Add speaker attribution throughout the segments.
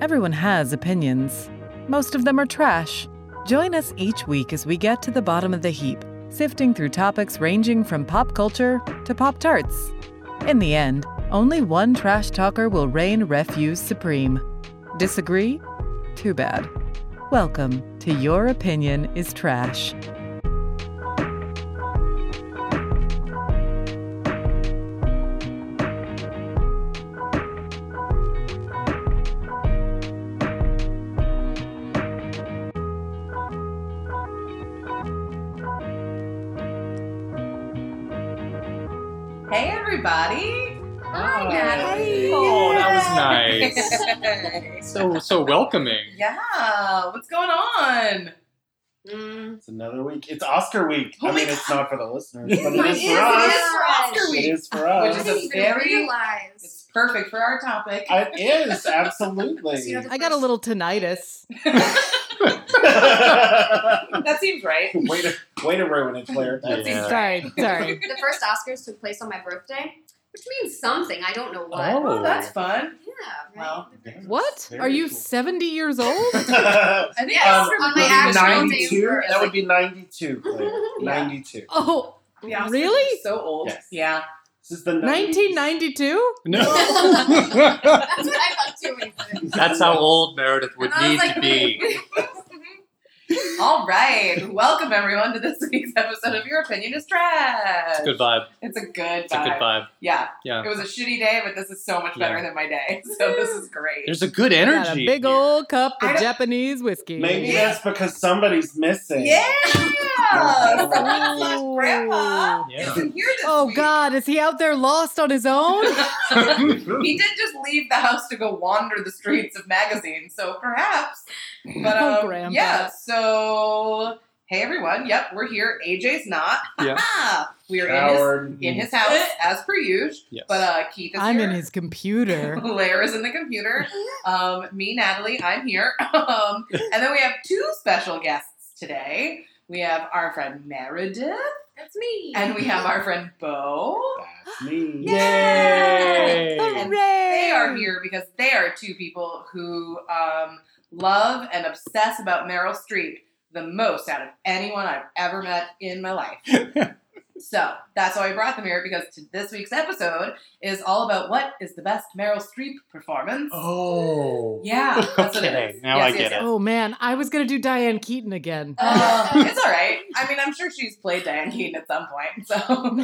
Speaker 1: Everyone has opinions. Most of them are trash. Join us each week as we get to the bottom of the heap, sifting through topics ranging from pop culture to Pop Tarts. In the end, only one trash talker will reign refuse supreme. Disagree? Too bad. Welcome to Your Opinion is Trash.
Speaker 2: Hey, everybody.
Speaker 3: Hi,
Speaker 2: Oh.
Speaker 3: Natalie.
Speaker 4: Oh, that was nice.
Speaker 2: Hey.
Speaker 4: so so welcoming.
Speaker 2: yeah, what's going on?
Speaker 3: Mm.
Speaker 5: It's another week. It's Oscar week.
Speaker 2: Oh
Speaker 5: I
Speaker 2: my
Speaker 5: mean, it's not for the listeners, but
Speaker 2: It
Speaker 5: it
Speaker 2: is,
Speaker 5: is for
Speaker 2: it is
Speaker 5: us.
Speaker 2: for Oscar
Speaker 5: It
Speaker 2: week.
Speaker 5: is for
Speaker 2: Which
Speaker 3: I
Speaker 2: is
Speaker 5: us.
Speaker 2: a
Speaker 3: didn't even
Speaker 2: very-
Speaker 3: realize.
Speaker 2: It's perfect for our topic.
Speaker 5: It is absolutely.
Speaker 3: I
Speaker 1: I got a little tinnitus.
Speaker 5: way
Speaker 2: that seems right.
Speaker 5: to way to ruin it, Claire. That's-
Speaker 4: Yeah.
Speaker 1: Sorry, sorry.
Speaker 3: The first Oscars took place on my birthday, which means something. I don't know what.
Speaker 5: Oh.
Speaker 2: Oh, that's fun.
Speaker 3: Yeah. Right?
Speaker 2: Well,
Speaker 1: What?
Speaker 5: Very
Speaker 1: Are you
Speaker 5: cool.
Speaker 1: 70 years old?
Speaker 2: I think
Speaker 3: Yes.
Speaker 2: Oscar
Speaker 3: On
Speaker 2: week-
Speaker 3: my actual day of
Speaker 5: 92?
Speaker 3: birth.
Speaker 5: That would be 92, Claire.
Speaker 2: Yeah.
Speaker 5: 92.
Speaker 1: Oh,
Speaker 2: the Oscars
Speaker 1: Really?
Speaker 2: are So old.
Speaker 5: Yes.
Speaker 2: Yeah.
Speaker 5: This is the
Speaker 1: 1992?
Speaker 4: No.
Speaker 3: That's what I thought too. when you said it.
Speaker 4: That's how old Meredith would
Speaker 2: And I
Speaker 4: need
Speaker 2: was like,
Speaker 4: to be.
Speaker 2: All right. Welcome, everyone, to this week's episode of Your Opinion is Trash.
Speaker 4: It's a good vibe.
Speaker 2: It's a good
Speaker 4: It's a good vibe.
Speaker 2: Yeah.
Speaker 4: Yeah.
Speaker 2: It was a shitty day, but this is so much better
Speaker 4: Yeah.
Speaker 2: than my day. So this is great.
Speaker 4: There's a good
Speaker 1: Got
Speaker 4: energy.
Speaker 1: a big old cup
Speaker 2: I
Speaker 1: of
Speaker 2: don't-
Speaker 1: Japanese whiskey.
Speaker 5: Maybe that's because somebody's missing.
Speaker 2: Yeah!
Speaker 5: Oh.
Speaker 2: Someone slash grandpa
Speaker 4: Yeah.
Speaker 2: isn't here this
Speaker 1: Oh
Speaker 2: week.
Speaker 1: God, is he out there lost on his own?
Speaker 2: He did just leave the house to go wander the streets of magazines, so perhaps. But
Speaker 1: Oh,
Speaker 2: um,
Speaker 1: grandpa.
Speaker 2: yeah, so hey everyone. Yep, we're here. AJ's not.
Speaker 4: Yeah.
Speaker 2: Ah, we are in his,
Speaker 5: Coward.
Speaker 2: in his house as per usual.
Speaker 4: Yes.
Speaker 2: But uh, Keith is
Speaker 1: I'm
Speaker 2: here.
Speaker 1: in his computer.
Speaker 2: Blair is in the computer. Um, me, Natalie, I'm here. Um, and then we have two special guests today. We have our friend Meredith,
Speaker 3: That's me.
Speaker 2: and we have our friend Bo.
Speaker 5: That's me.
Speaker 4: Yay!
Speaker 2: And They are here because they are two people who um, love and obsess about Meryl Streep the most out of anyone I've ever met in my life. so that's why I brought them here because to this week's episode is all about what is the best Meryl Streep performance.
Speaker 4: Oh.
Speaker 2: Yeah, that's what it
Speaker 4: Okay,
Speaker 2: is.
Speaker 4: now
Speaker 2: Yes,
Speaker 4: I
Speaker 2: yes,
Speaker 4: get
Speaker 2: yes.
Speaker 1: Oh man, I was gonna do Diane Keaton again.
Speaker 2: Uh, it's all right. I mean, I'm sure she's played Diane Keaton at some point, so it'll be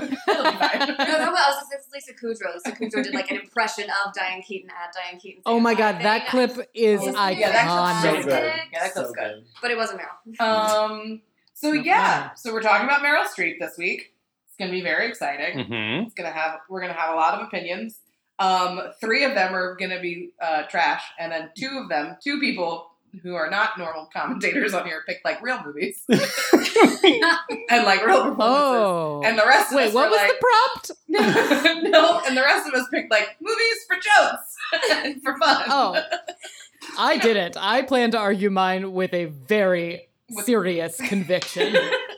Speaker 2: fine.
Speaker 3: No, no, what else? It's Lisa Kudrow. Lisa Kudrow did like an impression of Diane Keaton at Diane Keaton.
Speaker 1: Oh my God, that
Speaker 3: Very
Speaker 1: clip
Speaker 3: nice.
Speaker 1: is
Speaker 3: Isn't it?
Speaker 1: iconic.
Speaker 2: Yeah, that clip's
Speaker 5: So good.
Speaker 2: Yeah, that
Speaker 5: so
Speaker 2: clip's good.
Speaker 3: But it wasn't Meryl.
Speaker 2: Um, so yeah, so we're talking about Meryl Streep this week. It's gonna be very exciting.
Speaker 1: Mm.
Speaker 4: Mm-hmm.
Speaker 2: It's gonna have we're gonna have a lot of opinions. Um, three of them are gonna be uh, trash, and then two of them, two people who are not normal commentators on here, picked like real movies and like real performances.
Speaker 1: Oh.
Speaker 2: And the rest of
Speaker 1: Wait,
Speaker 2: us
Speaker 1: what
Speaker 2: were
Speaker 1: was
Speaker 2: like,
Speaker 1: the prompt?
Speaker 2: no, and the rest of us picked like movies for jokes for fun.
Speaker 1: Oh. I didn't. I plan to argue mine with a very
Speaker 2: With-
Speaker 1: serious conviction.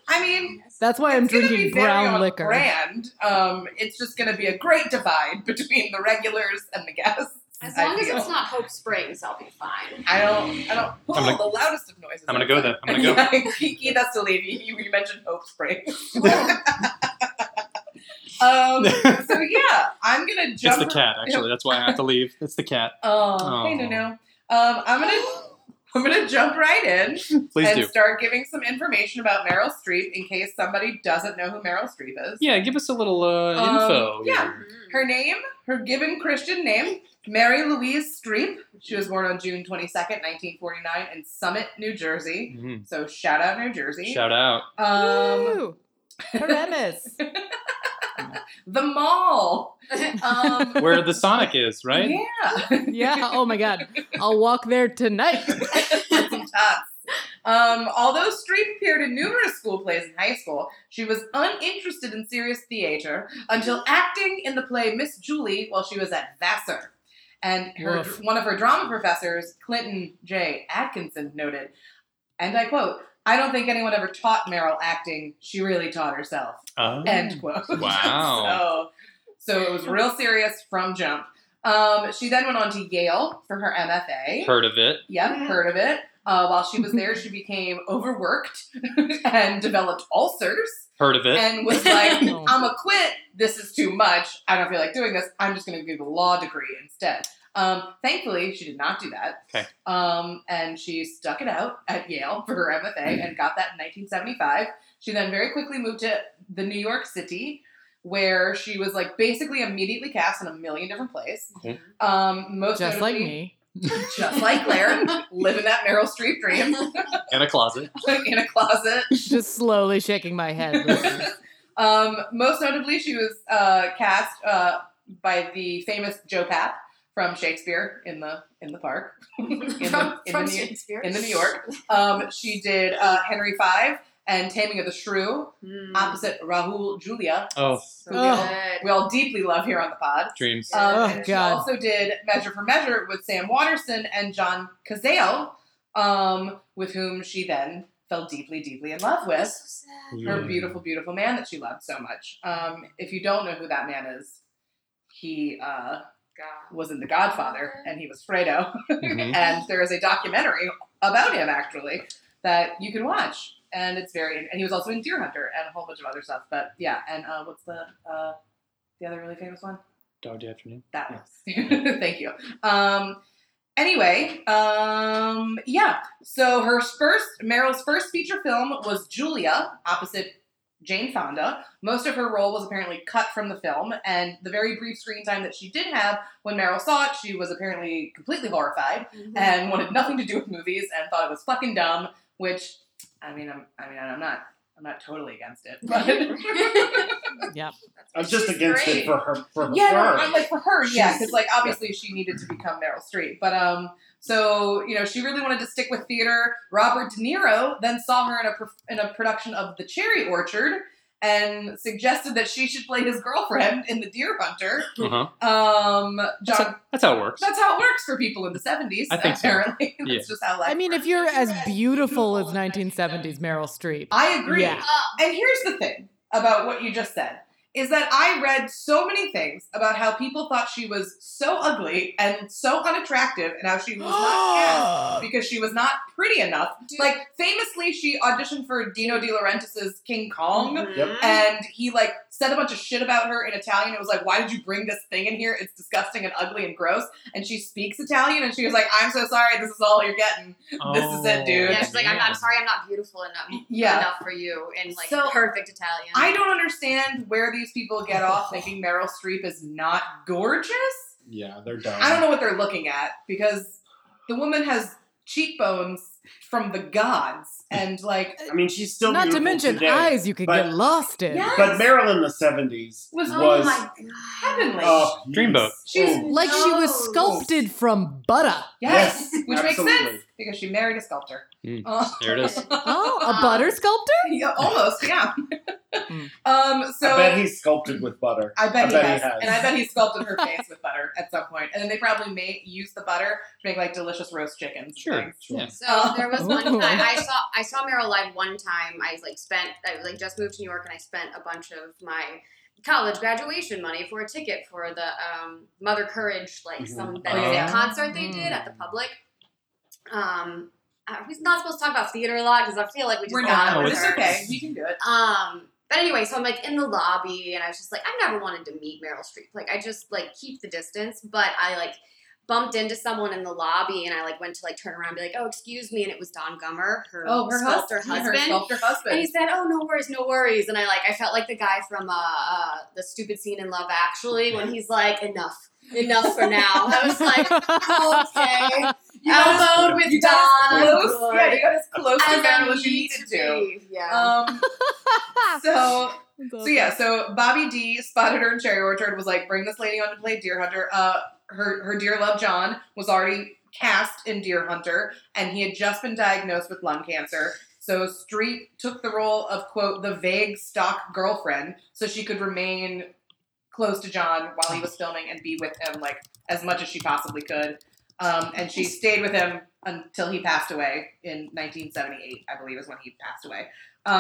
Speaker 2: I mean,
Speaker 1: That's why I'm
Speaker 2: it's gonna
Speaker 1: drinking
Speaker 2: be very
Speaker 1: brown
Speaker 2: on
Speaker 1: liquor.
Speaker 2: Brand. Um, it's just going to be a great divide between the regulars and the guests.
Speaker 3: As
Speaker 2: I
Speaker 3: long as
Speaker 2: feel.
Speaker 3: it's not Hope Springs, I'll be fine.
Speaker 2: I don't. I don't. Oh,
Speaker 4: I'm gonna-
Speaker 2: the loudest of noises.
Speaker 4: I'm gonna go there. I'm gonna go.
Speaker 2: Yeah, Kiki, that's the lady you, you mentioned. Hope Springs. um. So yeah, I'm gonna
Speaker 4: It's
Speaker 2: jump.
Speaker 4: the cat, actually. That's why I have to leave. It's the cat.
Speaker 2: Oh,
Speaker 4: Oh.
Speaker 2: hey, no, no. Um, I'm gonna. I'm gonna jump right in.
Speaker 4: Please
Speaker 2: and
Speaker 4: do.
Speaker 2: start giving some information about Meryl Streep in case somebody doesn't know who Meryl Streep is.
Speaker 4: Yeah, give us a little uh,
Speaker 2: Um,
Speaker 4: info.
Speaker 2: yeah.
Speaker 4: here.
Speaker 2: Her name, her given Christian name, Mary Louise Streep. She was born on June 22nd, 1949, in Summit, New Jersey.
Speaker 4: Mhm.
Speaker 2: So shout out New Jersey.
Speaker 4: Shout out.
Speaker 2: um,
Speaker 1: Woo! Paramus.
Speaker 2: the mall. Um,
Speaker 4: Where the Sonic is, right?
Speaker 2: Yeah.
Speaker 1: yeah. Oh my God. I'll walk there tonight.
Speaker 2: Some tots. Um, although Streep appeared in numerous school plays in high school, she was uninterested in serious theater until acting in the play Miss Julie while she was at Vassar. And her,
Speaker 1: Woof.
Speaker 2: one of her drama professors, Clinton J. Atkinson, noted, and I quote, I don't think anyone ever taught Meryl acting. She really taught herself.
Speaker 4: Oh.
Speaker 2: End quote. so,
Speaker 4: Wow.
Speaker 2: so it was real serious from jump. Um, she then went on to Yale for her MFA.
Speaker 4: Heard of it.
Speaker 2: Yep,
Speaker 3: Yeah.
Speaker 2: heard of it. Uh, while she was there, she became overworked and developed ulcers
Speaker 4: Heard of it.
Speaker 2: and was like,
Speaker 6: Oh.
Speaker 2: I'm a quit. This is too much. I don't feel like doing this. I'm just going to do the law degree instead. Um, thankfully, she did not do that.
Speaker 4: Okay.
Speaker 2: Um, and she stuck it out at Yale for her MFA and got that in 1975. She then very quickly moved to the New York City, where she was like basically immediately cast in a million different plays.
Speaker 4: Okay.
Speaker 2: Um, most
Speaker 6: Just like
Speaker 2: notably-
Speaker 6: me.
Speaker 2: just like Claire, living that Meryl Streep dream
Speaker 4: And a closet.
Speaker 2: in a closet.
Speaker 6: Just slowly shaking my head. listening.
Speaker 2: Um, most notably, she was uh, cast uh, by the famous Joe Papp from Shakespeare in the in the park in the,
Speaker 3: from
Speaker 2: in the,
Speaker 3: from
Speaker 2: New,
Speaker 3: Shakespeare.
Speaker 2: in the New York. Um, she did uh, Henry V and Taming of the Shrew
Speaker 3: Mm.
Speaker 2: opposite Rahul Julia,
Speaker 4: Oh,
Speaker 3: So
Speaker 2: who
Speaker 6: Oh.
Speaker 2: we all deeply love here on the pod.
Speaker 4: dreams.
Speaker 2: Um,
Speaker 6: Oh,
Speaker 2: and she
Speaker 6: God.
Speaker 2: also did Measure for Measure with Sam Waterston and John Cazale, um, with whom she then fell deeply, deeply in love
Speaker 3: good.
Speaker 2: with
Speaker 3: So sad.
Speaker 2: her
Speaker 4: Mm.
Speaker 2: beautiful, beautiful man that she loved so much. Um, if you don't know who that man is, he uh,
Speaker 3: God.
Speaker 2: was in The Godfather and he was Fredo.
Speaker 4: Mhm.
Speaker 2: and there is a documentary about him actually that you can watch. And it's very, and he was also in Deer Hunter and a whole bunch of other stuff. But yeah, and uh, what's the uh, the other really famous one?
Speaker 4: Dog Day Afternoon.
Speaker 2: That one. Thank you. Um, anyway, um, yeah. So her first Meryl's first feature film was Julia, opposite Jane Fonda. Most of her role was apparently cut from the film, and the very brief screen time that she did have when Meryl saw it, she was apparently completely horrified and wanted nothing to do with movies and thought it was fucking dumb. Which, I mean, I'm, I mean, I'm not, I'm not totally against it, but.
Speaker 6: Yep.
Speaker 5: I'm just
Speaker 3: She's
Speaker 5: against
Speaker 3: great.
Speaker 5: it for her. For
Speaker 2: Yeah, no,
Speaker 5: her.
Speaker 2: I'm like for her, yeah,
Speaker 5: She's-
Speaker 2: because like obviously she needed to become Meryl Streep, but um, so you know she really wanted to stick with theater. Robert De Niro then saw her in a pro- in a production of The Cherry Orchard and suggested that she should play his girlfriend in The Deer Hunter.
Speaker 4: Uh-huh.
Speaker 2: Um,
Speaker 4: That's,
Speaker 2: John,
Speaker 4: how, that's how it works.
Speaker 2: that's how it works for people in the '70s.
Speaker 4: I think so.
Speaker 2: apparently, that's
Speaker 4: Yeah.
Speaker 2: just how life.
Speaker 6: I mean, if
Speaker 2: works.
Speaker 6: you're as beautiful as 1970s Meryl Streep,
Speaker 2: I agree.
Speaker 6: Yeah.
Speaker 3: Oh,
Speaker 2: And here's the thing about what you just said is that I read so many things about how people thought she was so ugly and so unattractive and how she was not cast because she was not pretty enough.
Speaker 3: dude.
Speaker 2: Like famously she auditioned for Dino De Laurentiis's King Kong
Speaker 5: Yep.
Speaker 2: and he like said a bunch of shit about her in Italian. It was like, "Why did you bring this thing in here? It's disgusting and ugly and gross." And she speaks Italian and she was like, "I'm so sorry. This is all you're getting." This is it, dude.
Speaker 3: yeah, she's like, I'm
Speaker 4: Yeah.
Speaker 3: not sorry, I'm not beautiful enough,
Speaker 2: Yeah.
Speaker 3: enough for you in like
Speaker 2: So,
Speaker 3: perfect Italian.
Speaker 2: I don't understand where these people get off thinking Meryl Streep is not gorgeous.
Speaker 5: yeah, they're dumb.
Speaker 2: I don't know what they're looking at because the woman has cheekbones from the gods and like
Speaker 5: I mean, she's still
Speaker 6: Not to
Speaker 5: beautiful
Speaker 6: mention
Speaker 5: today,
Speaker 6: eyes you could
Speaker 5: but-
Speaker 6: get lost in.
Speaker 2: Yeah.
Speaker 5: But Meryl in the '70s
Speaker 2: was
Speaker 3: oh
Speaker 5: was-
Speaker 3: my god.
Speaker 2: heavenly.
Speaker 5: oh,
Speaker 4: Dreamboat.
Speaker 5: yes.
Speaker 2: She's-
Speaker 5: Oh,
Speaker 6: Like she was
Speaker 3: No.
Speaker 6: sculpted from butter.
Speaker 2: yes,
Speaker 5: yes,
Speaker 2: which makes
Speaker 5: absolutely.
Speaker 2: sense because she married a sculptor.
Speaker 4: Mm.
Speaker 2: Uh,
Speaker 4: There it is.
Speaker 6: Oh, a butter sculptor?
Speaker 2: yeah, almost, yeah.
Speaker 6: Mm.
Speaker 2: um, so
Speaker 5: I bet he's sculpted with butter.
Speaker 2: I bet,
Speaker 5: I
Speaker 2: he,
Speaker 5: bet he
Speaker 2: has.
Speaker 5: has.
Speaker 2: And I bet he sculpted her face with butter at some point. And then they probably may use the butter to make like delicious roast chickens. and
Speaker 4: Sure.
Speaker 2: things.
Speaker 4: Yeah.
Speaker 3: So
Speaker 2: Oh.
Speaker 3: there was one
Speaker 6: Ooh.
Speaker 3: time I saw I saw Meryl live one time. I like spent I like just moved to New York and I spent a bunch of my college graduation money for a ticket for the um, Mother Courage like some
Speaker 5: Mhm.
Speaker 3: benefit
Speaker 4: Oh, yeah.
Speaker 3: concert they did at the
Speaker 2: Mm.
Speaker 3: public. Um, uh, we're not supposed to talk about theater a lot because I feel like we just
Speaker 2: We're
Speaker 3: got
Speaker 2: not.
Speaker 4: No,
Speaker 3: on
Speaker 2: but
Speaker 3: with
Speaker 2: it's
Speaker 3: her.
Speaker 2: okay. We can do it.
Speaker 3: Um, but anyway, so I'm like in the lobby, and I was just like, I've never wanted to meet Meryl Streep. Like, I just like keep the distance. But I like bumped into someone in the lobby, and I like went to like turn around and be like, oh, excuse me, and it was Don Gummer, her,
Speaker 2: Oh, her
Speaker 3: sculptor
Speaker 2: husband. Her
Speaker 3: husband.
Speaker 2: sculptor husband.
Speaker 3: And he said, "Oh, no worries, no worries." And I like, I felt like the guy from uh, uh the stupid scene in Love Actually when he's like, "Enough, enough for now." I was like, okay.
Speaker 2: You got
Speaker 3: elbowed
Speaker 2: as-
Speaker 3: with
Speaker 2: you got as
Speaker 3: Don.
Speaker 2: close- Yeah, you got as close to
Speaker 3: as I
Speaker 2: Meryl as you
Speaker 3: need
Speaker 2: needed
Speaker 3: to
Speaker 2: to.
Speaker 3: be. Yeah.
Speaker 2: Um, so, so yeah, so Bobby D spotted her in Cherry Orchard, was like, bring this lady on to play Deer Hunter. Uh, her, her dear love, John, was already cast in Deer Hunter, and he had just been diagnosed with lung cancer. So Streep took the role of, quote, the vague stock girlfriend, so she could remain close to John while he was filming and be with him, like, as much as she possibly could. Um, and she stayed with him until he passed away in 1978, I believe, is when he passed away.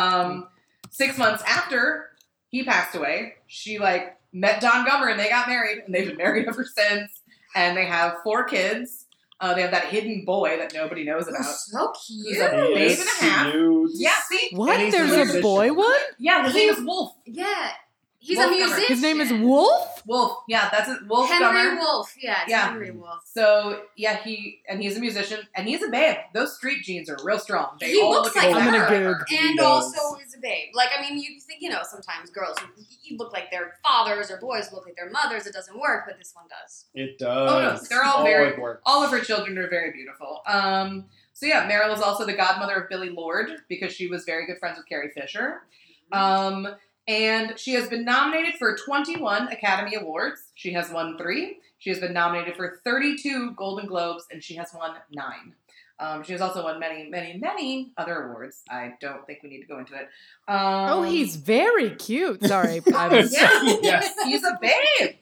Speaker 2: Um, six months after he passed away, she like met Don Gummer and they got married, and they've been married ever since. and they have four kids. Uh, they have that hidden boy that nobody knows about.
Speaker 3: so
Speaker 2: He's
Speaker 3: cute.
Speaker 2: a
Speaker 5: He
Speaker 2: babe
Speaker 5: is
Speaker 2: and a half.
Speaker 5: huge.
Speaker 2: Yeah, see?
Speaker 5: And
Speaker 6: What?
Speaker 5: he's
Speaker 6: There's a
Speaker 5: musician.
Speaker 6: boy one?
Speaker 2: Yeah, his name is Wolf.
Speaker 3: Yeah. He's
Speaker 2: Wolf
Speaker 3: a
Speaker 2: Gummer.
Speaker 3: musician.
Speaker 2: His
Speaker 6: His name is Wolf?
Speaker 2: Wolf. Yeah, that's it. Wolf
Speaker 3: Henry
Speaker 2: Gummer.
Speaker 3: Wolf. Yeah, it's
Speaker 2: Yeah.
Speaker 3: Henry Wolf.
Speaker 2: So yeah, he and he's a musician and he's a babe. Those street jeans are real strong. They
Speaker 3: He
Speaker 2: all
Speaker 3: looks
Speaker 2: look
Speaker 3: like
Speaker 2: exactly
Speaker 6: I'm gonna
Speaker 2: alike.
Speaker 6: Google.
Speaker 3: And
Speaker 5: He does.
Speaker 3: also is a babe. Like, I mean, you think, you know, sometimes girls you look like their fathers or boys look like their mothers. It doesn't work, but this one does.
Speaker 5: It
Speaker 2: no,
Speaker 5: does.
Speaker 2: they're all
Speaker 5: Oh,
Speaker 2: very-
Speaker 5: it works.
Speaker 2: All of her children are very beautiful. Um, so yeah, Meryl is also the godmother of Billy Lord because she was very good friends with Carrie Fisher. Um, and she has been nominated for 21 Academy Awards. She has won three. She has been nominated for 32 Golden Globes, and she has won nine. Um, she has also won many, many, many other awards. I don't think we need to go into it. Um,
Speaker 6: Oh, he's very cute. Sorry. I was
Speaker 2: yeah,
Speaker 5: yes.
Speaker 2: he's a babe,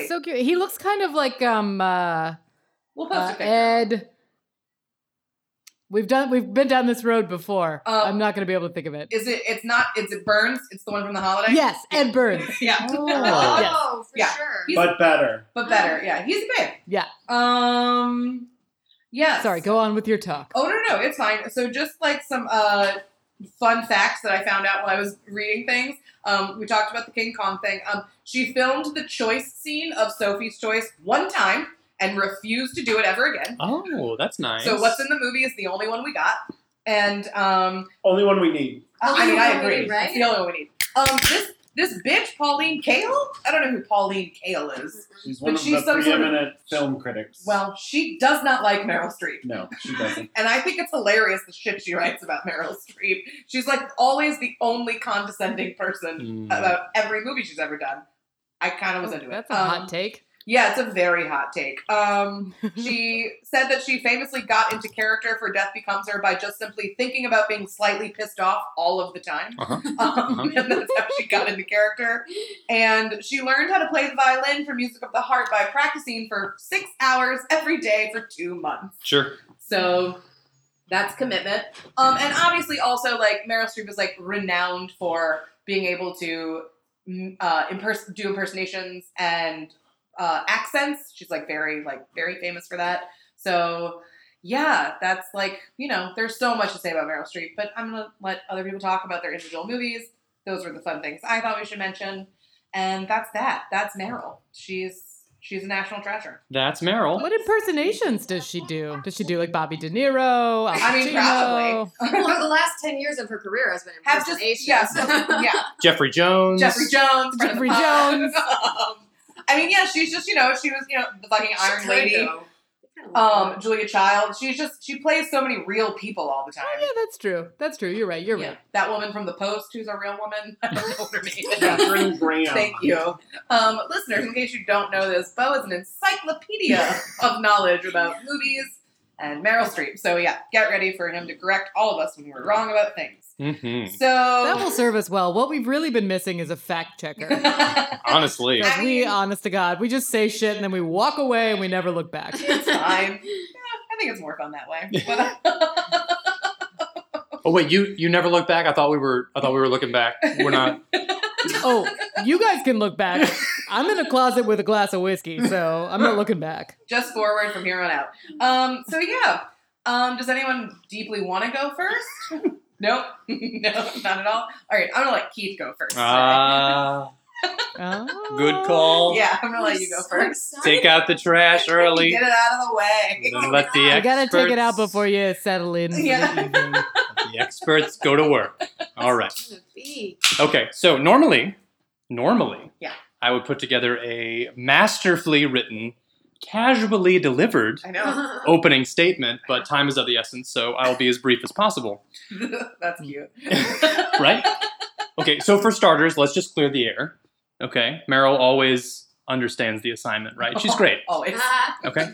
Speaker 6: He's so cute. He looks kind of like um uh,
Speaker 2: we'll post
Speaker 6: uh,
Speaker 2: a picture.
Speaker 6: Ed. We've done we've been down this road before.
Speaker 2: Uh,
Speaker 6: I'm not gonna be able to think of it.
Speaker 2: Is it? It's not. It's it Burns. It's the one from the holiday.
Speaker 6: Yes, Ed Burns.
Speaker 2: Yeah.
Speaker 3: Oh,
Speaker 6: Yes.
Speaker 3: for
Speaker 2: Yeah.
Speaker 3: sure.
Speaker 2: He's-
Speaker 5: But better.
Speaker 2: But better. Yeah. He's a babe.
Speaker 6: Yeah.
Speaker 2: Um. Yes.
Speaker 6: Sorry, go on with your talk.
Speaker 2: Oh no, no, it's fine. So just like some uh, fun facts that I found out while I was reading things. Um, we talked about the King Kong thing. Um, she filmed the choice scene of Sophie's Choice one time and refused to do it ever again.
Speaker 4: Oh, that's nice.
Speaker 2: So what's in the movie is the only one we got. And um,
Speaker 5: Only one we need.
Speaker 2: I- I
Speaker 3: Only
Speaker 2: mean, I
Speaker 3: one we
Speaker 2: agree.
Speaker 3: need, right?
Speaker 2: It's the only one we need. Um, this this bitch, Pauline Kael. I don't know who Pauline Kael is.
Speaker 5: She's
Speaker 2: But
Speaker 5: one of
Speaker 2: she's
Speaker 5: the
Speaker 2: some sort of-
Speaker 5: preeminent film critics.
Speaker 2: Well, she does not like Meryl Streep.
Speaker 5: no, she doesn't.
Speaker 2: And I think it's hilarious the shit she writes about Meryl Streep. She's like always the only condescending person
Speaker 4: Hmm.
Speaker 2: about every movie she's ever done. I kind
Speaker 3: Oh,
Speaker 2: of was into it.
Speaker 6: That's a
Speaker 2: Um,
Speaker 6: hot take.
Speaker 2: Yeah, it's a very hot take. Um, she said that she famously got into character for Death Becomes Her by just simply thinking about being slightly pissed off all of the time.
Speaker 4: Uh-huh.
Speaker 2: Um, and that's how she got into character. And she learned how to play the violin for Music of the Heart by practicing for six hours every day for two months.
Speaker 4: Sure.
Speaker 2: So that's commitment. Um, and obviously, also like Meryl Streep is like renowned for being able to mm, uh, impers- do impersonations and uh, accents. She's like very like very famous for that. So yeah, that's like you know, there's so much to say about Meryl Streep, but I'm gonna let other people talk about their individual movies. Those were the fun things I thought we should mention, and that's that. That's Meryl. She's she's a national treasure.
Speaker 4: That's Meryl.
Speaker 6: What impersonations does she do? Does she do like Bobby De Niro? Al
Speaker 2: I mean,
Speaker 6: Pacino?
Speaker 2: probably.
Speaker 3: well, the last 10 years of her career has been
Speaker 2: Have just
Speaker 3: impersonations.
Speaker 2: yeah, yeah.
Speaker 4: Jeffrey Jones.
Speaker 2: Jeffrey Jones. friend of
Speaker 6: Jeffrey
Speaker 2: the pod.
Speaker 6: Jones.
Speaker 2: um, I mean, yeah, she's just you know she was you know the fucking
Speaker 3: She
Speaker 2: Iron
Speaker 3: could,
Speaker 2: Lady.
Speaker 3: though. I kinda love
Speaker 2: Um,
Speaker 3: her.
Speaker 2: Julia Child. She's just she plays so many real people all the time.
Speaker 6: Oh, yeah, that's true. That's true. You're right. You're
Speaker 2: Yeah.
Speaker 6: right.
Speaker 2: That woman from the Post, who's a real woman. I don't know her name.
Speaker 5: Catherine Graham.
Speaker 2: Thank you, um, listeners. In case you don't know this, Bo is an encyclopedia of knowledge about movies and Meryl Streep. So yeah, get ready for him to correct all of us when we're wrong about things.
Speaker 4: hmm
Speaker 2: So
Speaker 6: That will serve us well. What we've really been missing is a fact checker.
Speaker 4: Honestly.
Speaker 6: Because
Speaker 2: I
Speaker 6: we,
Speaker 2: mean-
Speaker 6: honest to God, we just say shit and then we walk away and we never look back.
Speaker 2: it's fine. Yeah, I think it's more fun that way. But,
Speaker 4: Oh wait, you you never look back. I thought we were I thought we were looking back. We're not.
Speaker 6: Oh, you guys can look back. I'm in a closet with a glass of whiskey, so I'm not looking back.
Speaker 2: just forward from here on out. Um, so yeah. Um, does anyone deeply want to go first? nope. no, not at all. All right, I'm gonna let Keith go first.
Speaker 4: Ah,
Speaker 6: Oh.
Speaker 4: good call.
Speaker 2: yeah, I'm gonna let you go
Speaker 3: So
Speaker 2: first.
Speaker 3: excited.
Speaker 4: Take out the trash early.
Speaker 2: Get it out of the way.
Speaker 4: Then let the
Speaker 3: You
Speaker 6: You
Speaker 4: experts,
Speaker 6: gotta take it out before you settle in. for the
Speaker 2: Yeah.
Speaker 6: evening.
Speaker 4: the experts go to work. All right.
Speaker 3: Gonna be.
Speaker 4: Okay, so normally, normally,
Speaker 2: Yeah.
Speaker 4: I would put together a masterfully written, casually delivered
Speaker 2: I know.
Speaker 4: opening statement, but time is of the essence, so I'll be as brief as possible,
Speaker 2: That's cute.
Speaker 4: right? Okay, so for starters, let's just clear the air. Okay, Meryl always understands the assignment, right? She's great.
Speaker 2: Oh, it's
Speaker 3: Ah,
Speaker 4: Okay,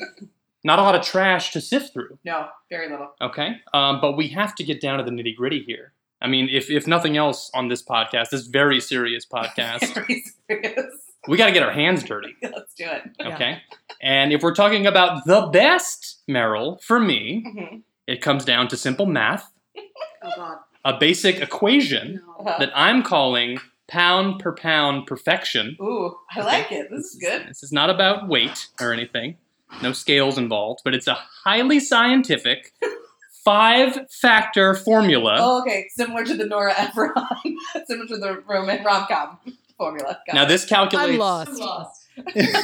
Speaker 4: not a lot of trash to sift through.
Speaker 2: no, very little.
Speaker 4: Okay. Um, but we have to get down to the nitty gritty here. I mean, if, if nothing else on this podcast, this very serious podcast,
Speaker 2: Very serious.
Speaker 4: we got to get our hands dirty.
Speaker 2: Let's do it.
Speaker 6: Yeah.
Speaker 4: Okay. And if we're talking about the best Merrill, for me,
Speaker 2: Mhm.
Speaker 4: it comes down to simple math,
Speaker 3: oh, God.
Speaker 4: a basic equation
Speaker 3: No.
Speaker 2: Uh-huh.
Speaker 4: that I'm calling pound per pound perfection.
Speaker 2: Ooh, I like it. This is good.
Speaker 4: This is not about weight or anything. No scales involved, but it's a highly scientific five factor formula.
Speaker 2: Oh, okay. Similar to the Nora Ephron, similar to the Roman rom com formula. Got
Speaker 4: now,
Speaker 2: it.
Speaker 4: this calculates.
Speaker 6: I'm lost.
Speaker 2: I'm lost.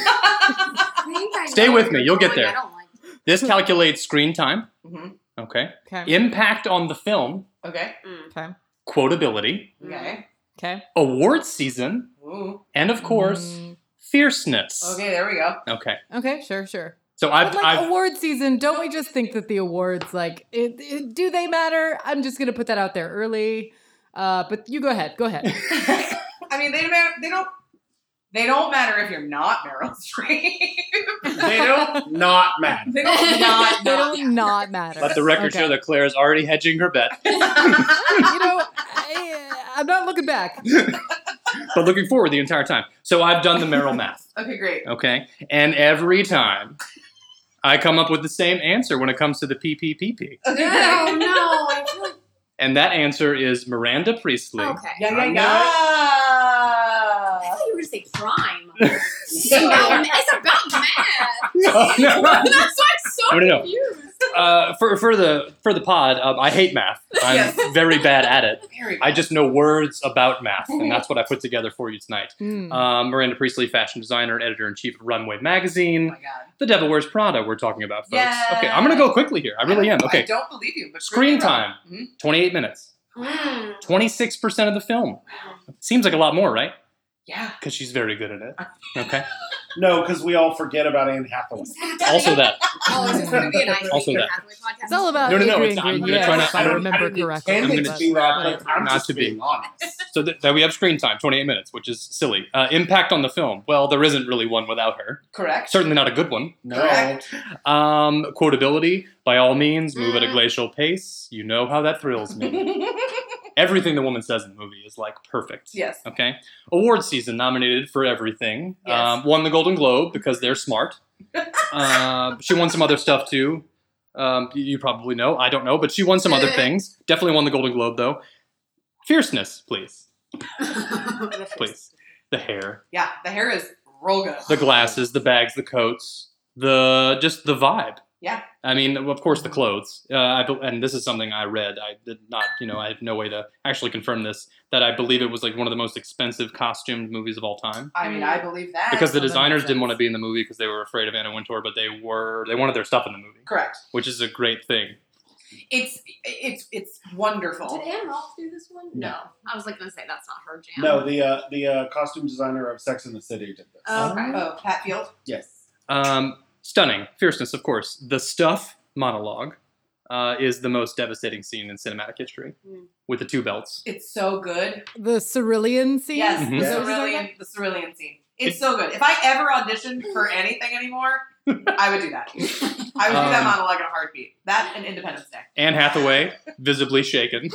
Speaker 3: I think I
Speaker 4: Stay
Speaker 3: know
Speaker 4: with
Speaker 3: where
Speaker 4: me,
Speaker 3: you're
Speaker 4: you'll get
Speaker 3: going.
Speaker 4: there.
Speaker 3: I don't like
Speaker 4: This calculates screen time.
Speaker 2: Mhm.
Speaker 4: Okay.
Speaker 6: Okay.
Speaker 4: Impact on the film,
Speaker 2: Okay.
Speaker 6: Okay.
Speaker 4: quotability,
Speaker 2: Okay.
Speaker 6: Okay.
Speaker 4: award season,
Speaker 2: Ooh.
Speaker 4: and of course,
Speaker 6: Mm,
Speaker 4: fierceness.
Speaker 2: Okay, there we go.
Speaker 4: Okay.
Speaker 6: okay. Sure. Sure.
Speaker 4: So I've,
Speaker 6: but like
Speaker 4: I've
Speaker 6: award season, don't we just think that the awards like it, it- do they matter? I'm just gonna put that out there early. Uh, but you go ahead. Go ahead.
Speaker 2: I mean, they don't. They don't. They don't matter if you're not Meryl Streep.
Speaker 5: They don't not matter.
Speaker 2: they don't not.
Speaker 6: they
Speaker 2: not
Speaker 6: don't not matter.
Speaker 4: let the record
Speaker 6: Okay.
Speaker 4: show that Claire is already hedging her bet,
Speaker 6: you know, I, I'm not looking back.
Speaker 4: but looking forward the entire time. So I've done the Merrill math.
Speaker 2: okay, great.
Speaker 4: Okay. And every time I come up with the same answer when it comes to the PPPP.
Speaker 3: No, no. I feel like-
Speaker 4: And that answer is Miranda Priestley.
Speaker 3: okay.
Speaker 2: Yeah, yeah,
Speaker 5: I'm
Speaker 3: I
Speaker 2: yeah.
Speaker 3: thought you were going to say crime. it's about, it's about math.
Speaker 2: Oh,
Speaker 4: no,
Speaker 3: That's why I'm so
Speaker 4: No, no, no.
Speaker 3: confused.
Speaker 4: uh, for, for the for the pod, um, I hate math. I'm
Speaker 2: Yes.
Speaker 4: very bad at it.
Speaker 2: There we go.
Speaker 4: I just know words about math, and that's what I put together for you tonight.
Speaker 2: Mm-hmm.
Speaker 6: Mm.
Speaker 4: Um, Miranda Priestley, fashion designer and editor in chief of Runway
Speaker 2: oh
Speaker 4: Magazine.
Speaker 2: my god.
Speaker 4: The Devil Wears Prada. We're talking about, folks.
Speaker 2: Yes.
Speaker 4: Okay, I'm gonna go quickly here. I really am.
Speaker 2: don't- I
Speaker 4: Okay,
Speaker 2: don't believe you. But
Speaker 4: screen
Speaker 2: prove me wrong.
Speaker 4: time,
Speaker 2: Mhm.
Speaker 4: 28 minutes,
Speaker 3: Mm.
Speaker 4: 26 percent of the film. Seems like a lot more, right?
Speaker 2: Yeah.
Speaker 4: Because she's very good at it. Okay.
Speaker 5: No, because we all forget about Anne Hathaway.
Speaker 3: Exactly.
Speaker 4: Also that.
Speaker 3: Oh, is this going to be an ice
Speaker 4: Also that.
Speaker 3: podcast?
Speaker 6: it's all about
Speaker 4: No, no, no,
Speaker 6: Adrian
Speaker 4: it's- I'm
Speaker 6: Grenier,
Speaker 4: gonna try not-
Speaker 6: if I,
Speaker 4: I don't-
Speaker 6: remember
Speaker 5: didn't
Speaker 6: correctly.
Speaker 5: intend
Speaker 4: I'm
Speaker 5: to
Speaker 6: but-
Speaker 5: do that,
Speaker 6: whatever.
Speaker 5: but I'm
Speaker 4: Not
Speaker 5: just
Speaker 4: to be.
Speaker 5: being honest.
Speaker 4: So th- that we have screen time, 28 minutes, which is silly. Uh, impact on the film. Well, there isn't really one without her.
Speaker 2: Correct.
Speaker 4: Certainly not a good one.
Speaker 5: No.
Speaker 2: Correct.
Speaker 4: Um, quotability, by all means, move at
Speaker 2: Mm.
Speaker 4: a glacial pace. You know how that thrills me. Everything the woman says in the movie is like perfect.
Speaker 2: yes.
Speaker 4: Okay. Award season nominated for everything.
Speaker 2: Yes.
Speaker 4: Um, won the Golden Globe because they're smart. uh, she won some other stuff too. Um, you you probably know. I don't know, but she won some other things. Definitely won the Golden Globe though. Fierceness, please, please. The hair,
Speaker 2: Yeah. The hair is real good.
Speaker 4: the glasses, the bags, the coats, the just the vibe.
Speaker 2: Yeah.
Speaker 4: I mean, of course, the clothes. Uh, I bel and this is something I read. I did not, you know, I have no way to actually confirm this. That I believe it was like one of the most expensive costumed movies of all time.
Speaker 2: I mean, I believe that.
Speaker 4: because
Speaker 6: Oh,
Speaker 4: the
Speaker 6: that makes
Speaker 4: designers didn't
Speaker 6: sense.
Speaker 4: want to be in the movie because they were afraid of Anna Wintour, but they were they wanted their stuff in the movie,
Speaker 2: correct.
Speaker 4: which is a great thing.
Speaker 2: It's it's it's
Speaker 3: Did
Speaker 2: wonderful.
Speaker 3: Anne Rolfe do this one? No. I was like going to say that's not her jam.
Speaker 5: No, the uh, the uh, costume designer of Sex in the City did this.
Speaker 3: Oh, okay.
Speaker 2: Oh, Hatfield.
Speaker 5: yes.
Speaker 4: Um, stunning fierceness, of course. The stuff monologue uh, is the most devastating scene in cinematic history
Speaker 2: Hmm.
Speaker 3: Mm.
Speaker 4: with the two belts.
Speaker 2: It's so good.
Speaker 6: the cerulean scene.
Speaker 2: Yes,
Speaker 4: Mhm.
Speaker 2: the
Speaker 5: Yeah.
Speaker 2: cerulean the cerulean scene. It's so good. If I ever auditioned for anything anymore, I would do that. I would do that
Speaker 4: Um,
Speaker 2: monologue in a heartbeat. That and Independence Day,
Speaker 4: Anne Hathaway visibly shaken,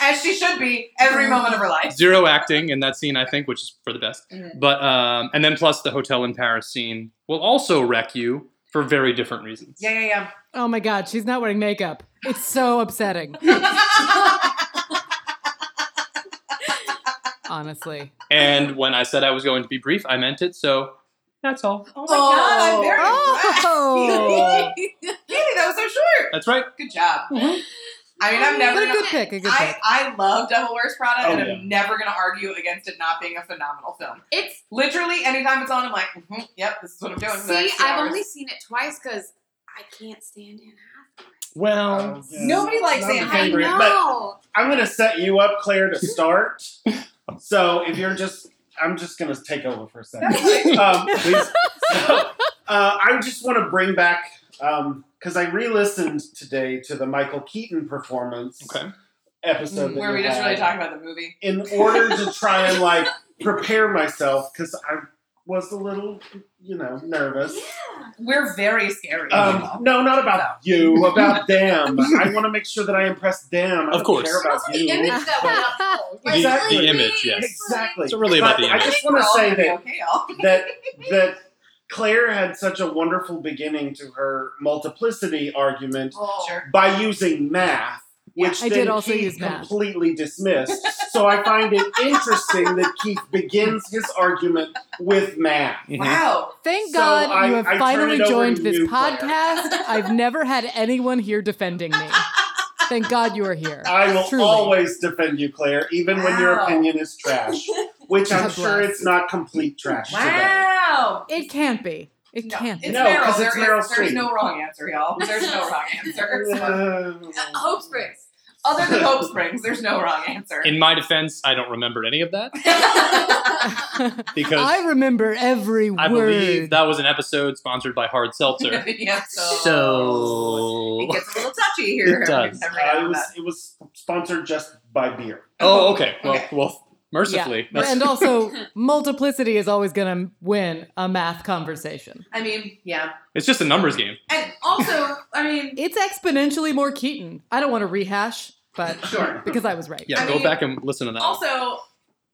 Speaker 2: as she should be every moment of her life.
Speaker 4: zero acting in that scene, I think, which is for the best.
Speaker 2: Mhm.
Speaker 4: But um, and then plus the hotel in Paris scene will also wreck you for very different reasons.
Speaker 2: Yeah, yeah,
Speaker 6: Oh my God, she's not wearing makeup. It's so upsetting,
Speaker 2: yeah.
Speaker 6: honestly.
Speaker 4: And when I said I was going to be brief, I meant it. So that's all.
Speaker 2: oh my god, I'm very
Speaker 6: Oh.
Speaker 2: impressed. Katie, that was so short.
Speaker 4: That's right.
Speaker 2: Good job. I mean, I'm never
Speaker 6: But a
Speaker 2: gonna
Speaker 6: good pick. A good
Speaker 2: I,
Speaker 6: pick.
Speaker 2: I love Devil Wears Prada,
Speaker 5: Oh,
Speaker 2: and
Speaker 5: yeah.
Speaker 2: I'm never going to argue against it not being a phenomenal film.
Speaker 3: It's
Speaker 2: Literally, anytime it's on, I'm like, mhm, yep, this is what I'm doing. for the
Speaker 3: see,
Speaker 2: next two
Speaker 3: I've
Speaker 2: hours.
Speaker 3: only seen it twice because I can't stand Anne Hathaway.
Speaker 4: Well,
Speaker 2: Oh. Nobody likes
Speaker 5: Oh, Not
Speaker 2: Anne
Speaker 5: the favorite,
Speaker 3: I
Speaker 5: but
Speaker 3: know.
Speaker 5: I'm gonna set you up, Claire, to start. so if you're just, I'm just gonna take over for a second. Um, please. So, uh, I just want to bring back because I re-listened today to the Michael Keaton performance
Speaker 4: okay.
Speaker 5: episode that
Speaker 2: Where
Speaker 5: you
Speaker 2: we just
Speaker 5: had,
Speaker 2: really talk about the movie.
Speaker 5: in order to try and like prepare myself because I was a little, you know, nervous.
Speaker 2: We're very scary.
Speaker 5: Um, no, not about you, about them. I want to make sure that I impress them.
Speaker 4: Of
Speaker 5: I don't
Speaker 4: course.
Speaker 5: care about
Speaker 3: That's the
Speaker 5: you.
Speaker 3: image that we uphold. Like,
Speaker 5: Exactly.
Speaker 4: The image, yes.
Speaker 3: please,
Speaker 5: Exactly.
Speaker 4: So really about
Speaker 5: But
Speaker 4: the
Speaker 5: I
Speaker 4: image.
Speaker 5: just want to say that
Speaker 2: Okay, y'all.
Speaker 5: that that Claire had such a wonderful beginning to her multiplicity argument
Speaker 3: Oh.
Speaker 2: Sure.
Speaker 5: by using math which
Speaker 6: I
Speaker 5: then
Speaker 6: did also
Speaker 5: Keith
Speaker 6: use math.
Speaker 5: completely dismissed. so I find it interesting that Keith begins his argument with math.
Speaker 4: Mhm.
Speaker 2: Wow.
Speaker 6: Thank
Speaker 5: So
Speaker 6: God
Speaker 5: I-
Speaker 6: you have
Speaker 5: I turn
Speaker 6: finally
Speaker 5: it over
Speaker 6: joined
Speaker 5: to
Speaker 6: this
Speaker 5: you, Claire.
Speaker 6: podcast. I've never had anyone here defending me. Thank God you are here.
Speaker 5: I will
Speaker 6: Truly.
Speaker 5: always defend you, Claire, even when your
Speaker 2: Wow.
Speaker 5: opinion is trash, which I'm
Speaker 6: God
Speaker 5: sure
Speaker 6: bless.
Speaker 5: it's not complete trash today.
Speaker 2: Wow.
Speaker 6: It can't be. It
Speaker 2: No,
Speaker 6: can't
Speaker 2: it's
Speaker 6: be.
Speaker 5: No,
Speaker 2: Meryl.
Speaker 5: 'cause
Speaker 2: There
Speaker 5: it's
Speaker 2: is-
Speaker 5: Meryl
Speaker 2: There's
Speaker 5: Streep.
Speaker 2: no wrong answer, y'all. There's no wrong answer.
Speaker 3: Hope Springs.
Speaker 2: Other than Hope Springs, there's no wrong answer.
Speaker 4: In my defense, I don't remember any of that because
Speaker 6: I remember every
Speaker 4: I
Speaker 6: word.
Speaker 4: believe that was an episode sponsored by Hard Seltzer.
Speaker 2: yeah, so, it
Speaker 4: so,
Speaker 2: gets a little touchy here.
Speaker 4: It does.
Speaker 2: Every now
Speaker 5: Uh, it
Speaker 2: and
Speaker 5: was
Speaker 2: then.
Speaker 5: it was sponsored just by beer.
Speaker 4: oh, okay. Well,
Speaker 2: Okay.
Speaker 4: well, mercifully,
Speaker 6: yeah.
Speaker 4: that's-
Speaker 6: and also multiplicity is always going to win a math conversation.
Speaker 2: I mean, yeah,
Speaker 4: it's just a numbers game.
Speaker 2: and also, I mean,
Speaker 6: It's exponentially more Keaton. I don't want to rehash, but
Speaker 2: sure.
Speaker 6: because I was right.
Speaker 4: Yeah,
Speaker 2: I
Speaker 4: go
Speaker 2: mean,
Speaker 4: back and listen to that.
Speaker 2: Also,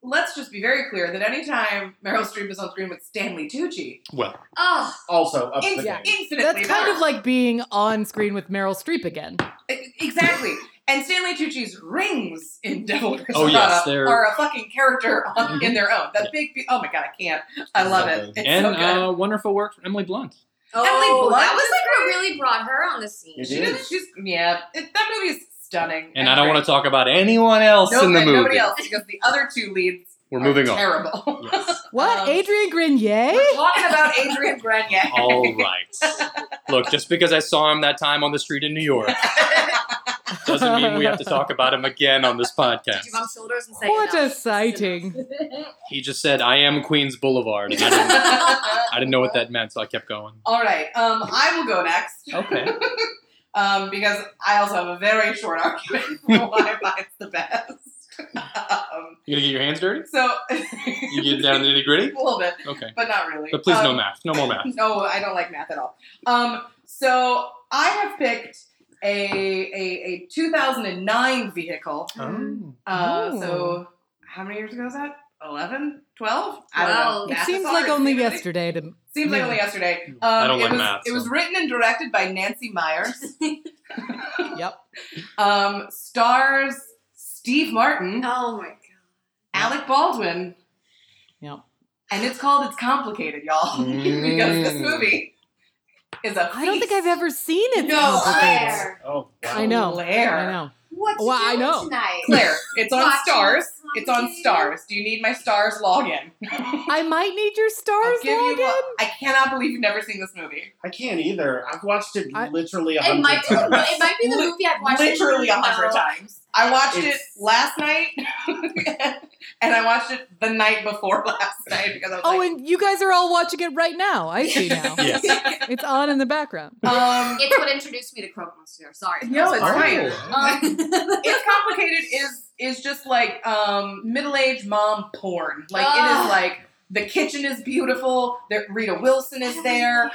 Speaker 2: let's just be very clear that anytime Meryl Streep is on screen with Stanley Tucci,
Speaker 4: one. Well,
Speaker 3: Oh,
Speaker 5: Also up
Speaker 2: in-
Speaker 5: to
Speaker 6: Yeah.
Speaker 5: date.
Speaker 2: infinitely
Speaker 6: That's kind
Speaker 2: better.
Speaker 6: of like being on screen with Meryl Streep again.
Speaker 2: E- exactly. And Stanley Tucci's rings in Devil Wears
Speaker 4: Oh,
Speaker 2: Prada
Speaker 4: yes, they're- Mhm.
Speaker 2: are a fucking character on, in their own. That big, be- oh my god, I can't. I love it. It's
Speaker 4: and
Speaker 2: so good.
Speaker 4: uh, wonderful work from Emily Blunt.
Speaker 3: oh,
Speaker 2: Blunt
Speaker 3: that
Speaker 2: is
Speaker 3: was like what really brought her on the scene.
Speaker 5: It
Speaker 2: she
Speaker 5: is.
Speaker 2: doesn't. She's yeah. It, that movie is stunning.
Speaker 4: And I don't want to talk about anyone else in the
Speaker 2: Nobody
Speaker 4: movie.
Speaker 2: else because the other two leads.
Speaker 4: We're
Speaker 2: are
Speaker 4: moving on.
Speaker 2: Terrible.
Speaker 4: Yes.
Speaker 6: What?
Speaker 2: Um,
Speaker 6: Adrian Grenier?
Speaker 2: We're talking about Adrian Grenier.
Speaker 4: All right. Look, just because I saw him that time on the street in New York doesn't mean we have to talk about him again on this
Speaker 3: Did
Speaker 4: podcast.
Speaker 3: you bump shoulders and say
Speaker 6: What a
Speaker 3: enough?
Speaker 6: sighting.
Speaker 4: He just said, "I am Queens Boulevard." And I, didn't, I didn't know what that meant, so I kept going.
Speaker 2: All right. Um, I will go next.
Speaker 4: Okay.
Speaker 2: um, because I also have a very short argument for why mine's the best. Um,
Speaker 4: You gonna get your hands dirty?
Speaker 2: so
Speaker 4: You get down to the nitty
Speaker 2: a
Speaker 4: gritty?
Speaker 2: little bit,
Speaker 4: Okay.
Speaker 2: but not really.
Speaker 4: But please, no
Speaker 2: Um,
Speaker 4: math. No more math.
Speaker 2: No, I don't like math at all. Um, so I have picked a a, a 2009 vehicle.
Speaker 4: Oh.
Speaker 2: Uh,
Speaker 6: Ooh.
Speaker 2: so how many years ago is that? 11, 12? I don't know.
Speaker 3: Twelve.
Speaker 6: It
Speaker 2: Math is
Speaker 6: seems
Speaker 2: hard.
Speaker 6: like only yesterday to
Speaker 2: Seems like only
Speaker 6: Yeah.
Speaker 2: yesterday. Um,
Speaker 4: I don't
Speaker 2: it
Speaker 4: like
Speaker 2: was,
Speaker 4: math,
Speaker 2: It was
Speaker 4: so.
Speaker 2: written and directed by Nancy Myers.
Speaker 6: Yep.
Speaker 2: Um, stars Steve Martin,
Speaker 3: Oh my god.
Speaker 2: Alec Baldwin.
Speaker 6: Yep.
Speaker 2: And it's called It's Complicated, y'all, because this
Speaker 4: Mm.
Speaker 2: movie is a.
Speaker 6: I don't think
Speaker 2: feast.
Speaker 6: I've ever seen it.
Speaker 2: No,
Speaker 6: complicated.
Speaker 2: Claire.
Speaker 5: Oh, wow.
Speaker 6: I know.
Speaker 2: Claire.
Speaker 6: I know.
Speaker 3: What you
Speaker 6: Well, I
Speaker 3: doing
Speaker 6: know.
Speaker 3: tonight?
Speaker 2: Claire, it's on
Speaker 3: Watching
Speaker 2: stars.
Speaker 3: It's
Speaker 2: It's on
Speaker 3: Complicated.
Speaker 2: stars. Do you need my stars login?
Speaker 6: I might need your
Speaker 2: I'll
Speaker 6: stars
Speaker 2: give you
Speaker 6: login.
Speaker 2: lo- I cannot believe you've never seen this movie.
Speaker 5: I can't either. I've watched it
Speaker 6: I-
Speaker 5: literally a
Speaker 3: It
Speaker 5: hundred
Speaker 3: might be.
Speaker 5: times.
Speaker 3: The, it might be the
Speaker 2: Li-
Speaker 3: movie I've watched.
Speaker 2: Literally a hundred
Speaker 3: No.
Speaker 2: times. I watched it
Speaker 5: It's-
Speaker 2: last night, and I watched it the night before last night because I was
Speaker 6: Oh,
Speaker 2: like,
Speaker 6: and you guys are all watching it right now. I see now.
Speaker 4: Yes.
Speaker 6: It's on in the background.
Speaker 2: um,
Speaker 3: It's what introduced me to Croque Monsieur. Sorry.
Speaker 2: No, it's
Speaker 4: Oh.
Speaker 2: fine.
Speaker 3: Um,
Speaker 2: it's complicated is is just like um middle-aged mom porn like it
Speaker 3: Ugh.
Speaker 2: is like the kitchen is beautiful there, rita wilson is there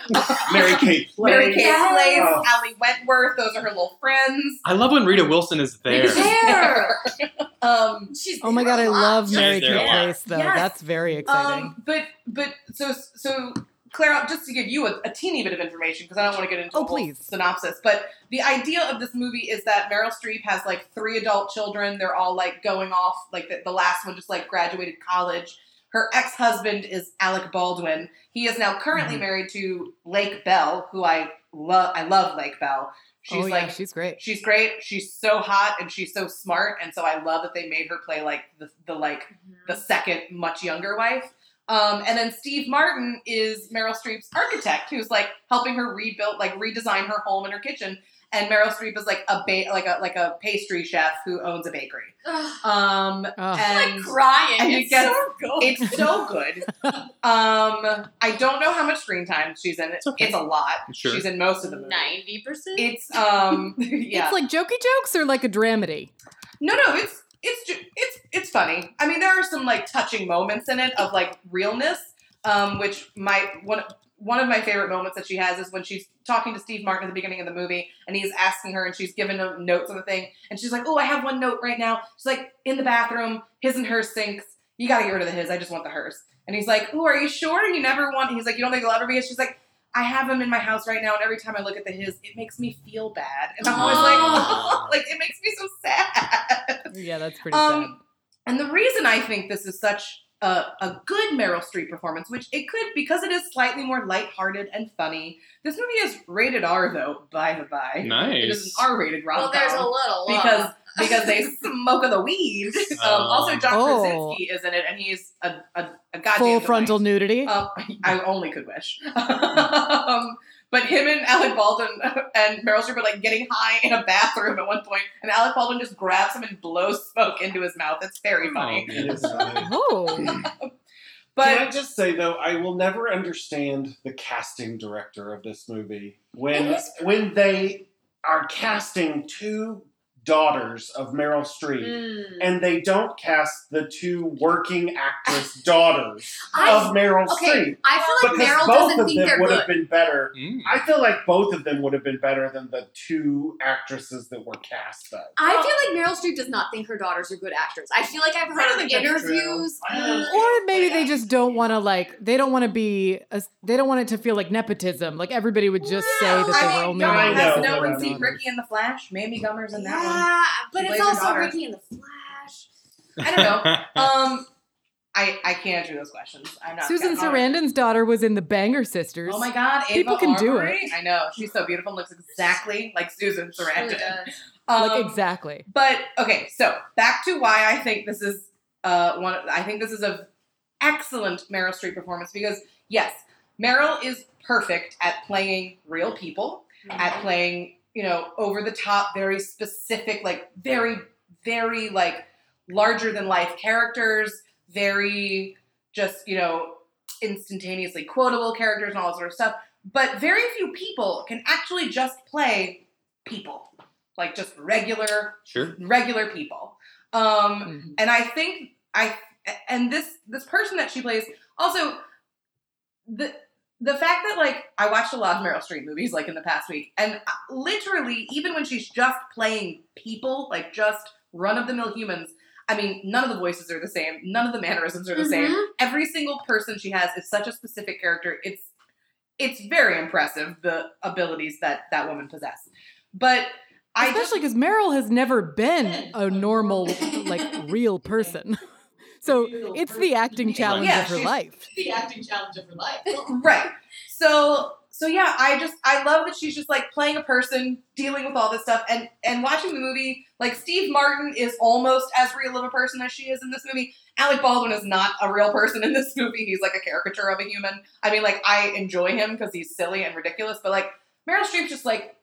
Speaker 5: Mary Kate Play.
Speaker 2: mary kay
Speaker 3: Yes.
Speaker 2: plays
Speaker 5: Oh.
Speaker 2: Ally wentworth those are her little friends
Speaker 4: I love when Rita Wilson is there.
Speaker 2: She's there. um
Speaker 3: She's
Speaker 6: Oh my
Speaker 3: there
Speaker 6: god, I
Speaker 3: a lot.
Speaker 6: love
Speaker 3: She's
Speaker 6: Mary
Speaker 4: there
Speaker 6: Kay
Speaker 4: a lot.
Speaker 6: Place though.
Speaker 2: Yes.
Speaker 6: That's very exciting.
Speaker 2: um but but so so Claire, just to give you a, a teeny bit of information, because I don't want to get into
Speaker 6: Oh,
Speaker 2: a whole
Speaker 6: please.
Speaker 2: synopsis, but the idea of this movie is that Meryl Streep has like three adult children. They're all like going off, like the, the last one just like graduated college. Her ex husband is Alec Baldwin. He is now currently
Speaker 6: Mhm.
Speaker 2: married to Lake Bell, who I love. I love Lake Bell. She's
Speaker 6: oh yeah,
Speaker 2: like
Speaker 6: she's great.
Speaker 2: She's great. She's so hot and she's so smart, and so I love that they made her play like the, the like
Speaker 3: Mm-hmm.
Speaker 2: the second much younger wife. Um, and then Steve Martin is Meryl Streep's architect, who's like helping her rebuild, like redesign her home and her kitchen. And Meryl Streep is like a ba- like a like a pastry chef who owns a bakery.
Speaker 3: Ugh,
Speaker 2: Um,
Speaker 6: Oh.
Speaker 3: I'm
Speaker 2: and
Speaker 3: like crying.
Speaker 2: and you
Speaker 3: it's
Speaker 2: get-
Speaker 3: so good.
Speaker 2: it's so good. Um, I don't know how much screen time she's in. It's,
Speaker 4: okay.
Speaker 2: a lot.
Speaker 4: Sure.
Speaker 2: She's in most of the movie.
Speaker 3: ninety percent.
Speaker 2: It's um, yeah.
Speaker 6: It's like jokey jokes or like a dramedy.
Speaker 2: No, no, it's it's ju- it's it's funny. I mean, there are some like touching moments in it of like realness, um, which my one one of my favorite moments that she has is when she's talking to Steve Martin at the beginning of the movie, and he's asking her, and she's giving him notes on the thing, and she's like, "Oh, I have one note right now." She's like, "In the bathroom, his and hers sinks. You got to get rid of the his. I just want the hers." And he's like, "Oh, are you sure? You never want?" He's like, "You don't think it'll ever be?" And she's like. I have him in my house right now, and every time I look at the his, it makes me feel bad, and I'm always like,
Speaker 3: Aw.
Speaker 2: like it makes me so sad.
Speaker 6: Yeah, that's pretty
Speaker 2: Um, and the reason I think this is such a, a good Meryl Streep performance, which it could because it is slightly more lighthearted and funny. This movie is rated R though, by the by. It is an
Speaker 4: Nice.
Speaker 2: R-rated rom
Speaker 3: Well, there's a little love.
Speaker 2: because because they smoke of the weed. Um,
Speaker 4: Um,
Speaker 2: also, John
Speaker 6: Oh.
Speaker 2: Krasinski is in it, and he's a a, a
Speaker 6: sad.
Speaker 2: goddamn
Speaker 6: Full
Speaker 2: delight.
Speaker 6: frontal nudity.
Speaker 2: Um, I only could wish. um, but him and Alec Baldwin and Meryl Streep are like getting high in a bathroom at one point, and Alec Baldwin just grabs him and blows smoke into his mouth. It's very funny.
Speaker 5: It is funny.
Speaker 6: oh,
Speaker 5: Can I
Speaker 2: But
Speaker 5: just say though, I will never understand the casting director of this movie when
Speaker 3: It is-
Speaker 5: when they are casting two daughters of Meryl Streep.
Speaker 3: Mm.
Speaker 5: And they don't cast the two working actress daughters
Speaker 3: I,
Speaker 5: of Meryl
Speaker 3: okay,
Speaker 5: Streep
Speaker 3: I feel like
Speaker 5: because both
Speaker 3: Meryl doesn't
Speaker 5: of
Speaker 3: think
Speaker 5: them
Speaker 3: they're
Speaker 5: would
Speaker 3: good.
Speaker 5: have been better.
Speaker 4: Mm.
Speaker 5: I feel like both of them would have been better than the two actresses that were cast. Though
Speaker 3: I feel like Meryl Streep does not think her daughters are good actors. I feel like I've
Speaker 2: I don't
Speaker 3: heard
Speaker 2: think that's
Speaker 3: interviews.
Speaker 5: true. I don't
Speaker 3: Mm.
Speaker 6: or maybe they just don't want to like. They don't want to be. A, they don't want it to feel like nepotism. Like everybody would just say that they
Speaker 2: I
Speaker 6: were
Speaker 2: mean,
Speaker 6: only.
Speaker 5: I
Speaker 2: y'all
Speaker 6: one
Speaker 5: know.
Speaker 2: has
Speaker 6: person.
Speaker 2: no
Speaker 5: no,
Speaker 2: one
Speaker 5: no,
Speaker 2: seen
Speaker 5: no.
Speaker 2: Ricky and the Flash? Mamie Gummer's in that one.
Speaker 3: yeah, but
Speaker 2: She
Speaker 3: it's
Speaker 2: plays her
Speaker 3: also
Speaker 2: daughter.
Speaker 3: Ricky and the Flash.
Speaker 2: I don't know. Um, I I can't answer those questions. I'm not
Speaker 6: Susan
Speaker 2: that smart.
Speaker 6: Sarandon's daughter was in the Banger Sisters.
Speaker 2: Oh my God, Ava
Speaker 6: People can do
Speaker 2: Armory? I know she's so beautiful and looks exactly like Susan
Speaker 3: She really
Speaker 2: Sarandon.
Speaker 3: does.
Speaker 2: Um,
Speaker 6: Like exactly.
Speaker 2: But okay, so back to why I think this is uh one. I think this is a excellent Meryl Streep performance because yes, Meryl is perfect at playing real people, at playing you know over the top, very specific, like very very like larger than life characters, very just you know instantaneously quotable characters and all that sort of stuff. But very few people can actually just play people, like just regular
Speaker 4: Sure.
Speaker 2: regular people. Um,
Speaker 6: Mhm.
Speaker 2: And I think I and this this person that she plays also the the fact that like I watched a lot of Meryl Streep movies like in the past week, and I- literally even when she's just playing people, like just run of the mill humans. I mean, none of the voices are the same. None of the mannerisms are the same
Speaker 3: Mhm.
Speaker 2: every single person she has is such a specific character. It's it's very impressive the abilities that that woman possesses. But I just
Speaker 6: Especially because Meryl has never been a normal, like real person. So it's the acting challenge
Speaker 2: Yeah,
Speaker 6: of her
Speaker 2: she's-
Speaker 6: life.
Speaker 1: the acting challenge of her life.
Speaker 2: right. So so yeah, I just I love that she's just like playing a person, dealing with all this stuff, and and watching the movie. Like Steve Martin is almost as real of a person as she is in this movie. Alec Baldwin is not a real person in this movie. He's like a caricature of a human. I mean, like I enjoy him because he's silly and ridiculous, but like Meryl Streep's just like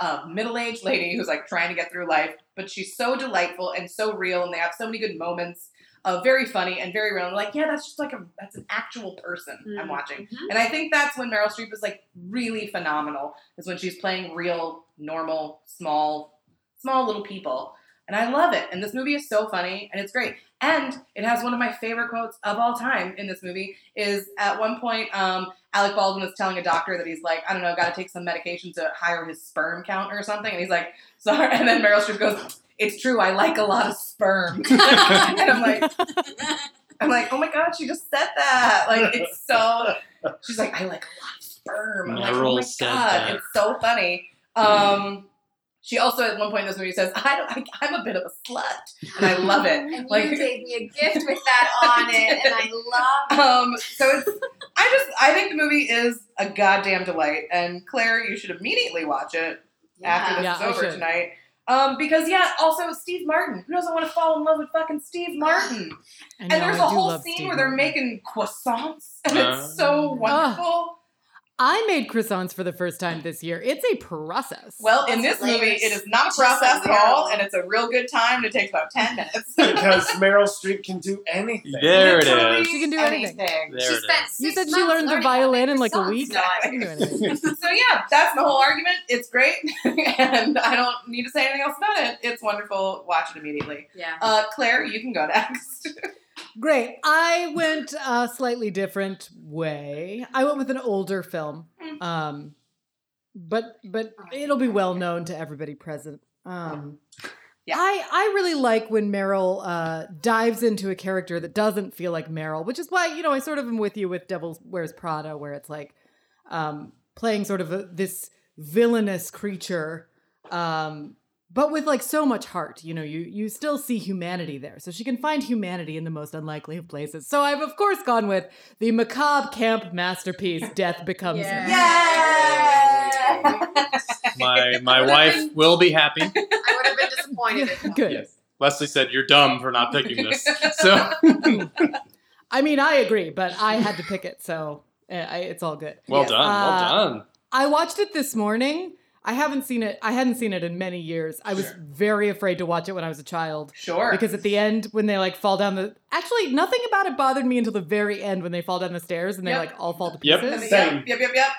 Speaker 2: a middle-aged lady who's like trying to get through life, but she's so delightful and so real, and they have so many good moments. Uh, very funny and very real. And like, yeah, that's just like a that's an actual person I'm
Speaker 3: Mhm.
Speaker 2: watching.
Speaker 3: Mhm.
Speaker 2: And I think that's when Meryl Streep is like really phenomenal, is when she's playing real, normal, small, small little people. And I love it. And this movie is so funny and it's great. And it has one of my favorite quotes of all time in this movie is at one point, um, Alec Baldwin is telling a doctor that he's like, I don't know, gotta take some medication to higher his sperm count or something. And he's like, sorry. And then Meryl Streep goes, It's true, I like a lot of sperm. and I'm like, I'm like, oh my god, she just said that. Like it's so. She's like, I like a lot of sperm. I'm like, oh
Speaker 4: Meryl
Speaker 2: my
Speaker 4: said
Speaker 2: god,
Speaker 4: that.
Speaker 2: it's so funny. Um, she also at one point in this movie says, I don't, I, I'm a bit of a slut, and I love it.
Speaker 3: And
Speaker 2: Like-
Speaker 3: you gave me a gift with that on it, and I love
Speaker 2: Um, so it's, I just, I think the movie is a goddamn delight, and Claire, you should immediately watch it
Speaker 3: it.
Speaker 2: after this
Speaker 6: Yeah,
Speaker 2: is
Speaker 6: I
Speaker 2: over
Speaker 6: should.
Speaker 2: tonight. Um, because yeah, also Steve Martin. Who doesn't want to fall in love with fucking Steve Martin?
Speaker 6: I
Speaker 2: And
Speaker 6: know,
Speaker 2: there's
Speaker 6: I
Speaker 2: a
Speaker 6: do
Speaker 2: whole
Speaker 6: love
Speaker 2: scene
Speaker 6: Steve
Speaker 2: where they're
Speaker 6: Martin. Ah.
Speaker 2: making croissants, and it's
Speaker 4: Um,
Speaker 2: so
Speaker 4: Ugh.
Speaker 2: wonderful.
Speaker 6: I made croissants for the first time this year. It's a process.
Speaker 2: Well, in this
Speaker 3: Lots of
Speaker 2: movie,
Speaker 3: layers.
Speaker 2: it is not a
Speaker 3: Just like
Speaker 2: process at all,
Speaker 3: Meryl.
Speaker 2: and it's a real good time. and It takes about ten minutes.
Speaker 5: because Meryl Streep can do anything.
Speaker 4: There it
Speaker 2: Literally
Speaker 4: is.
Speaker 6: She can do
Speaker 4: There
Speaker 3: she
Speaker 4: it
Speaker 3: spent
Speaker 4: is.
Speaker 6: you
Speaker 3: six
Speaker 6: said she learned
Speaker 3: months
Speaker 6: the
Speaker 3: learning how to
Speaker 6: violin
Speaker 3: make
Speaker 6: in like a
Speaker 3: songs.
Speaker 6: week.
Speaker 3: No, I-
Speaker 6: I didn't do anything.
Speaker 2: So yeah, that's the whole argument. It's great, and I don't need to say anything else about it. It's wonderful. Watch it immediately.
Speaker 3: yeah.
Speaker 2: Uh, Claire, you can go next.
Speaker 6: Great. I went a slightly different way. I went with an older film,
Speaker 2: Mm.
Speaker 6: um, but but it'll be well known to everybody present. Um,
Speaker 2: Yeah.
Speaker 6: I I really like when Meryl uh, dives into a character that doesn't feel like Meryl, which is why you know I sort of am with you with Devil Wears Prada, where it's like um,
Speaker 1: playing sort of a, this villainous creature, um, but with like so much heart. You know, you you still see humanity there, so she can find humanity in the most unlikely of places. So I've of course gone with the macabre camp masterpiece, Death Becomes
Speaker 3: Yeah.
Speaker 1: Me.
Speaker 2: Yay!
Speaker 4: My my wife will be happy.
Speaker 3: I would have been disappointed. if not.
Speaker 1: Good.
Speaker 4: Yes. Leslie said you're dumb for not picking this. So
Speaker 1: I mean, I agree, but I had to pick it, so uh, I, it's all good.
Speaker 4: well
Speaker 3: Yes.
Speaker 4: done, well
Speaker 1: Uh,
Speaker 4: done.
Speaker 1: I watched it this morning. I haven't seen it. I hadn't seen it in many years. I was
Speaker 5: Sure.
Speaker 1: very afraid to watch it when I was a child
Speaker 2: Sure.
Speaker 1: because at the end, when they like fall down the, actually nothing about it bothered me until the very end when they fall down the stairs and they
Speaker 2: Yep.
Speaker 1: like all fall to
Speaker 4: Yep.
Speaker 1: pieces.
Speaker 2: Yep, yep, yep, yep.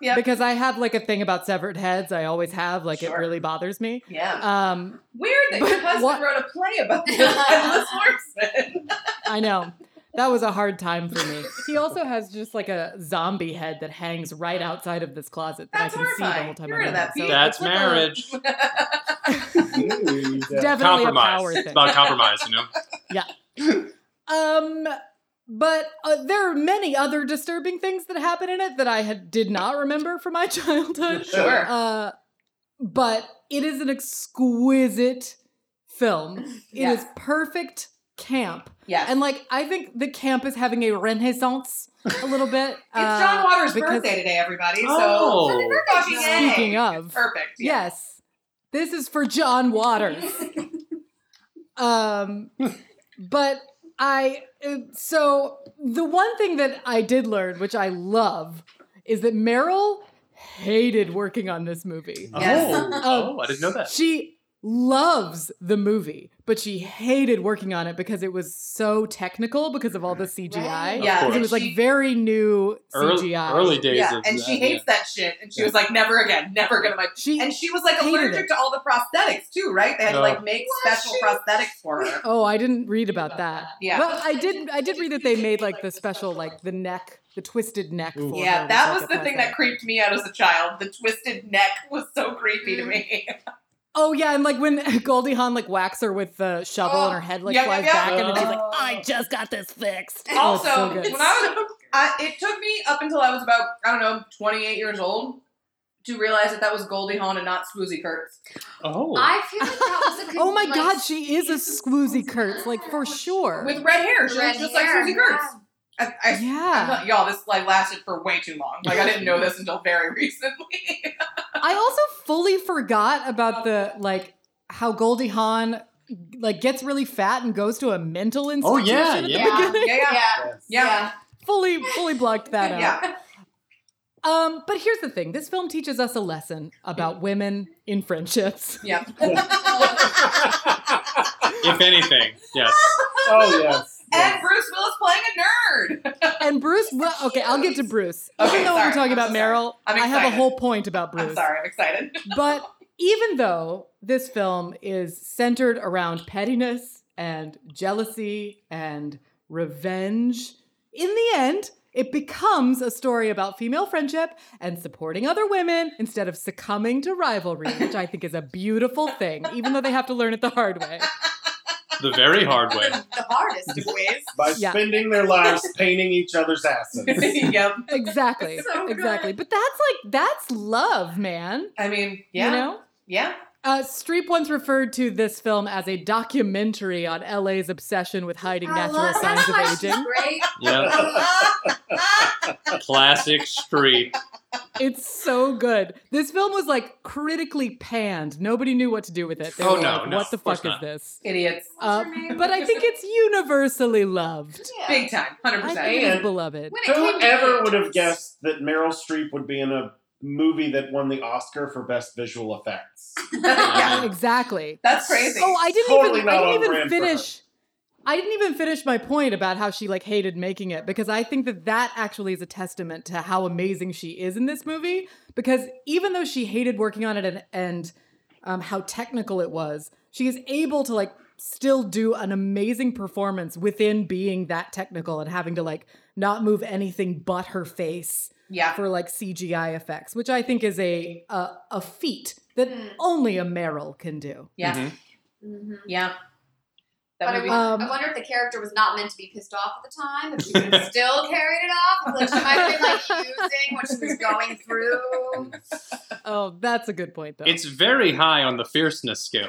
Speaker 2: Yep.
Speaker 1: Because I have like a thing about severed heads. I always have. Like it
Speaker 2: Sure.
Speaker 1: really bothers me.
Speaker 2: Yeah.
Speaker 1: Um,
Speaker 2: Weird that your
Speaker 1: but
Speaker 2: husband
Speaker 1: what-
Speaker 2: wrote a play about this. Endless horseman.
Speaker 1: I know. That was a hard time for me. He also has just like a zombie head that hangs right outside of this closet that
Speaker 2: That's
Speaker 1: I can see the whole
Speaker 2: horrifying.
Speaker 1: time
Speaker 2: Get
Speaker 1: I'm
Speaker 2: rid
Speaker 1: in
Speaker 2: of
Speaker 1: it.
Speaker 2: that
Speaker 1: So
Speaker 2: piece.
Speaker 4: That's
Speaker 1: it's like a-
Speaker 4: marriage.
Speaker 5: Ooh,
Speaker 1: it's
Speaker 5: yeah.
Speaker 1: definitely a
Speaker 4: compromise.
Speaker 1: power
Speaker 4: It's
Speaker 1: thing.
Speaker 4: about compromise, you know.
Speaker 1: Um, but uh, there are many other disturbing things that happen in it that I had did not remember from my childhood.
Speaker 2: Sure.
Speaker 1: Uh, but it is an exquisite film. It is
Speaker 2: Yes.
Speaker 1: perfect camp,
Speaker 2: Yes.
Speaker 1: and like I think the camp is having a renaissance a little bit.
Speaker 2: it's John Waters'
Speaker 1: Uh, because-
Speaker 2: birthday today, everybody. So
Speaker 4: Oh,
Speaker 2: fucking A.
Speaker 1: Speaking of,
Speaker 2: perfect. Yeah.
Speaker 1: yes, this is for John Waters. um, but I uh, so the one thing that I did learn, which I love, is that Meryl hated working on this movie. Um,
Speaker 2: Yes.
Speaker 4: oh, oh, I didn't know that.
Speaker 1: She loves the movie, but she hated working on it because it was so technical because of all the CGI.
Speaker 3: Right.
Speaker 2: Yeah,
Speaker 1: Because it was like
Speaker 2: She-
Speaker 1: very new
Speaker 4: Early,
Speaker 1: CGI.
Speaker 4: early days
Speaker 2: Yeah,
Speaker 4: of
Speaker 2: and
Speaker 4: that,
Speaker 2: she hates that shit. And she
Speaker 4: Yeah.
Speaker 2: was like, never again, never gonna like.
Speaker 1: She
Speaker 2: And she was like
Speaker 1: Hated
Speaker 2: allergic
Speaker 1: it.
Speaker 2: to all the prosthetics too, right? They had to
Speaker 4: No.
Speaker 2: like make special
Speaker 3: she-
Speaker 2: prosthetics for her.
Speaker 1: Oh, I didn't read about that.
Speaker 2: Yeah.
Speaker 1: But I did I did read that they made like the special like the neck, the twisted neck
Speaker 4: Ooh.
Speaker 1: for her
Speaker 2: Yeah, that
Speaker 1: like,
Speaker 2: was
Speaker 1: a
Speaker 2: the thing
Speaker 1: present.
Speaker 2: that creeped me out as a child. The twisted neck was so creepy
Speaker 1: Mm.
Speaker 2: to me.
Speaker 1: Oh yeah, and like when Goldie Hawn like whacks her with the shovel and her head like
Speaker 2: Yeah, yeah,
Speaker 1: flies
Speaker 2: yeah.
Speaker 1: back and then she's like,
Speaker 2: Oh.
Speaker 1: I just got this fixed. Oh, it's
Speaker 2: also,
Speaker 1: so
Speaker 2: when I
Speaker 1: good.
Speaker 2: was, I, it took me up until I was about I don't know 28 years old to realize that that was Goldie Hawn and not Swoozy Kurtz.
Speaker 4: Oh,
Speaker 3: I feel like that was a con-
Speaker 1: Oh my
Speaker 3: like,
Speaker 1: god, she is a Squoozy Kurtz, like for sure.
Speaker 2: With red hair, she
Speaker 3: red
Speaker 2: was just
Speaker 3: hair,
Speaker 2: like Swoozy
Speaker 3: yeah.
Speaker 2: Kurtz. I, I, I'm
Speaker 1: yeah.
Speaker 2: not- y'all, this like lasted for way too long. Like I didn't know this until very recently.
Speaker 1: I also fully forgot about the like how Goldie Hawn like gets really fat and goes to a mental
Speaker 4: oh
Speaker 1: institution.
Speaker 4: yeah,
Speaker 1: at the
Speaker 4: yeah.
Speaker 2: yeah, yeah,
Speaker 3: Yeah.
Speaker 2: yeah,
Speaker 5: Yes.
Speaker 2: yeah,
Speaker 1: Fully fully blocked that out.
Speaker 2: yeah.
Speaker 1: Um, but here's the thing: this film teaches us a lesson about women in friendships.
Speaker 2: yeah.
Speaker 4: If anything, yes.
Speaker 5: Oh yes.
Speaker 2: and Bruce Willis playing a nerd.
Speaker 1: And Bruce, well, okay, I'll get to Bruce.
Speaker 2: Okay,
Speaker 1: even though we're
Speaker 2: sorry,
Speaker 1: talking
Speaker 2: I'm
Speaker 1: about
Speaker 2: so sorry.
Speaker 1: Meryl,
Speaker 2: I'm
Speaker 1: I have a
Speaker 2: excited.
Speaker 1: whole point about Bruce.
Speaker 2: I'm sorry, I'm excited.
Speaker 1: But even though this film is centered around pettiness and jealousy and revenge, in the end, it becomes a story about female friendship and supporting other women instead of succumbing to rivalry, which I think is a beautiful thing, even though they have to learn it the hard way.
Speaker 4: The very hard way.
Speaker 3: The hardest of ways.
Speaker 5: By
Speaker 1: Yeah.
Speaker 5: spending their lives painting each other's asses.
Speaker 2: yep.
Speaker 1: exactly
Speaker 3: So good.
Speaker 1: exactly but that's like that's love man
Speaker 2: I mean, yeah,
Speaker 1: you know
Speaker 2: yeah.
Speaker 1: uh, Streep once referred to this film as a documentary on LA's obsession with hiding natural signs
Speaker 3: That's
Speaker 1: of
Speaker 3: why she's
Speaker 1: aging.
Speaker 3: great.
Speaker 4: Yeah, classic Streep.
Speaker 1: It's so good. This film was like critically panned. Nobody knew what to do with it. They
Speaker 4: Oh,
Speaker 1: were
Speaker 4: no,
Speaker 1: like,
Speaker 4: no,
Speaker 1: what the
Speaker 4: of course
Speaker 1: fuck
Speaker 4: not.
Speaker 1: is this?
Speaker 2: Idiots.
Speaker 1: Uh, but I think it's universally loved.
Speaker 3: Yeah.
Speaker 2: Big time, hundred
Speaker 1: I think
Speaker 2: percent.
Speaker 1: it's
Speaker 5: And-
Speaker 1: beloved.
Speaker 3: When it
Speaker 5: Who
Speaker 3: came to
Speaker 5: ever
Speaker 3: the
Speaker 5: would have
Speaker 3: Oscars,
Speaker 5: guessed that Meryl Streep would be in a movie that won the Oscar for best visual effects?
Speaker 2: yeah,
Speaker 1: Exactly.
Speaker 2: that's crazy.
Speaker 1: Oh, I didn't
Speaker 5: Totally
Speaker 1: even.
Speaker 5: not
Speaker 1: I
Speaker 5: on
Speaker 1: didn't even
Speaker 5: brand for her.
Speaker 1: finish. I didn't even finish my point about how she like hated making it because I think that that actually is a testament to how amazing she is in this movie. Because even though she hated working on it and and um, how technical it was, she is able to like still do an amazing performance within being that technical and having to like not move anything but her face
Speaker 2: yeah,
Speaker 1: for like CGI effects, which I think is a a, a feat that
Speaker 3: Mm.
Speaker 4: Mm-hmm.
Speaker 1: only a Meryl can do.
Speaker 2: yeah,
Speaker 4: Mhm.
Speaker 3: Mhm.
Speaker 2: yeah. That
Speaker 3: But I,
Speaker 2: movie.
Speaker 1: Um,
Speaker 3: I wonder if the character was not meant to be pissed off at the time, if she would have still carried it off, like she might have been like using what she was going through.
Speaker 1: Oh, that's a good point, though.
Speaker 4: It's very high on the fierceness scale,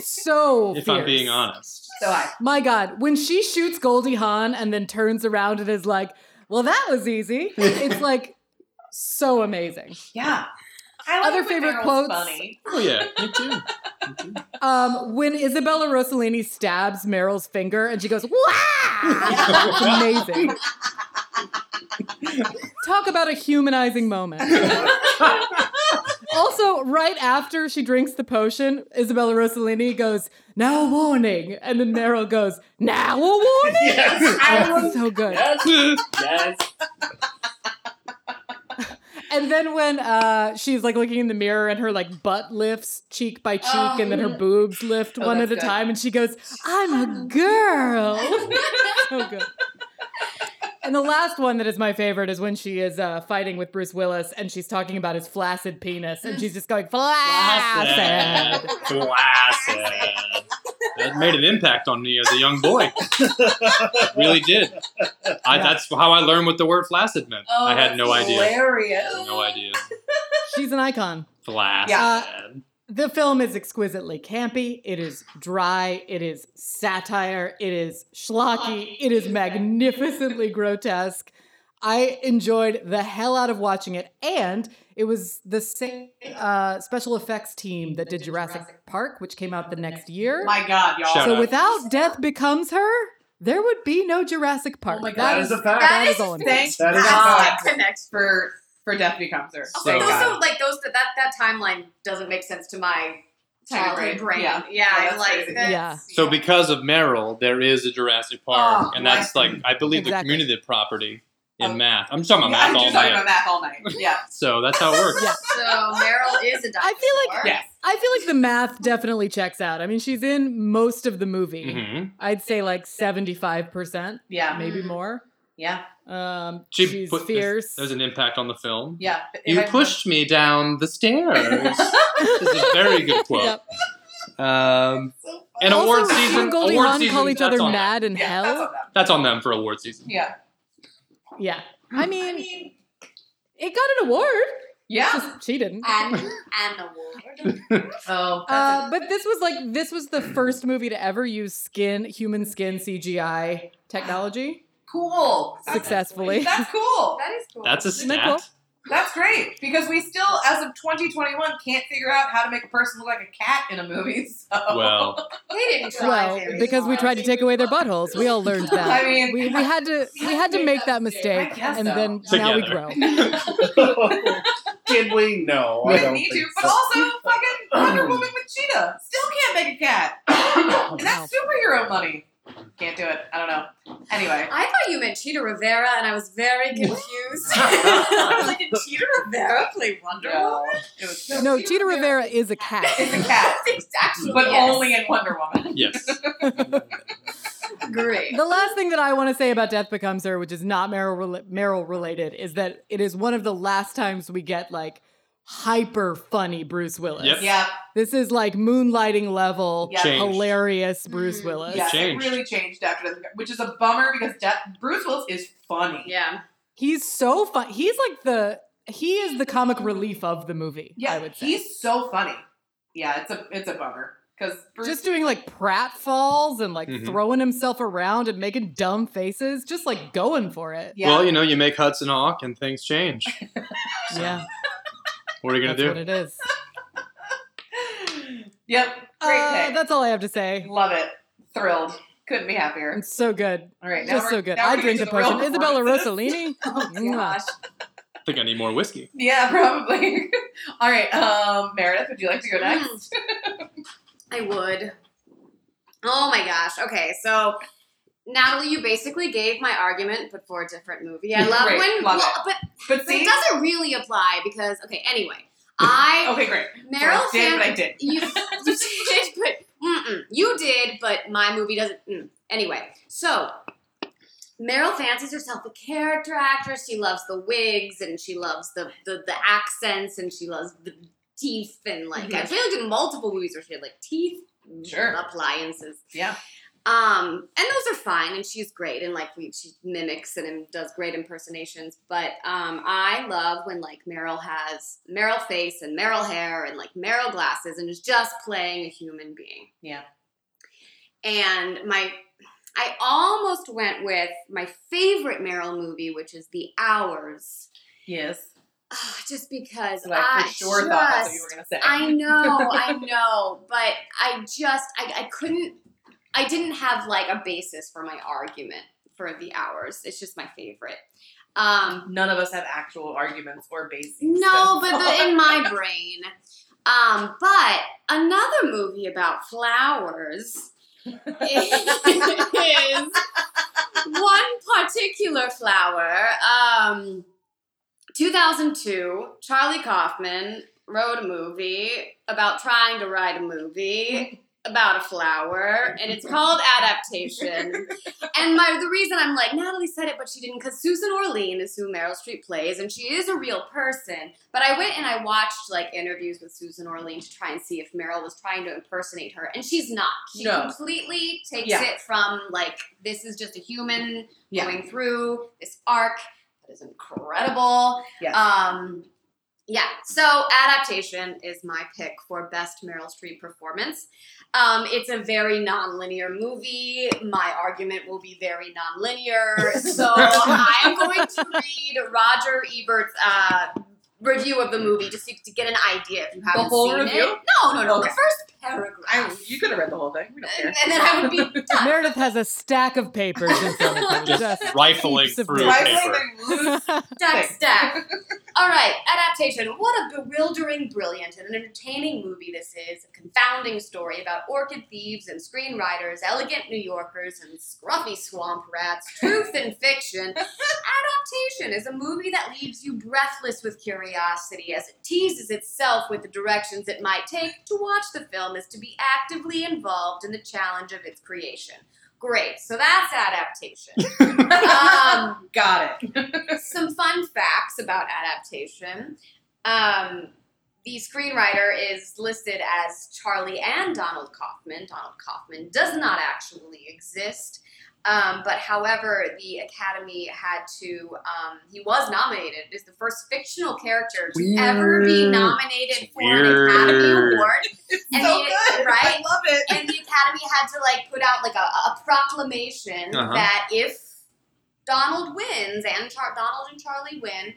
Speaker 1: so
Speaker 4: if I'm being
Speaker 1: Oh, fierce.
Speaker 4: honest.
Speaker 2: so I.
Speaker 1: My God, when she shoots Goldie Hawn and then turns around and is like, "Well, that was easy." It's like so amazing.
Speaker 2: Yeah. I
Speaker 1: Other
Speaker 2: when
Speaker 1: favorite
Speaker 2: Meryl's
Speaker 1: quotes?
Speaker 2: Funny.
Speaker 4: Oh yeah, me too.
Speaker 1: Um, when Isabella Rossellini stabs Meryl's finger and she goes, "Wow!" amazing. Talk about a humanizing moment. also, right after she drinks the potion, Isabella Rossellini goes, "Now a warning," and then Meryl goes, "Now a warning."
Speaker 5: yes.
Speaker 1: That's so good.
Speaker 5: Yes. Yes.
Speaker 1: And then when uh, she's like looking in the mirror and her like butt lifts cheek by cheek
Speaker 3: Oh.
Speaker 1: and then her boobs lift
Speaker 2: Oh,
Speaker 1: one at
Speaker 2: that's
Speaker 1: a
Speaker 2: good.
Speaker 1: time and she goes, I'm a girl. so good. And the last one that is my favorite is when she is uh, fighting with Bruce Willis and she's talking about his flaccid penis and she's just going, flaccid.
Speaker 4: Flaccid. That made an impact on me as a young boy. It really did. I,
Speaker 1: Yeah.
Speaker 4: That's how I learned what the word flaccid meant.
Speaker 2: Oh,
Speaker 4: I had no
Speaker 2: that's
Speaker 4: idea.
Speaker 2: Hilarious.
Speaker 4: No idea.
Speaker 1: She's an icon.
Speaker 4: Flaccid.
Speaker 1: The film is exquisitely campy. It is dry. It is satire. It is schlocky. It is magnificently grotesque. I enjoyed the hell out of watching it, and it was the same uh, special effects team that did Jurassic Park, which came out the next year.
Speaker 2: My God, y'all.
Speaker 4: Shout
Speaker 1: So
Speaker 4: out.
Speaker 1: without Death Becomes Her, there would be no Jurassic Park.
Speaker 2: Oh my
Speaker 5: That
Speaker 2: God.
Speaker 5: is a fact.
Speaker 1: that is all I'm
Speaker 2: Thank
Speaker 5: That is a
Speaker 2: God
Speaker 5: fact.
Speaker 3: Connect.
Speaker 2: for for Death Becomes Her.
Speaker 3: Also,
Speaker 2: Thank
Speaker 3: those
Speaker 2: God.
Speaker 3: are, like those that, that that timeline doesn't make sense to my
Speaker 2: Oh, Childhood
Speaker 3: childhood
Speaker 2: brain.
Speaker 3: brain.
Speaker 2: Yeah.
Speaker 3: Yeah,
Speaker 2: Yeah,
Speaker 3: I'm
Speaker 2: that's
Speaker 3: like
Speaker 2: crazy.
Speaker 3: that's-
Speaker 1: Yeah.
Speaker 4: So because of Merrill, there is a Jurassic Park,
Speaker 2: Oh,
Speaker 4: and that's
Speaker 2: right.
Speaker 4: like I believe
Speaker 1: Exactly.
Speaker 4: the community property in
Speaker 2: Oh.
Speaker 4: math. I'm just talking about
Speaker 2: Yeah, I'm
Speaker 4: math all
Speaker 2: just talking
Speaker 4: night.
Speaker 2: about math all night. Yeah.
Speaker 4: So that's how it works.
Speaker 1: Yeah.
Speaker 3: so Meryl is a dinosaur.
Speaker 1: I feel like-
Speaker 2: Yes.
Speaker 1: I feel like the math definitely checks out. I mean, she's in most of the movie.
Speaker 4: hmm
Speaker 1: I'd say like 75%,
Speaker 2: Yeah.
Speaker 1: maybe more.
Speaker 2: Yeah.
Speaker 1: Um,
Speaker 4: She
Speaker 1: she's
Speaker 4: put,
Speaker 1: fierce.
Speaker 4: There's, there's an impact on the film.
Speaker 2: Yeah.
Speaker 4: You
Speaker 2: If I-
Speaker 4: pushed me down the stairs. this is a very good quote.
Speaker 1: Yep.
Speaker 4: Um, and
Speaker 1: also,
Speaker 4: award
Speaker 1: she and
Speaker 4: season.
Speaker 1: Goldie
Speaker 4: award
Speaker 1: Hawn
Speaker 4: season.
Speaker 1: call each
Speaker 4: that's
Speaker 1: other
Speaker 4: on them.
Speaker 1: mad and
Speaker 2: Yeah. That's
Speaker 1: hell.
Speaker 2: on them.
Speaker 4: That's on them for award season.
Speaker 2: Yeah.
Speaker 1: Yeah. I
Speaker 2: I
Speaker 1: mean,
Speaker 2: mean,
Speaker 1: it got an award.
Speaker 2: yeah.
Speaker 1: Just she didn't.
Speaker 3: and an award.
Speaker 2: oh, that's
Speaker 1: Uh, but this was like this was the first movie to ever use skin human skin CGI technology
Speaker 2: cool. That's-
Speaker 1: successfully.
Speaker 2: That's cool.
Speaker 3: That is cool.
Speaker 4: That's a
Speaker 1: Isn't that cool?
Speaker 4: stat.
Speaker 2: That's great because we still, as of 2021, can't figure out how to make a person look like a cat in a movie.
Speaker 4: Oh.
Speaker 2: So,
Speaker 4: Well,
Speaker 3: they didn't try
Speaker 1: Well,
Speaker 3: very
Speaker 1: because we
Speaker 3: hard.
Speaker 1: tried to take away their buttholes, we all learned that.
Speaker 2: I mean,
Speaker 1: we, we had to we had to make that mistake,
Speaker 2: I guess
Speaker 1: and
Speaker 2: so.
Speaker 1: then now we
Speaker 4: Together.
Speaker 1: grow.
Speaker 5: Did we? No. I
Speaker 2: we
Speaker 5: don't
Speaker 2: need
Speaker 5: think
Speaker 2: to, but
Speaker 5: so.
Speaker 2: also fucking Wonder Woman with Cheetah still can't make a cat, and that's superhero money. Can't do it. I don't know. Anyway,
Speaker 3: I thought you meant Cheetah Rivera, and I was very confused. I was like, did Cheetah Rivera play Wonder
Speaker 2: no,
Speaker 3: Woman?
Speaker 2: it was
Speaker 1: No, Cheetah Rivera is a
Speaker 2: It's
Speaker 1: cat.
Speaker 2: a cat,
Speaker 3: Exactly.
Speaker 2: but
Speaker 3: yes.
Speaker 2: only in Wonder Woman.
Speaker 4: yes.
Speaker 3: great.
Speaker 1: The last thing that I want to say about Death Becomes Her, which is not Meryl, rela- Meryl related, is that it is one of the last times we get like hyper funny Bruce Willis.
Speaker 4: Yep.
Speaker 2: Yeah,
Speaker 1: This is like moonlighting level,
Speaker 2: Yeah. Mm-hmm.
Speaker 4: Changed.
Speaker 1: hilarious Bruce
Speaker 3: Mhm.
Speaker 1: Willis.
Speaker 2: yeah, it
Speaker 4: changed.
Speaker 2: really changed after this, which is a bummer because De- Bruce Willis is funny.
Speaker 3: Yeah.
Speaker 1: He's so fun. He's like the he is the comic relief of the movie.
Speaker 2: Yeah,
Speaker 1: I would say.
Speaker 2: he's so funny. Yeah, it's a it's a bummer because Bruce
Speaker 1: just doing like pratfalls and like
Speaker 4: Mhm.
Speaker 1: throwing himself around and making dumb faces, just like going for it.
Speaker 2: Yeah.
Speaker 4: Well, you know, you make Hudson Hawk and things change.
Speaker 1: Yeah,
Speaker 4: What are you gonna
Speaker 1: that's what
Speaker 4: do?
Speaker 1: it is.
Speaker 2: yep. Great
Speaker 1: Uh,
Speaker 2: pick.
Speaker 1: that's all I have to say.
Speaker 2: Love it. Thrilled. Couldn't be happier.
Speaker 1: It's so good.
Speaker 2: All right. Now
Speaker 1: Just
Speaker 2: we're-
Speaker 1: so good.
Speaker 2: now we're
Speaker 1: I
Speaker 2: gonna
Speaker 1: drink
Speaker 2: do
Speaker 1: the potion.
Speaker 2: real Oh,
Speaker 1: Isabella
Speaker 2: performances.
Speaker 1: Rossellini. Mwah.
Speaker 3: Gosh.
Speaker 4: I think I need more whiskey.
Speaker 2: Yeah, probably. All right. Um, Meredith, would you like to
Speaker 3: Hmm.
Speaker 2: go next? Mm.
Speaker 3: I would. Oh my gosh. Okay, so Natalie, you basically gave my argument, but for a different movie. I love
Speaker 2: Great,
Speaker 3: when,
Speaker 2: love
Speaker 3: well,
Speaker 2: it.
Speaker 3: but,
Speaker 2: But
Speaker 3: but it
Speaker 2: see,
Speaker 3: doesn't really apply because okay. Anyway, I
Speaker 2: okay, great.
Speaker 3: Meryl
Speaker 2: So I did what I
Speaker 3: Streep-
Speaker 2: did.
Speaker 3: You, you did, but mm-mm. you did, but my movie doesn't. Mm. Anyway, so Meryl fancies herself a character actress. She loves the wigs and she loves the the, the accents and she loves the teeth and like I feel like in multiple movies where she had like teeth
Speaker 2: Sure.
Speaker 3: appliances.
Speaker 2: Yeah.
Speaker 3: Um, and those are fine, and she's great, and like we, she mimics and does great impersonations. But um, I love when like Meryl has Meryl face and Meryl hair and like Meryl glasses and is just playing a human being.
Speaker 2: Yeah.
Speaker 3: And my, I almost went with my favorite Meryl movie, which is The Hours,
Speaker 2: Yes.
Speaker 3: Ah, just because
Speaker 2: So I for sure thought that's what you
Speaker 3: Uh, just-
Speaker 2: were gonna say.
Speaker 3: I know, I know, but I just I, I couldn't I didn't have like a basis for my argument for the hours. It's just my favorite. Um
Speaker 2: None of us have actual arguments or bases.
Speaker 3: no,
Speaker 2: That's
Speaker 3: but the, in my brain. Um, but another movie about flowers is one particular flower. Um 2002, Charlie Kaufman wrote a movie about trying to write a movie about a flower, and it's called Adaptation. and my the reason I'm like Natalie said it, but she didn't, because Susan Orlean is who Meryl Streep plays, and she is a real person. But I went and I watched like interviews with Susan Orlean to try and see if Meryl was trying to impersonate her, and she's not. She
Speaker 2: No.
Speaker 3: completely takes
Speaker 2: Yeah.
Speaker 3: it from like this is just a human
Speaker 2: Yeah.
Speaker 3: going through this arc that is incredible.
Speaker 2: Yes.
Speaker 3: Um, yeah, so adaptation is my pick for best Meryl Streep performance. Um, it's a very non-linear movie. My argument will be very non-linear. So I'm going to read Roger Ebert's uh, review of the movie just so you- to get an idea if you haven't
Speaker 2: whole
Speaker 3: seen
Speaker 2: review?
Speaker 3: it. No, no, no.
Speaker 2: Okay.
Speaker 3: The first paragraph.
Speaker 2: I, you could have read the whole thing. We don't care.
Speaker 3: and, and then I would be
Speaker 1: Meredith has a stack of papers in front of her.
Speaker 4: Just
Speaker 1: Just
Speaker 4: rifling
Speaker 1: heaps of
Speaker 4: through
Speaker 1: notes.
Speaker 4: paper.
Speaker 3: Stack, stack. All right, adaptation. What a bewildering, brilliant, and entertaining movie this is. A confounding story about orchid thieves and screenwriters, elegant New Yorkers, and scruffy swamp rats. Truth and fiction. Adaptation is a movie that leaves you breathless with curiosity as it teases itself with the directions it might take. To watch the film is to be actively involved in the challenge of its creation. Great, so that's adaptation. um,
Speaker 2: Got it.
Speaker 3: some fun facts about adaptation. Um, the screenwriter is listed as Charlie and Donald Kaufman. Donald Kaufman does not actually exist. Um, but however, the Academy had to, um, he was nominated, is the first fictional character to ever be
Speaker 4: Weird.
Speaker 3: nominated for
Speaker 4: Weird.
Speaker 3: an Academy Award. And
Speaker 2: so
Speaker 3: the-
Speaker 2: good. I
Speaker 3: right?
Speaker 2: love it.
Speaker 3: and the academy had to like put out like a, a proclamation
Speaker 4: Uh-huh.
Speaker 3: that if Donald wins and Char- Donald and Charlie win,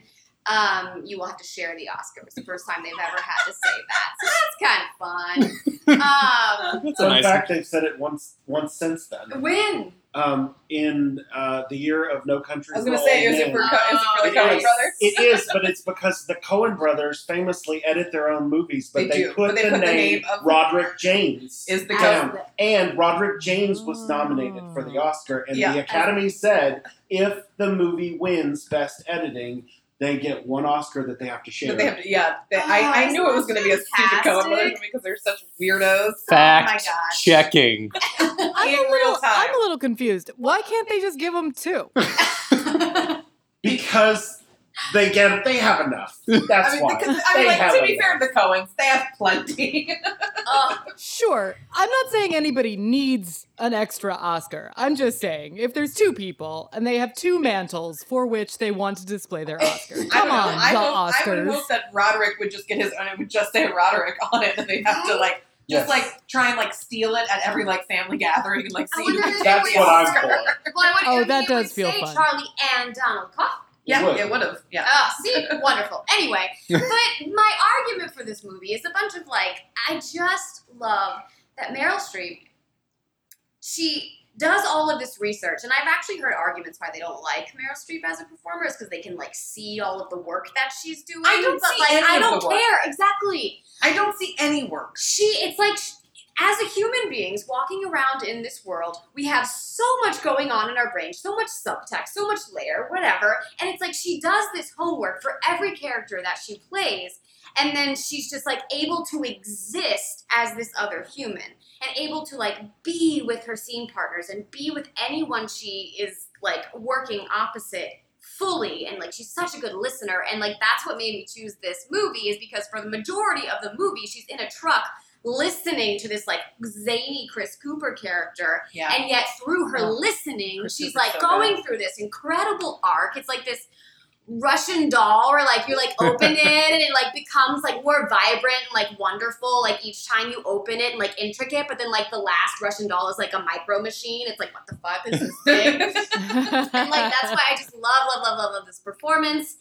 Speaker 3: um, you will have to share the Oscar. It's the first time they've ever had to say that, so that's kind of fun. Um,
Speaker 4: That's a
Speaker 5: In
Speaker 4: nice
Speaker 5: fact, they've said it once once since then.
Speaker 3: win.
Speaker 5: Um, in uh, the year of No Country
Speaker 2: I was gonna
Speaker 5: for
Speaker 2: say,
Speaker 5: Old
Speaker 2: is it
Speaker 5: Men.
Speaker 2: for, Co- is it for the
Speaker 5: Oh,
Speaker 2: Coen
Speaker 5: yes.
Speaker 2: brothers?
Speaker 5: It is, but it's because the Cohen brothers famously edit their own movies, but
Speaker 2: They
Speaker 5: they,
Speaker 2: do,
Speaker 5: put,
Speaker 2: but they
Speaker 5: the,
Speaker 2: put the
Speaker 5: name
Speaker 2: name of-
Speaker 5: Roderick James.
Speaker 2: Is the
Speaker 3: As
Speaker 2: Coen?
Speaker 5: down. and Roderick James was nominated for the Oscar, and
Speaker 2: Yeah.
Speaker 5: the Academy said if the movie wins Best Editing, they get one Oscar that they have to share.
Speaker 2: But they have to, yeah. They,
Speaker 3: Oh,
Speaker 2: I, I knew it was
Speaker 3: isn't
Speaker 2: going to
Speaker 3: that
Speaker 2: be a stupid Coen Brothers
Speaker 3: fantastic?
Speaker 2: movie because they're such weirdos.
Speaker 4: fact
Speaker 3: Oh my gosh.
Speaker 4: checking.
Speaker 1: I'm
Speaker 2: in
Speaker 1: a
Speaker 2: real
Speaker 1: little,
Speaker 2: time.
Speaker 1: I'm a little confused. Why can't they just give them two?
Speaker 5: because they get they have enough. That's
Speaker 2: I mean,
Speaker 5: why.
Speaker 2: because, I mean
Speaker 5: They
Speaker 2: like,
Speaker 5: have
Speaker 2: to be
Speaker 5: enough.
Speaker 2: fair to the Coens, they have plenty.
Speaker 3: Oh,
Speaker 1: Sure. I'm not saying anybody needs an extra Oscar. I'm just saying if there's two people and they have two mantles for which they want to display their Oscar.
Speaker 2: I
Speaker 1: Come
Speaker 2: don't know.
Speaker 1: on,
Speaker 2: I,
Speaker 1: the
Speaker 2: hope, I would
Speaker 1: Oscars.
Speaker 2: hope that Roderick would just get his own. It would just say Roderick on it, and they'd have to like just
Speaker 5: Yes.
Speaker 2: like try and like steal it at every like family gathering and like
Speaker 3: I
Speaker 2: see.
Speaker 3: wonder if
Speaker 2: who gets
Speaker 3: they
Speaker 5: That's
Speaker 2: the
Speaker 5: what I'm
Speaker 2: Oscar.
Speaker 5: for.
Speaker 3: well, I wonder
Speaker 1: Oh,
Speaker 3: if
Speaker 1: that
Speaker 3: it
Speaker 1: does
Speaker 3: would
Speaker 1: feel
Speaker 3: say
Speaker 1: fun.
Speaker 3: Charlie and Donald Kaufman.
Speaker 2: Yeah,
Speaker 5: would.
Speaker 2: it would have. Yeah.
Speaker 3: Oh, see, wonderful. Anyway, but my argument for this movie is a bunch of like, I just love that Meryl Streep. She does all of this research, and I've actually heard arguments why they don't like Meryl Streep as a performer is because they can like see all of the work that she's doing.
Speaker 2: I don't
Speaker 3: but
Speaker 2: see
Speaker 3: like,
Speaker 2: any
Speaker 3: I
Speaker 2: of
Speaker 3: don't
Speaker 2: the work.
Speaker 3: care exactly.
Speaker 2: I don't see any work.
Speaker 3: She, it's like. sh as a human beings walking around in this world, we have so much going on in our brain, so much subtext, so much layer, whatever. And it's like she does this homework for every character that she plays, and then she's just like able to exist as this other human and able to like be with her scene partners and be with anyone she is like working opposite fully and like she's such a good listener and like that's what made me choose this movie is because for the majority of the movie she's in a truck listening to this like zany Chris Cooper character,
Speaker 2: Yeah.
Speaker 3: and yet through her
Speaker 2: Yeah.
Speaker 3: listening,
Speaker 2: Chris
Speaker 3: she's
Speaker 2: Cooper's
Speaker 3: like
Speaker 2: so
Speaker 3: going
Speaker 2: good.
Speaker 3: through this incredible arc. It's like this Russian doll where like you like open it and it like becomes like more vibrant and like wonderful like each time you open it and like intricate, but then like the last Russian doll is like a micro machine. It's like what the fuck? This is sick and like that's why I just love, love, love, love, love this performance.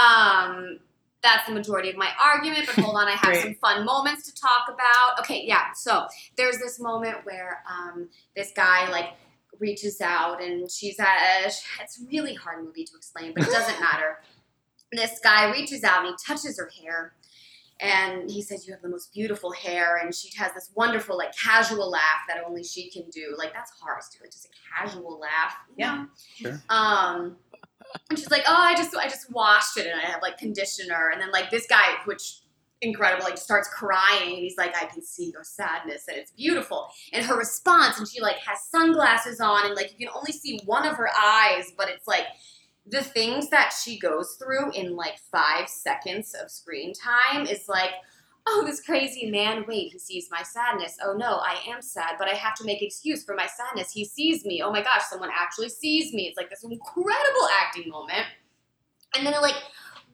Speaker 3: Um, that's the majority of my argument, but hold on, I have
Speaker 2: Great.
Speaker 3: some fun moments to talk about. Okay, yeah. So there's this moment where um, this guy like reaches out, and she's at. A, it's a really hard movie to explain, but it doesn't matter. This guy reaches out and he touches her hair. And he says, You have the most beautiful hair. And she has this wonderful, like, casual laugh that only she can do. Like, that's hard to do. Like, just a casual laugh. you
Speaker 2: Yeah.
Speaker 3: know?
Speaker 4: Sure.
Speaker 3: Um, and she's like, "Oh, I just I just washed it, and I have like conditioner." And then like this guy, which incredible, like starts crying, and he's like, "I can see your sadness, and it's beautiful." And her response, and she like has sunglasses on, and like you can only see one of her eyes, but it's like the things that she goes through in like five seconds of screen time is like. Oh, this crazy man. Wait, he sees my sadness. Oh no, I am sad, but I have to make excuse for my sadness. He sees me. Oh my gosh, someone actually sees me. It's like this incredible acting moment. And then it like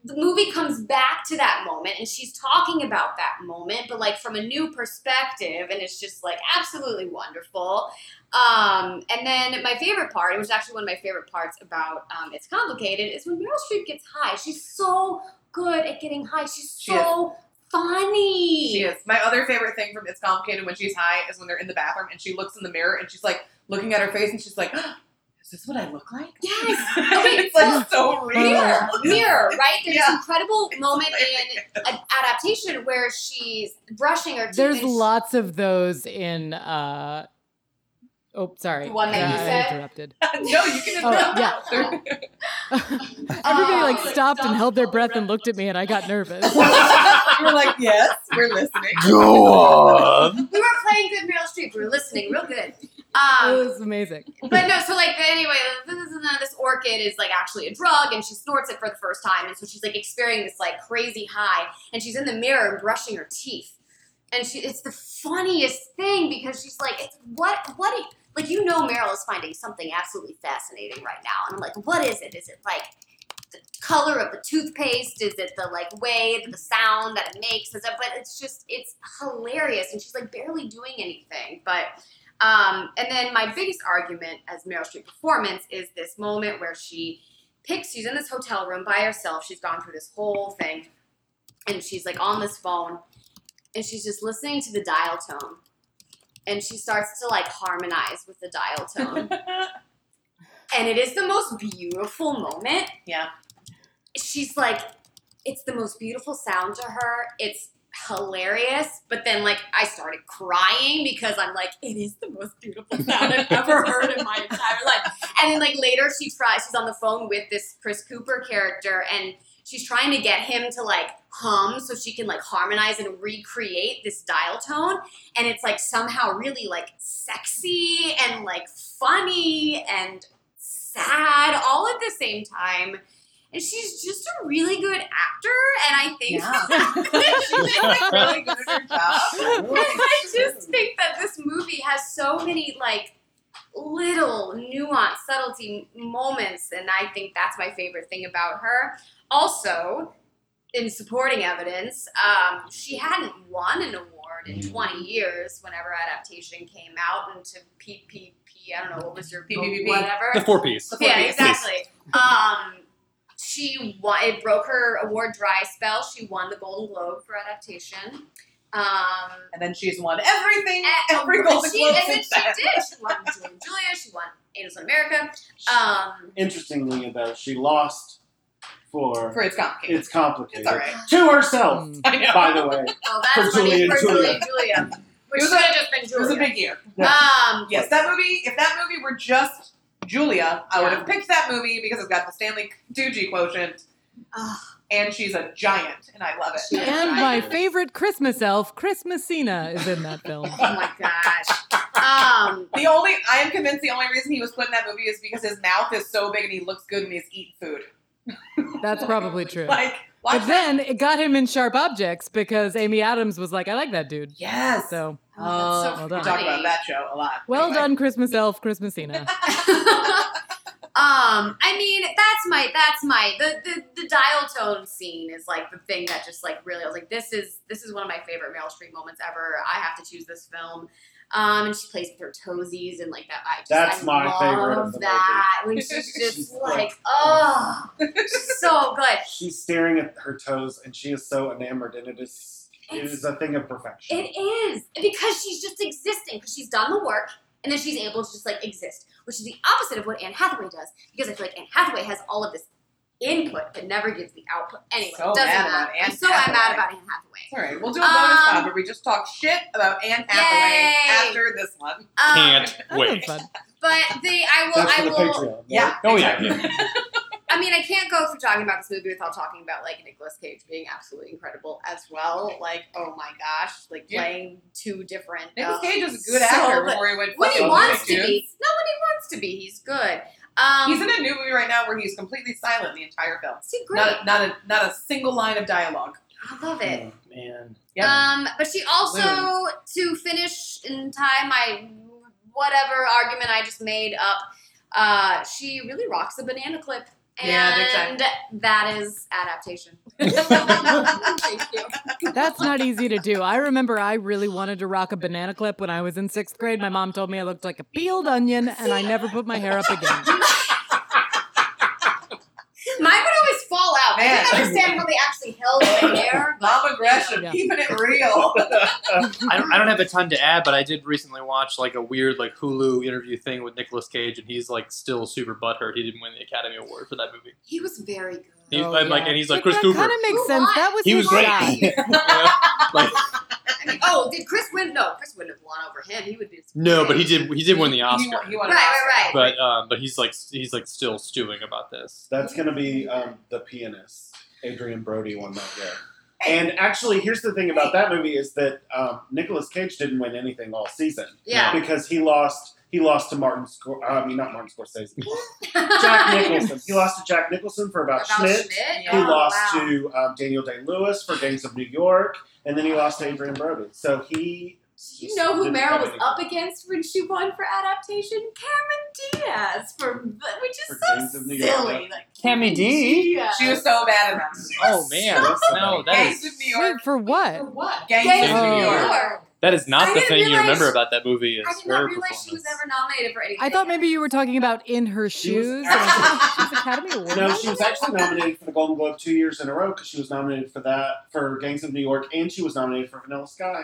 Speaker 3: the movie comes back to that moment and she's talking about that moment, but like from a new perspective, and it's just like absolutely wonderful. Um, and then my favorite part, it was actually one of my favorite parts about um, It's Complicated, is when Meryl Streep gets high. She's so good at getting high. She's
Speaker 2: She is.
Speaker 3: so funny.
Speaker 2: She is. My other favorite thing from It's Complicated when she's high is when they're in the bathroom and she looks in the mirror and she's like looking at her face and she's like, "Is this what I look like?"
Speaker 3: Yes.
Speaker 2: it's like so real.
Speaker 3: Mirror, mirror, right? There's
Speaker 2: Yeah.
Speaker 3: this incredible moment in an adaptation where she's brushing her teeth.
Speaker 1: There's
Speaker 3: and she-
Speaker 1: lots of those in. uh Oh, sorry.
Speaker 3: The one that
Speaker 1: Yeah,
Speaker 3: you
Speaker 1: I
Speaker 3: said?
Speaker 1: interrupted.
Speaker 2: no, you can.
Speaker 1: Oh, yeah.
Speaker 2: They're-
Speaker 1: Everybody like stopped and held their breath and looked at me, and I got nervous.
Speaker 2: We're like, yes, we're listening.
Speaker 7: Go on.
Speaker 3: Um, we were playing good Meryl Streep. We were listening real good.
Speaker 1: it
Speaker 3: Um,
Speaker 1: was amazing.
Speaker 3: but no, so like anyway, this, is- this orchid is like actually a drug, and she snorts it for the first time, and so she's like experiencing this like crazy high, and she's in the mirror and brushing her teeth, and she it's the funniest thing because she's like, it's what what do you- like you know Meryl is finding something absolutely fascinating right now, and I'm like, what is it? Is it like the color of the toothpaste? Is it the like way the sound that it makes? Is it, but it's just it's hilarious, and she's like barely doing anything, but. Um, and then my biggest argument as Meryl Streep performance is this moment where she picks, she's in this hotel room by herself. She's gone through this whole thing. And she's like on this phone and she's just listening to the dial tone. And she starts to like harmonize with the dial tone. and it is the most beautiful moment.
Speaker 2: Yeah.
Speaker 3: She's like, it's the most beautiful sound to her. It's hilarious. But then, like, I started crying because I'm like, it is the most beautiful sound I've ever heard in my entire life. And then, like, later she tries, she's on the phone with this Chris Cooper character and she's trying to get him to like hum so she can like harmonize and recreate this dial tone. And it's like somehow really like sexy and like funny and sad all at the same time. And she's just a really good actor, and I think
Speaker 2: Yeah. She's like really good at her job.
Speaker 3: I just think that this movie has so many like little nuanced subtlety m- moments, and I think that's my favorite thing about her. Also, in supporting evidence, um, she hadn't won an award in 20 years. Whenever adaptation came out, and to PPP, I don't know what was your
Speaker 2: PPPP.
Speaker 3: whatever
Speaker 4: The four piece.
Speaker 2: The four
Speaker 3: yeah,
Speaker 2: Ps.
Speaker 3: exactly. Um, she won. It broke her award dry spell. She won the Golden Globe for adaptation. Um,
Speaker 2: And then she's won everything,
Speaker 3: and-
Speaker 2: every
Speaker 3: and
Speaker 2: Golden
Speaker 3: Eh, oh, she,
Speaker 2: Globe
Speaker 3: and then
Speaker 2: since
Speaker 3: she
Speaker 2: then.
Speaker 3: did. She won Julie and Julia. She won Angels in America. Um,
Speaker 5: Interestingly, though, she lost for,
Speaker 2: For it's complicated.
Speaker 5: It's Complicated.
Speaker 2: It's all right.
Speaker 5: To herself,
Speaker 1: Mm.
Speaker 2: I know.
Speaker 5: by the way.
Speaker 3: oh,
Speaker 5: For
Speaker 3: that's funny.
Speaker 5: Julia and
Speaker 3: for Julia
Speaker 5: Julia.
Speaker 3: and Julia. Which
Speaker 2: It was
Speaker 3: should
Speaker 2: a-
Speaker 3: have just been
Speaker 2: It was
Speaker 3: Julia.
Speaker 2: a big year.
Speaker 3: um,
Speaker 2: Yes, that movie. If that movie were just Julia, I would
Speaker 3: Yeah.
Speaker 2: have picked that movie because it's got the Stanley Tucci quotient,
Speaker 3: ugh,
Speaker 2: and she's a giant, and I love it.
Speaker 3: She is.
Speaker 1: And my favorite Christmas elf, Christmasina, is in that film.
Speaker 3: oh my gosh. Um,
Speaker 2: The only I am convinced the only reason he was put in that movie is because his mouth is so big and he looks good and he's eating food.
Speaker 1: That's probably true.
Speaker 2: Like Watch
Speaker 1: but
Speaker 2: that.
Speaker 1: then it got him in Sharp Objects because Amy Adams was like, I like that dude.
Speaker 2: Yes.
Speaker 1: So
Speaker 2: Oh,
Speaker 3: That's so
Speaker 1: well
Speaker 2: we
Speaker 1: done.
Speaker 2: talk about that show a lot.
Speaker 1: well
Speaker 2: Anyway.
Speaker 1: done, Christmas Elf, Christmasina.
Speaker 3: um, I mean, that's my that's my the, the the dial tone scene is like the thing that just like really I was like this is this is one of my favorite Meryl Streep moments ever. I have to choose this film. Um, and she plays with her toesies and like that. I just,
Speaker 5: That's
Speaker 3: I
Speaker 5: my
Speaker 3: love
Speaker 5: favorite of the
Speaker 3: that. Like she's
Speaker 5: She's
Speaker 3: just
Speaker 5: like-
Speaker 3: like, oh, she's so good.
Speaker 5: She's staring at her toes, and she is so enamored, and it is it
Speaker 3: It's-
Speaker 5: is a thing of perfection.
Speaker 3: It is because she's just existing because she's done the work and then she's able to just like exist, which is the opposite of what Anne Hathaway does because I feel like Anne Hathaway has all of this input but never gives the output. Anyway,
Speaker 2: So
Speaker 3: doesn't
Speaker 2: mad about
Speaker 3: matter.
Speaker 2: Anne
Speaker 3: I'm so I'm mad
Speaker 2: Hathaway.
Speaker 3: about Anne Hathawaway.
Speaker 2: It's all right. We'll do a bonus
Speaker 3: Um,
Speaker 2: pod where we just talk shit about Anne Hathaway
Speaker 3: Yay.
Speaker 2: after this one.
Speaker 3: Um,
Speaker 4: Can't
Speaker 1: That sounds
Speaker 4: wait.
Speaker 1: fun.
Speaker 3: But the I will
Speaker 5: That's for
Speaker 3: I
Speaker 5: the
Speaker 3: will.
Speaker 5: Patreon.
Speaker 2: Yeah.
Speaker 4: Oh yeah,
Speaker 2: exactly.
Speaker 4: yeah.
Speaker 3: I mean, I can't go through talking about this movie without talking about like Nicolas Cage being absolutely incredible as well. Like, oh my gosh, like
Speaker 2: Yeah.
Speaker 3: playing two different.
Speaker 2: Nicolas
Speaker 3: um,
Speaker 2: Cage is a good
Speaker 3: so
Speaker 2: actor
Speaker 3: good.
Speaker 2: before he went
Speaker 3: When he
Speaker 2: fucking
Speaker 3: wants to
Speaker 2: lunatic, dude.
Speaker 3: be, no, when he wants to be, he's good. Um,
Speaker 2: He's in a new movie right now where he's completely silent the entire film.
Speaker 3: See, great.
Speaker 2: Not, not a not a single line of dialogue.
Speaker 3: I love it.
Speaker 5: Oh, man.
Speaker 2: Yeah.
Speaker 3: Um, but she also,
Speaker 2: Literally.
Speaker 3: to finish in time, my whatever argument I just made up, uh, she really rocks a banana clip. And
Speaker 2: Yeah, big time.
Speaker 3: that is adaptation. Thank you.
Speaker 1: That's not easy to do. I remember I really wanted to rock a banana clip when I was in sixth grade. My mom told me I looked like a peeled onion, and I never put my hair up again.
Speaker 3: Mine would always fall out. I didn't
Speaker 2: Man.
Speaker 3: understand how they actually held the hair.
Speaker 2: Mom aggression,
Speaker 1: Yeah.
Speaker 2: keeping it real.
Speaker 4: I don't, I don't have a ton to add, but I did recently watch like a weird like Hulu interview thing with Nicolas Cage, and he's like still super butthurt. He didn't win the Academy Award for that movie.
Speaker 3: He was very good.
Speaker 4: He's
Speaker 1: Oh,
Speaker 4: like, like,
Speaker 1: yeah.
Speaker 4: and he's like
Speaker 1: But
Speaker 4: Chris
Speaker 1: that
Speaker 4: Cooper.
Speaker 1: kind of makes
Speaker 3: Who
Speaker 1: sense.
Speaker 3: won?
Speaker 1: That was
Speaker 4: He
Speaker 1: his
Speaker 4: was great.
Speaker 1: shot.
Speaker 4: Like,
Speaker 3: I mean, oh, did Chris win? No, Chris wouldn't have won over him. He would be.
Speaker 4: no, but he did. He did win the
Speaker 2: He,
Speaker 4: Oscar.
Speaker 2: wa- he
Speaker 3: Right,
Speaker 2: wanted an Oscar.
Speaker 3: right, right.
Speaker 4: But um, but he's like he's like still stewing about this.
Speaker 5: That's gonna be um, the pianist. Adrian Brody won that year. And actually, here's the thing about that movie is that um, Nicolas Cage didn't win anything all season
Speaker 3: yeah.
Speaker 5: because he lost. He lost to Martin. Scor- uh, I mean, not Martin Scorsese. Jack
Speaker 3: Jack
Speaker 5: Nicholson. He lost to Jack Nicholson for about,
Speaker 3: About
Speaker 5: Schmidt.
Speaker 3: Schmidt.
Speaker 2: He
Speaker 5: He
Speaker 3: Oh,
Speaker 5: lost
Speaker 3: wow.
Speaker 5: to um, Daniel Day Lewis for Gangs of New York, and then he lost to Adrian Brody. So he.
Speaker 3: Do you know who
Speaker 5: didn't
Speaker 3: Meryl
Speaker 5: have
Speaker 3: was
Speaker 5: any-
Speaker 3: up against when she won for adaptation? Cameron Diaz for which is
Speaker 5: For Kings
Speaker 3: so
Speaker 5: of New
Speaker 3: silly.
Speaker 5: York,
Speaker 3: Like
Speaker 4: Cammy D?
Speaker 3: Diaz.
Speaker 2: She was so bad at that.
Speaker 4: Oh man, no, that
Speaker 2: Gangs
Speaker 4: is
Speaker 2: of New York.
Speaker 1: Wait, for
Speaker 3: for
Speaker 1: what?
Speaker 3: what?
Speaker 2: Gangs
Speaker 3: Gangs
Speaker 4: of
Speaker 3: of
Speaker 4: New
Speaker 3: New
Speaker 4: York.
Speaker 3: York.
Speaker 4: that is not
Speaker 3: I
Speaker 4: the
Speaker 3: didn't
Speaker 4: thing you
Speaker 3: realize-
Speaker 4: remember about that movie. Is
Speaker 3: I did
Speaker 4: her
Speaker 3: not realize she was
Speaker 4: performance.
Speaker 3: ever nominated for anything.
Speaker 1: I thought maybe you were talking about in her
Speaker 5: She was
Speaker 1: shoes. and I was like,
Speaker 5: actually-
Speaker 1: She's Academy Award.
Speaker 5: No, she was actually nominated for the Golden Globe two years in a row because she was nominated for that for Gangs of New York, and she was nominated for Vanilla Sky.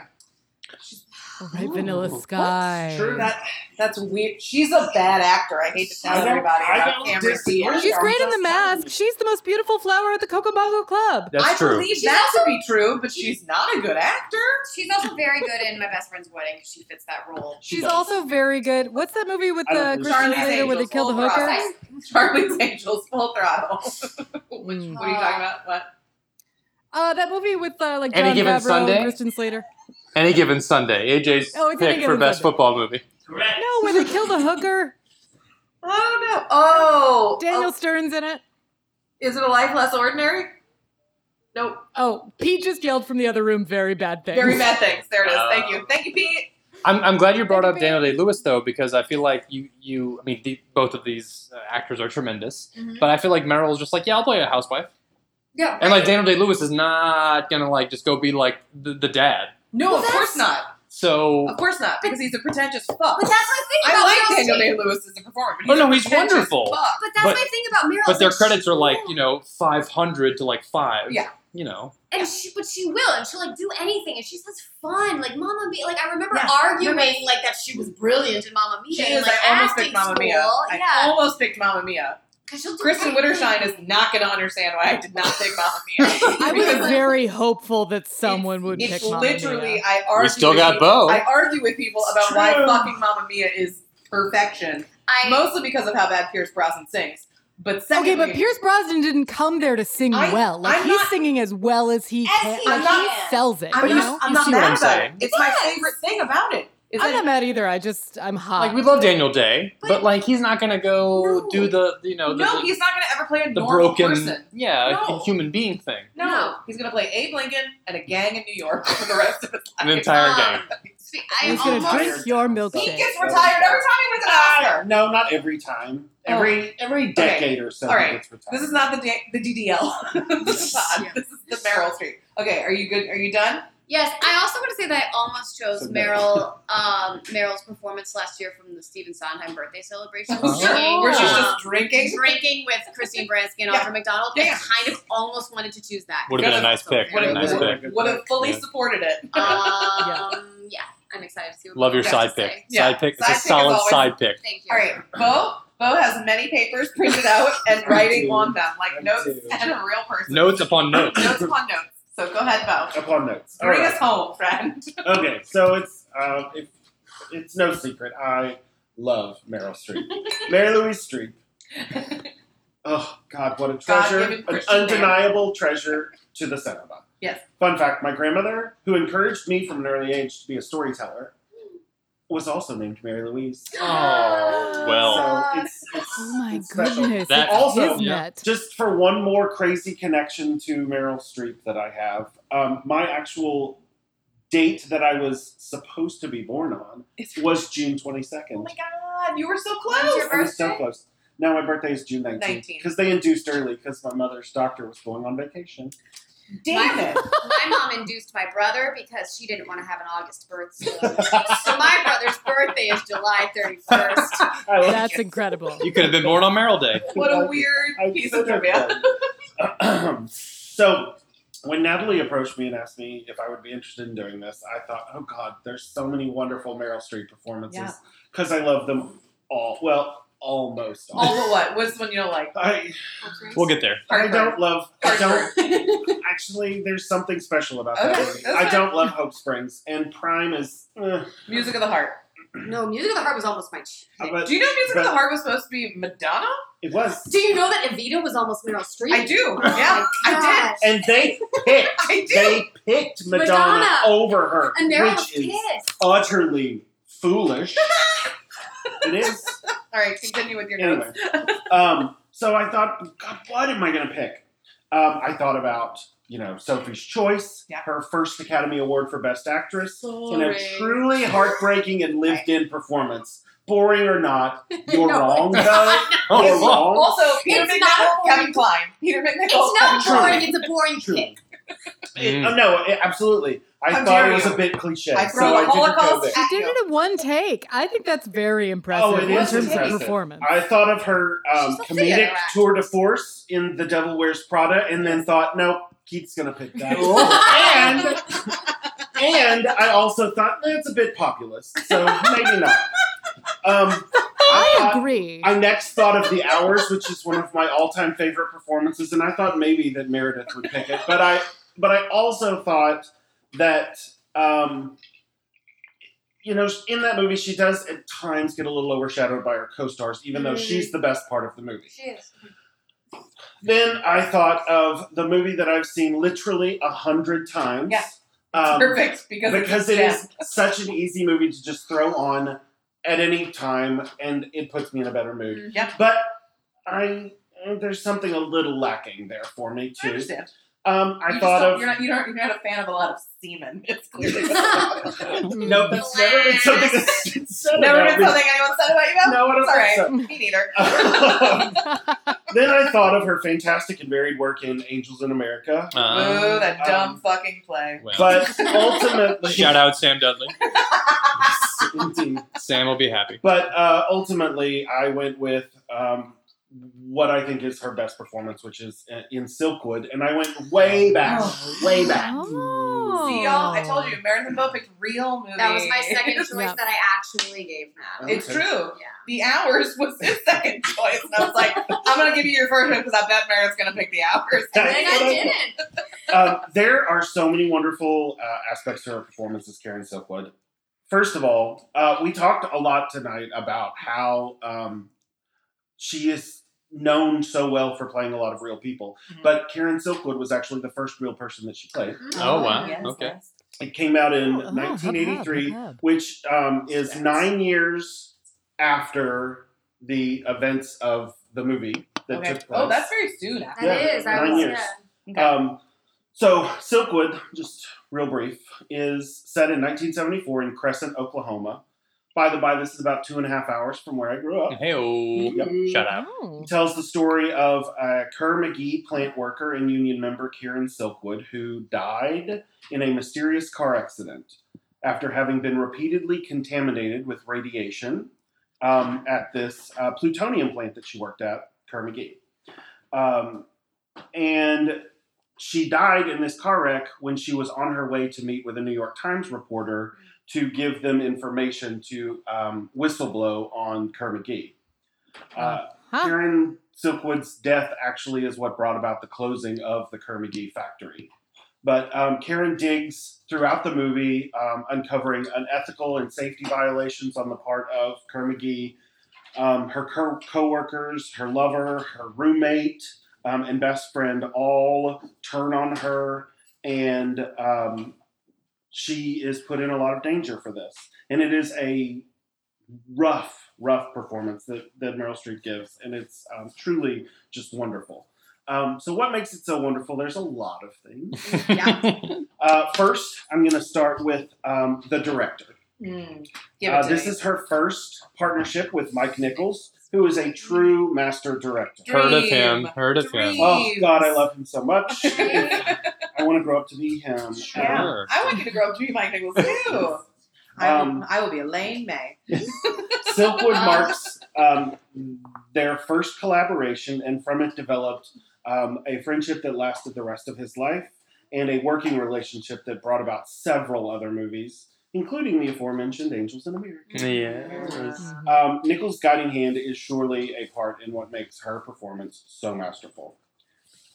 Speaker 1: All right, Vanilla
Speaker 4: Ooh,
Speaker 1: Sky.
Speaker 5: Sure,
Speaker 2: That, that's weird. She's a bad actor. I hate to tell
Speaker 5: I don't-
Speaker 2: everybody
Speaker 5: I
Speaker 2: about
Speaker 5: don't
Speaker 2: Cameron
Speaker 5: disagree.
Speaker 2: Diaz.
Speaker 1: She's great in
Speaker 5: Just
Speaker 1: The Mask.
Speaker 5: saying.
Speaker 1: She's the most beautiful flower at the Coco Bongo Club.
Speaker 2: I
Speaker 4: That's true.
Speaker 2: believe that to be true, but she's not a good actor.
Speaker 3: She's also very good in My Best Friend's Wedding because she fits that role.
Speaker 5: She
Speaker 1: She's
Speaker 5: does.
Speaker 1: also very good. What's that movie with
Speaker 5: I don't
Speaker 1: the
Speaker 5: think
Speaker 1: Christian
Speaker 2: Charlie's
Speaker 1: Slater where they
Speaker 2: Angels,
Speaker 1: kill the
Speaker 2: Full Throttle.
Speaker 1: hookers?
Speaker 2: Charlie's Angels, Full Throttle.
Speaker 4: Hmm.
Speaker 2: Which,
Speaker 1: Mm.
Speaker 2: What are you talking about? What?
Speaker 1: Uh, that movie with uh, like
Speaker 4: Any
Speaker 1: John
Speaker 4: Given
Speaker 1: Favreau
Speaker 4: Sunday?
Speaker 1: and Christian Slater.
Speaker 4: Any given Sunday, AJ's
Speaker 1: Oh, it's Any
Speaker 4: pick for
Speaker 1: Given
Speaker 4: best
Speaker 1: Sunday.
Speaker 4: football movie.
Speaker 5: Correct.
Speaker 1: No, where they kill the hooker.
Speaker 2: I don't know. Oh,
Speaker 1: Daniel
Speaker 2: oh,
Speaker 1: Stern's in it.
Speaker 2: is it a life less ordinary? Nope.
Speaker 1: Oh, Pete just yelled from the other room. Very bad thing.
Speaker 2: Very bad things. There it is.
Speaker 4: Uh,
Speaker 2: Thank you. Thank you, Pete.
Speaker 4: I'm, I'm glad you brought up
Speaker 1: Thank you,
Speaker 4: Daniel Day Lewis though, because I feel like you you I mean the, both of these uh, actors are tremendous,
Speaker 3: Mhm.
Speaker 4: but I feel like Meryl's just like yeah I'll play a housewife,
Speaker 3: Yeah,
Speaker 4: and like Daniel Day Lewis is not gonna like just go be like the, the dad.
Speaker 2: No,
Speaker 3: Well,
Speaker 2: of course not.
Speaker 4: So
Speaker 2: Of course not, because he's a pretentious fuck.
Speaker 3: But that's my thing about
Speaker 2: I
Speaker 3: Meryl
Speaker 2: like Daniel
Speaker 3: Streep.
Speaker 2: Day Lewis as a performer.
Speaker 4: Oh, no,
Speaker 2: a
Speaker 4: he's
Speaker 2: pretentious
Speaker 4: wonderful.
Speaker 2: fuck.
Speaker 3: But that's
Speaker 4: But-
Speaker 3: my thing about Meryl.
Speaker 4: but their
Speaker 3: is
Speaker 4: credits
Speaker 3: she
Speaker 4: are like
Speaker 3: will.
Speaker 4: you know 500 to like five.
Speaker 2: Yeah.
Speaker 4: you know.
Speaker 3: and she, but she will, and she'll like do anything, and she's has fun. Like Mama Mia, like I remember
Speaker 2: Yeah.
Speaker 3: arguing
Speaker 2: Remember-
Speaker 3: like that she was brilliant in Mama Mia,
Speaker 2: She
Speaker 3: and,
Speaker 2: is.
Speaker 3: like
Speaker 2: I almost
Speaker 3: acting
Speaker 2: picked Mamma
Speaker 3: school.
Speaker 2: Mia. I
Speaker 3: Yeah,
Speaker 2: almost picked Mamma Mia.
Speaker 3: because she'll do
Speaker 2: Kristen
Speaker 3: anything.
Speaker 2: Wittershine is not going to understand why I did not pick Mamma Mia.
Speaker 1: I was
Speaker 2: Because
Speaker 1: very hopeful that someone would
Speaker 2: it's
Speaker 1: pick Mamma
Speaker 2: literally
Speaker 1: Mia.
Speaker 2: I argue.
Speaker 4: We still
Speaker 2: with
Speaker 4: got
Speaker 2: people-
Speaker 4: Bo.
Speaker 2: I argue with people
Speaker 5: It's
Speaker 2: about why
Speaker 5: true.
Speaker 2: fucking Mamma Mia is perfection,
Speaker 3: I
Speaker 2: mostly because of how bad Pierce Brosnan sings. But secondly,
Speaker 1: Okay, but Pierce Brosnan didn't come there to sing
Speaker 2: I-
Speaker 1: well. Like
Speaker 2: I'm
Speaker 1: he's
Speaker 2: not-
Speaker 1: singing as well as he
Speaker 3: As
Speaker 1: can.
Speaker 3: he
Speaker 1: like
Speaker 2: can.
Speaker 1: he sells it.
Speaker 2: I'm
Speaker 1: you
Speaker 2: not,
Speaker 1: know?
Speaker 2: I'm
Speaker 4: You
Speaker 2: not
Speaker 4: see what
Speaker 2: mad
Speaker 4: I'm
Speaker 2: about
Speaker 4: saying?
Speaker 2: it. It's my
Speaker 3: Yes.
Speaker 2: favorite thing about it. Is
Speaker 1: I'm
Speaker 2: that-
Speaker 1: not mad either. I just I'm hot.
Speaker 4: Like we love Daniel Day, but,
Speaker 3: But-
Speaker 4: like he's not gonna go
Speaker 3: No.
Speaker 4: do the you know
Speaker 2: no,
Speaker 4: the, the-
Speaker 2: he's not going to ever play a
Speaker 4: the
Speaker 2: normal
Speaker 4: broken
Speaker 2: person.
Speaker 4: yeah
Speaker 2: No.
Speaker 4: human being thing.
Speaker 2: No,
Speaker 3: No.
Speaker 2: he's going to play Abe Lincoln and a gang in New York for the rest of his
Speaker 4: An
Speaker 2: life.
Speaker 4: entire
Speaker 3: Um,
Speaker 4: game.
Speaker 3: see, I
Speaker 1: He's gonna
Speaker 3: almost
Speaker 1: drink your
Speaker 2: He
Speaker 1: milkshake.
Speaker 2: gets retired every time he wins an
Speaker 5: Ah,
Speaker 2: Oscar. Oh.
Speaker 5: no, not every time. Every
Speaker 3: Oh.
Speaker 5: every decade or so.
Speaker 2: All
Speaker 5: he
Speaker 2: right.
Speaker 5: gets retired.
Speaker 2: This is not the D- the DDL. this is not.
Speaker 3: Yeah.
Speaker 2: This is the Meryl Street. Okay, are you good? Are you done?
Speaker 3: Yes, I also want to say that I almost chose
Speaker 5: So
Speaker 3: Meryl, um, Meryl's performance last year from the Stephen Sondheim birthday celebration,
Speaker 4: Oh.
Speaker 3: singing,
Speaker 2: Where she's
Speaker 3: um,
Speaker 2: just drinking.
Speaker 3: drinking with Christine Baranski and
Speaker 2: Yeah.
Speaker 3: Audra McDonald.
Speaker 2: Yeah.
Speaker 3: I kind of almost wanted to choose that.
Speaker 4: Would've been a nice pick.
Speaker 2: Would have,
Speaker 5: Nice
Speaker 2: would,
Speaker 5: pick.
Speaker 2: have- would have fully
Speaker 4: Yeah.
Speaker 2: supported it.
Speaker 3: Um, yeah, I'm excited to see. What
Speaker 4: Love your
Speaker 3: people
Speaker 4: side
Speaker 3: have to
Speaker 4: pick.
Speaker 3: say.
Speaker 2: Yeah,
Speaker 4: Side
Speaker 2: side
Speaker 4: pick. It's
Speaker 2: pick
Speaker 4: a
Speaker 2: is
Speaker 4: solid
Speaker 2: always-
Speaker 4: side pick.
Speaker 3: Thank you.
Speaker 2: All right, Bo. Bo has many papers printed out and writing on them, like
Speaker 5: Me
Speaker 2: notes
Speaker 5: too.
Speaker 2: and a real person.
Speaker 4: Notes upon notes.
Speaker 2: notes upon notes. So go ahead, Bo.
Speaker 5: Upon notes. All
Speaker 2: Bring
Speaker 5: right.
Speaker 2: us home, friend.
Speaker 5: okay, so it's um, it, it's no secret. I love Meryl Streep. Mary Louise Streep. Oh God, what a treasure!
Speaker 2: God-given
Speaker 5: An
Speaker 2: Christian
Speaker 5: undeniable treasure to the cinema.
Speaker 2: Yes.
Speaker 5: Fun fact: My grandmother, who encouraged me from an early age to be a storyteller, was also named Mary Louise.
Speaker 4: Oh, well.
Speaker 5: So it's, it's
Speaker 1: oh my
Speaker 5: it's special.
Speaker 1: goodness.
Speaker 4: That-
Speaker 1: it's
Speaker 5: Also-
Speaker 1: his
Speaker 4: Yeah.
Speaker 1: net.
Speaker 5: Just for one more crazy connection to Meryl Streep that I have, um, my actual date that I was supposed to be born on was June 22nd.
Speaker 2: Oh my Oh God, you were so
Speaker 3: When's
Speaker 2: close.
Speaker 3: your
Speaker 5: I was so
Speaker 3: birthday?
Speaker 5: close. No, my birthday is June 19th.
Speaker 2: 19th.
Speaker 5: Because they induced early because my mother's doctor was going on vacation.
Speaker 2: Damn it.
Speaker 3: My mom induced my brother because she didn't want to have an August birth. So, so my brother's birthday is July 31st.
Speaker 5: I like
Speaker 1: That's
Speaker 5: it.
Speaker 1: incredible.
Speaker 4: You could have been born on Merrill Day.
Speaker 2: What
Speaker 5: I-
Speaker 2: a weird
Speaker 5: I
Speaker 2: piece of
Speaker 5: so
Speaker 2: trivia.
Speaker 5: did. so, when Natalie approached me and asked me if I would be interested in doing this, I thought, oh God, there's so many wonderful Meryl Streep
Speaker 2: Yeah.
Speaker 5: performances because I love them all. Well, almost all.
Speaker 2: All but what? What's one you don't like?
Speaker 5: I,
Speaker 4: We'll get there.
Speaker 5: I
Speaker 2: Hartford.
Speaker 5: don't love. I don't
Speaker 2: Hartford.
Speaker 5: actually. There's something special about
Speaker 2: Okay,
Speaker 5: that movie.
Speaker 2: that's
Speaker 5: I
Speaker 2: fine.
Speaker 5: don't love Hope Springs, and Prime is. eh,
Speaker 2: Music of the Heart.
Speaker 3: No, Music of the Heart was almost my. ch-
Speaker 5: but
Speaker 2: Do you know Music of
Speaker 5: but-
Speaker 2: the Heart was supposed to be Madonna?
Speaker 5: it was
Speaker 3: Do you know that Evita was almost Meryl Streep? Oh
Speaker 2: I do. Yeah, I
Speaker 3: did.
Speaker 5: and they picked
Speaker 2: I do.
Speaker 5: they picked Madonna,
Speaker 3: Madonna.
Speaker 5: over her,
Speaker 3: And Meryl was
Speaker 5: which is
Speaker 3: pissed.
Speaker 5: utterly foolish. it is
Speaker 2: All right, continue with your
Speaker 5: anyway.
Speaker 2: notes.
Speaker 5: Um, so I thought, God, what am I going to pick? Um, I thought about you know Sophie's Choice,
Speaker 2: Yeah.
Speaker 5: her first Academy Award for Best Actress, and a
Speaker 3: Boring.
Speaker 5: truly heartbreaking and lived-in performance. Boring or not, you're
Speaker 3: No.
Speaker 5: wrong though. You're
Speaker 4: Oh,
Speaker 5: wrong.
Speaker 2: Also, Peter
Speaker 3: It's
Speaker 2: McNichol,
Speaker 3: not
Speaker 2: Kevin Klein. Peter McNichol.
Speaker 3: It's not
Speaker 5: True.
Speaker 3: boring. It's a boring
Speaker 5: True. It-
Speaker 3: kick.
Speaker 4: Mm.
Speaker 5: oh, no, it- absolutely. I
Speaker 2: How
Speaker 5: thought
Speaker 2: dare
Speaker 5: it was
Speaker 2: you.
Speaker 5: a bit cliche,
Speaker 2: I
Speaker 5: so
Speaker 2: throw
Speaker 5: I
Speaker 2: a
Speaker 5: didn't go
Speaker 2: Holocaust
Speaker 5: there.
Speaker 1: She
Speaker 2: at
Speaker 1: did
Speaker 2: you.
Speaker 1: it in one take. I think that's very impressive
Speaker 5: it
Speaker 1: in
Speaker 5: is
Speaker 1: terms
Speaker 5: impressive.
Speaker 1: of performance.
Speaker 5: I thought of her um,
Speaker 3: She's a theater
Speaker 5: comedic
Speaker 3: actress.
Speaker 5: tour de force in The Devil Wears Prada, and then thought, no, Keith's gonna pick that. and and I also thought that's a bit populist, so maybe not. Um,
Speaker 1: I
Speaker 5: thought-
Speaker 1: agree.
Speaker 5: I next thought of The Hours, which is one of my all-time favorite performances, and I thought maybe that Meredith would pick it, but I but I also thought that. Um, you know, in that movie, she does at times get a little overshadowed by her co-stars, even though
Speaker 3: Mm.
Speaker 5: she's the best part of the movie.
Speaker 3: She is.
Speaker 5: Then I thought of the movie that I've seen literally a hundred times.
Speaker 2: Yeah.
Speaker 5: Um,
Speaker 2: Perfect because
Speaker 5: Because
Speaker 2: it's
Speaker 5: it is such an easy movie to just throw on at any time and it puts me in a better mood.
Speaker 2: Jen. Mm-hmm. Yep,
Speaker 5: But I uh, there's something a little lacking there for me
Speaker 2: I
Speaker 5: too.
Speaker 2: understand.
Speaker 5: Um, I
Speaker 2: you just
Speaker 5: thought
Speaker 2: don't-
Speaker 5: of
Speaker 2: you're not you don't you're not a fan of a lot of semen. It's clearly
Speaker 1: Oh,
Speaker 4: Mm.
Speaker 5: no, that's never been something that's been said
Speaker 2: never
Speaker 5: about
Speaker 2: been
Speaker 5: me.
Speaker 2: something anyone said about you. Mel?
Speaker 5: No, I don't
Speaker 2: Sorry,
Speaker 5: think
Speaker 2: me neither.
Speaker 5: so. then I thought of her fantastic and varied work in Angels in America.
Speaker 4: Uh,
Speaker 2: Ooh, that dumb
Speaker 5: Um,
Speaker 2: fucking play.
Speaker 4: well.
Speaker 5: But ultimately,
Speaker 4: shout out Sam Dudley.
Speaker 5: Indeed.
Speaker 4: Sam will be happy.
Speaker 5: But uh, ultimately, I went with um, what I think is her best performance, which is in- in Silkwood, and I went way back, Oh, way back.
Speaker 1: Oh.
Speaker 2: See y'all, I told you, Meredith and Bo picked real movies.
Speaker 3: That was my second choice
Speaker 1: Yeah.
Speaker 3: that I actually gave Natalie.
Speaker 2: It's true.
Speaker 3: Yeah.
Speaker 2: The hours was his second choice, and I was like, I'm gonna give you your first one because I bet Meredith's gonna pick the hours.
Speaker 3: And
Speaker 5: That's
Speaker 3: I
Speaker 5: what I-
Speaker 3: didn't.
Speaker 5: Um, there are so many wonderful uh, aspects to her performance as Karen Silkwood. First of all, uh, we talked a lot tonight about how um, she is known so well for playing a lot of real people,
Speaker 2: Mhm.
Speaker 5: but Karen Silkwood was actually the first real person that she played.
Speaker 3: Mm-hmm.
Speaker 4: Oh, wow.
Speaker 2: Yes,
Speaker 4: Okay.
Speaker 2: yes.
Speaker 5: It came out in
Speaker 1: Oh, oh,
Speaker 5: 1983,
Speaker 1: hub, hub, hub.
Speaker 5: which um, is nine years after the events of the movie that
Speaker 2: Okay.
Speaker 5: took place.
Speaker 2: Oh, that's very soon. Actually.
Speaker 5: Yeah,
Speaker 3: That is. I
Speaker 5: nine
Speaker 3: was,
Speaker 5: years.
Speaker 2: Okay.
Speaker 5: Um, so Silkwood, just real brief, is set in 1974 in Crescent, Oklahoma. By the by, this is about two and a half hours from where I grew up.
Speaker 4: Hey, oh.
Speaker 5: Yep.
Speaker 4: Shout out.
Speaker 1: Oh.
Speaker 5: tells the story of uh, Kerr McGee, plant worker and union member Kieran Silkwood, who died in a mysterious car accident after having been repeatedly contaminated with radiation um, at this uh, plutonium plant that she worked at, Kerr McGee. Um, and she died in this car wreck when she was on her way to meet with a New York Times reporter to give them information to um, whistleblow on Kerr McGee. Uh,
Speaker 1: Huh.
Speaker 5: Karen Silkwood's death actually is what brought about the closing of the Kerr McGee factory. But um, Karen digs throughout the movie, um, uncovering unethical and safety violations on the part of Kerr McGee, um, her co- coworkers, her lover, her roommate, um, and best friend all turn on her, and um, she is put in a lot of danger for this. And it is a rough, rough performance that, that Meryl Streep gives, and it's um, truly just wonderful. Um, so, what makes it so wonderful? There's a lot of things.
Speaker 3: Yeah.
Speaker 5: Uh, first, I'm going to start with um, the director.
Speaker 2: Mm. Give it
Speaker 5: Uh,
Speaker 2: to
Speaker 5: this
Speaker 2: me.
Speaker 5: is her first partnership with Mike Nichols, who is a true master director.
Speaker 4: Heard of him.
Speaker 2: Dream.
Speaker 4: Heard of him.
Speaker 2: Dream.
Speaker 5: Oh, God, I love him so much.
Speaker 2: Yeah.
Speaker 5: I want to grow up to be him.
Speaker 4: Sure.
Speaker 2: I want you to grow up to be Mike Nichols too. I,
Speaker 5: Um,
Speaker 2: will, I will be Elaine May.
Speaker 5: Silkwood marks um, their first collaboration, and from it developed um, a friendship that lasted the rest of his life and a working relationship that brought about several other movies, including the aforementioned Angels in America.
Speaker 4: Yes.
Speaker 5: Um, Nichols' guiding hand is surely a part in what makes her performance so masterful.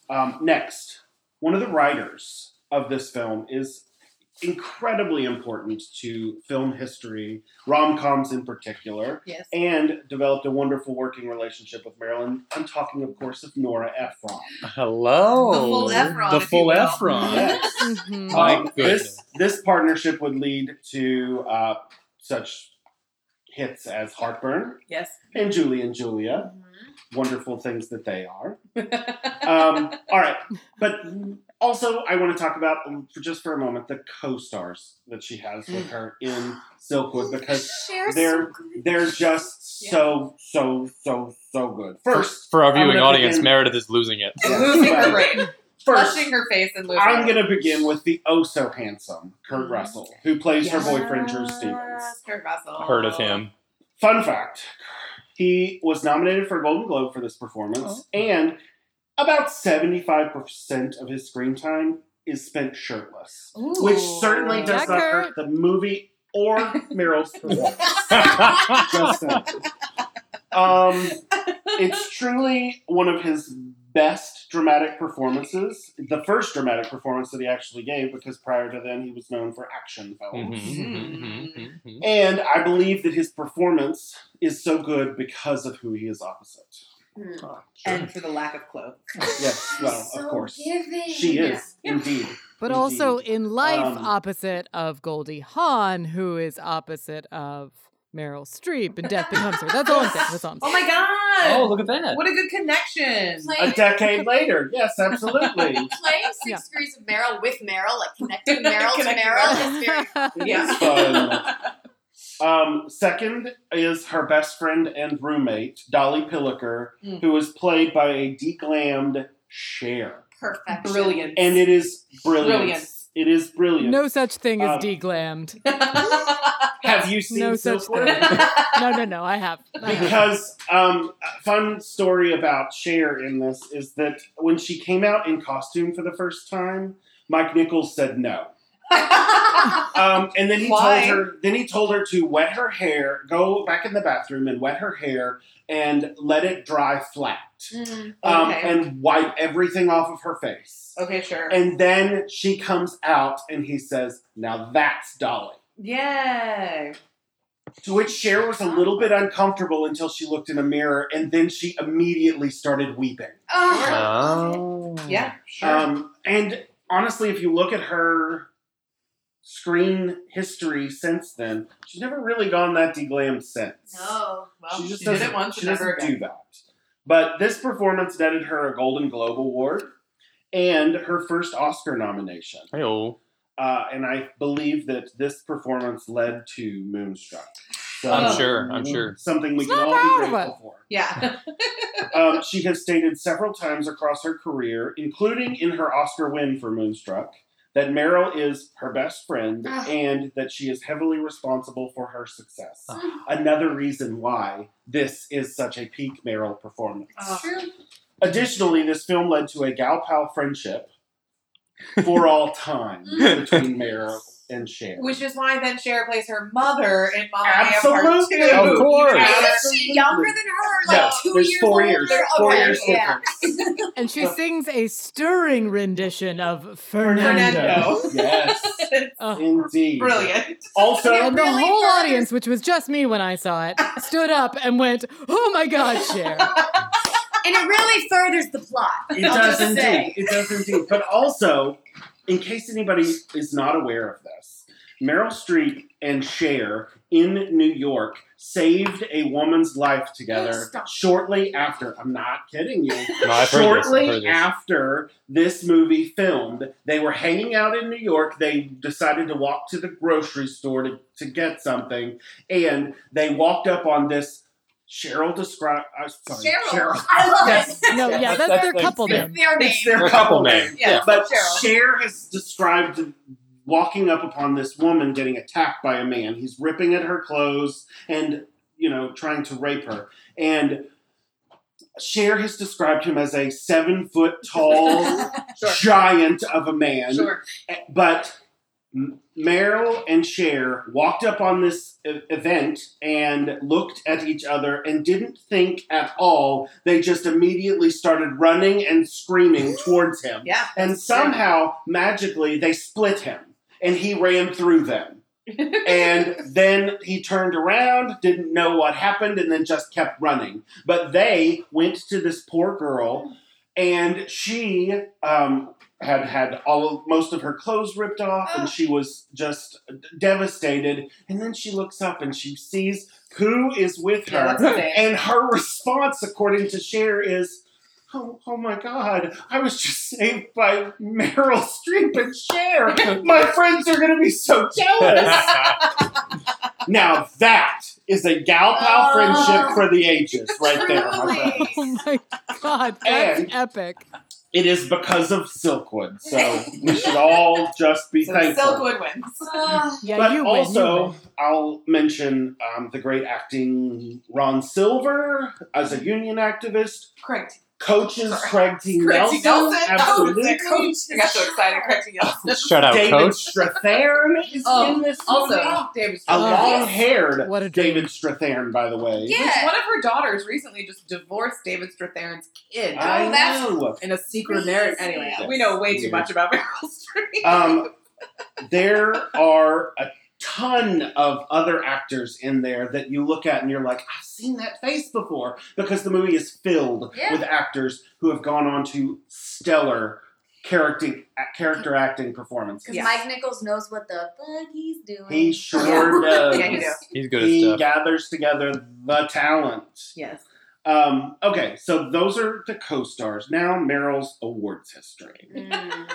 Speaker 5: Um, next, one of the writers of this film is incredibly important to film history, rom coms in particular
Speaker 2: Yes.
Speaker 5: and developed a wonderful working relationship with Marilyn. I'm talking, of course, of Nora Ephron.
Speaker 4: Hello.
Speaker 2: The full Efron,
Speaker 4: The
Speaker 2: if you
Speaker 4: full
Speaker 2: will.
Speaker 4: Efron.
Speaker 5: Yes.
Speaker 1: Mhm.
Speaker 4: Oh, My
Speaker 5: Um,
Speaker 4: goodness.
Speaker 5: this this partnership would lead to uh, such hits as Heartburn
Speaker 2: Yes.
Speaker 5: and Julie and Julia.
Speaker 2: Mm-hmm.
Speaker 5: Wonderful things that they are. Um, all right, but also I want to talk about um, for just for a moment the co-stars that she has with her in Silkwood because
Speaker 3: Shares
Speaker 5: they're they're just so so so so good. First,
Speaker 4: For our
Speaker 5: I'm
Speaker 4: viewing
Speaker 5: gonna
Speaker 4: audience,
Speaker 5: begin-
Speaker 4: Meredith is losing it.
Speaker 2: And losing her brain.
Speaker 5: First,
Speaker 2: Flushing her face and losing
Speaker 5: I'm
Speaker 2: her Mm-hmm.
Speaker 5: going to begin with the oh so handsome Kurt Russell, who plays her boyfriend Drew Stevens.
Speaker 2: Yes, Kurt Russell.
Speaker 4: Heard of him.
Speaker 5: Fun fact he was nominated for a Golden Globe for this performance, and about 75% of his screen time is spent shirtless, which certainly does
Speaker 1: That
Speaker 5: not
Speaker 1: Kurt.
Speaker 5: hurt the movie or Meryl's performance.
Speaker 2: Mm-hmm,
Speaker 5: Just saying. um, it's truly one of his best dramatic performances. The first dramatic performance that he actually gave, because prior to then he was known for action films.
Speaker 4: Mm-hmm.
Speaker 2: mm-hmm,
Speaker 4: Mhm, mhm, mhm,
Speaker 5: And I believe that his performance is so good because of who he is opposite.
Speaker 2: And for the lack of clothes.
Speaker 5: Yes, well, of course.
Speaker 3: Giving.
Speaker 5: She is, indeed.
Speaker 1: But
Speaker 5: Indeed.
Speaker 1: also in life,
Speaker 5: Um,
Speaker 1: opposite of Goldie Hawn, who is opposite of Meryl Streep, and death becomes her. That's all I'm saying. That's all I'm
Speaker 2: Oh
Speaker 1: saying.
Speaker 2: my god!
Speaker 4: Oh, look at that.
Speaker 2: What a good connection.
Speaker 5: A
Speaker 3: Playing,
Speaker 5: decade later, yes, absolutely.
Speaker 3: playing Six
Speaker 1: Yeah.
Speaker 3: Degrees of Meryl with Meryl, like connecting Meryl to
Speaker 2: Connecting
Speaker 3: Meryl is very
Speaker 5: It's
Speaker 2: yeah.
Speaker 5: fun. Um, second is her best friend and roommate, Dolly Pilliker,
Speaker 2: Mm.
Speaker 5: who is played by a deglammed Cher.
Speaker 3: perfect.
Speaker 2: Brilliant.
Speaker 5: And it is brilliant.
Speaker 2: Brilliance.
Speaker 5: It is brilliant.
Speaker 1: No such thing as
Speaker 5: Um,
Speaker 1: deglammed.
Speaker 5: Have you seen
Speaker 1: No such
Speaker 5: Silkwood?
Speaker 1: thing. No, no, no. I have. I
Speaker 2: Uh-huh.
Speaker 1: have.
Speaker 5: Because um, a fun story about Cher in this is that when she came out in costume for the first time, Mike Nichols said no. Um, and then he
Speaker 2: Why?
Speaker 5: told her. Then he told her to wet her hair, go back in the bathroom and wet her hair, and let it dry flat,
Speaker 3: Mm.
Speaker 5: um,
Speaker 2: Okay.
Speaker 5: and wipe everything off of her face.
Speaker 2: okay, sure.
Speaker 5: And then she comes out, and he says, "Now that's Dolly."
Speaker 2: Yay.
Speaker 5: To which Cher was a little bit uncomfortable until she looked in a mirror, and then she immediately started weeping.
Speaker 3: Oh.
Speaker 4: Oh.
Speaker 5: Mm.
Speaker 2: Yeah, sure.
Speaker 5: Um, and honestly, if you look at her screen history since then. She's never really gone that deglammed since.
Speaker 3: No.
Speaker 2: Well,
Speaker 5: she
Speaker 2: she,
Speaker 5: just
Speaker 2: did
Speaker 5: doesn't-
Speaker 2: it once
Speaker 5: She
Speaker 2: and never
Speaker 5: doesn't
Speaker 2: again.
Speaker 5: do that. But this performance netted her a Golden Globe Award and her first Oscar nomination.
Speaker 4: Hey-oh.
Speaker 5: Uh, and I believe that this performance led to Moonstruck. So, um,
Speaker 4: I'm sure, I'm sure.
Speaker 5: Something we
Speaker 1: It's
Speaker 5: can
Speaker 1: not
Speaker 5: all be
Speaker 1: bad,
Speaker 5: grateful for.
Speaker 2: Yeah.
Speaker 5: Um, she has stated several times across her career, including in her Oscar win for Moonstruck, that Meryl is her best friend
Speaker 1: Ah.
Speaker 3: Ugh.
Speaker 5: and that she is heavily responsible for her success.
Speaker 4: Ugh.
Speaker 1: Ah.
Speaker 5: Another reason why this is such a peak Meryl performance.
Speaker 2: It's
Speaker 3: uh,
Speaker 2: true.
Speaker 5: Additionally, this film led to a gal pal friendship for all time between Meryl and Cher.
Speaker 2: Which is why then Cher plays her mother in Mamma
Speaker 5: Absolutely.
Speaker 2: Mia Part 2.
Speaker 4: Of course.
Speaker 2: Even after-
Speaker 3: Isn't she younger than her? Like
Speaker 5: No,
Speaker 3: two
Speaker 5: there's
Speaker 3: years
Speaker 5: four
Speaker 3: older?
Speaker 5: years. Four
Speaker 3: Okay,
Speaker 5: years
Speaker 3: yeah.
Speaker 5: difference.
Speaker 1: And she sings a stirring rendition of Fernando.
Speaker 2: Fernando.
Speaker 5: yes,
Speaker 1: Oh.
Speaker 5: indeed.
Speaker 2: Brilliant.
Speaker 5: Also,
Speaker 3: It
Speaker 1: And the
Speaker 3: really
Speaker 1: whole
Speaker 3: furthers-
Speaker 1: audience, which was just me when I saw it, stood up and went, "Oh my God, Cher!"
Speaker 3: And it really furthers the plot.
Speaker 5: It
Speaker 3: I'll
Speaker 5: does
Speaker 3: just say.
Speaker 5: indeed. It does indeed. But also, in case anybody is not aware of this, Meryl Streep and Cher in New York saved a woman's life
Speaker 3: Oh,
Speaker 5: together
Speaker 3: stop.
Speaker 5: shortly after. I'm not kidding you.
Speaker 4: No, I've heard this. I've
Speaker 5: Shortly
Speaker 4: heard this.
Speaker 5: after this movie filmed, they were hanging out in New York. They decided to walk to the grocery store to, to get something, and they walked up on this. Cheryl described. Uh, sorry,
Speaker 3: Cheryl.
Speaker 5: Cheryl.
Speaker 3: I love
Speaker 5: Yes.
Speaker 3: it.
Speaker 1: No, yeah, that's their
Speaker 4: That's
Speaker 1: couple
Speaker 4: like-
Speaker 1: name.
Speaker 3: It's their name.
Speaker 5: It's their
Speaker 4: Their
Speaker 5: couple
Speaker 4: couple
Speaker 5: name.
Speaker 2: name. Yeah,
Speaker 5: but
Speaker 2: Cheryl.
Speaker 5: Cher has described walking up upon this woman getting attacked by a man. He's ripping at her clothes and, you know, trying to rape her. And Cher has described him as a seven foot tall
Speaker 2: Sure.
Speaker 5: giant of a man.
Speaker 2: Sure.
Speaker 5: But M- Meryl and Cher walked up on this e- event and looked at each other and didn't think at all. They just immediately started running and screaming towards him.
Speaker 2: Yeah.
Speaker 5: And somehow, magically, they split him and he ran through them. and then he turned around, didn't know what happened, and then just kept running. But they went to this poor girl, and she um, had had all most of her clothes ripped off, and she was just devastated. And then she looks up and she sees who is with her,
Speaker 2: Yeah, that's okay.
Speaker 5: and her response, according to Cher, is, oh, oh my God, I was just saved by Meryl Streep and Cher. My friends are going to be so jealous. now that is a gal pal
Speaker 3: Oh.
Speaker 5: friendship for the ages right there, my friend.
Speaker 1: Oh my God, that's
Speaker 5: And-
Speaker 1: epic.
Speaker 5: It is because of Silkwood, so we should all just be
Speaker 2: So
Speaker 5: thankful.
Speaker 2: Silkwood wins.
Speaker 3: Oh,
Speaker 1: Yeah,
Speaker 5: But
Speaker 1: you win.
Speaker 5: also,
Speaker 1: you win.
Speaker 5: I'll mention um, the great acting Ron Silver as a union activist.
Speaker 2: Correct.
Speaker 5: coaches
Speaker 2: Correct.
Speaker 5: Craig T. Nelson,
Speaker 2: Correct. Nelson.
Speaker 5: absolutely. Oh,
Speaker 2: Oh, it's that coach. I got so excited. Correct. Nelson.
Speaker 4: Shout out,
Speaker 5: David
Speaker 4: Oh, coach.
Speaker 5: Strathairn is
Speaker 2: Oh,
Speaker 5: in this movie.
Speaker 2: Also, David.
Speaker 5: a
Speaker 1: Oh,
Speaker 5: long-haired
Speaker 1: What a dream.
Speaker 5: David Strathairn, by the way.
Speaker 3: Yeah.
Speaker 2: Which one of her daughters recently just divorced David Strathairn's kid
Speaker 5: I
Speaker 3: Oh, that's-
Speaker 5: know.
Speaker 2: in a secret marriage. Anyway,
Speaker 5: Yes.
Speaker 2: we know way too
Speaker 5: Weird.
Speaker 2: much about Meryl Streep.
Speaker 5: Um, there are a ton of other actors in there that you look at and you're like, I've seen that face before, because the movie is filled
Speaker 3: Yeah.
Speaker 5: with actors who have gone on to stellar character character acting performances.
Speaker 3: Because
Speaker 2: Yeah.
Speaker 3: Mike Nichols knows what the fuck he's doing.
Speaker 5: He sure
Speaker 2: Yeah.
Speaker 5: does.
Speaker 2: Yeah, you do.
Speaker 4: He's good
Speaker 5: he
Speaker 4: at stuff.
Speaker 5: gathers together the talent.
Speaker 2: yes.
Speaker 5: Um, okay, so those are the co-stars. Now Meryl's awards history.
Speaker 3: Mm.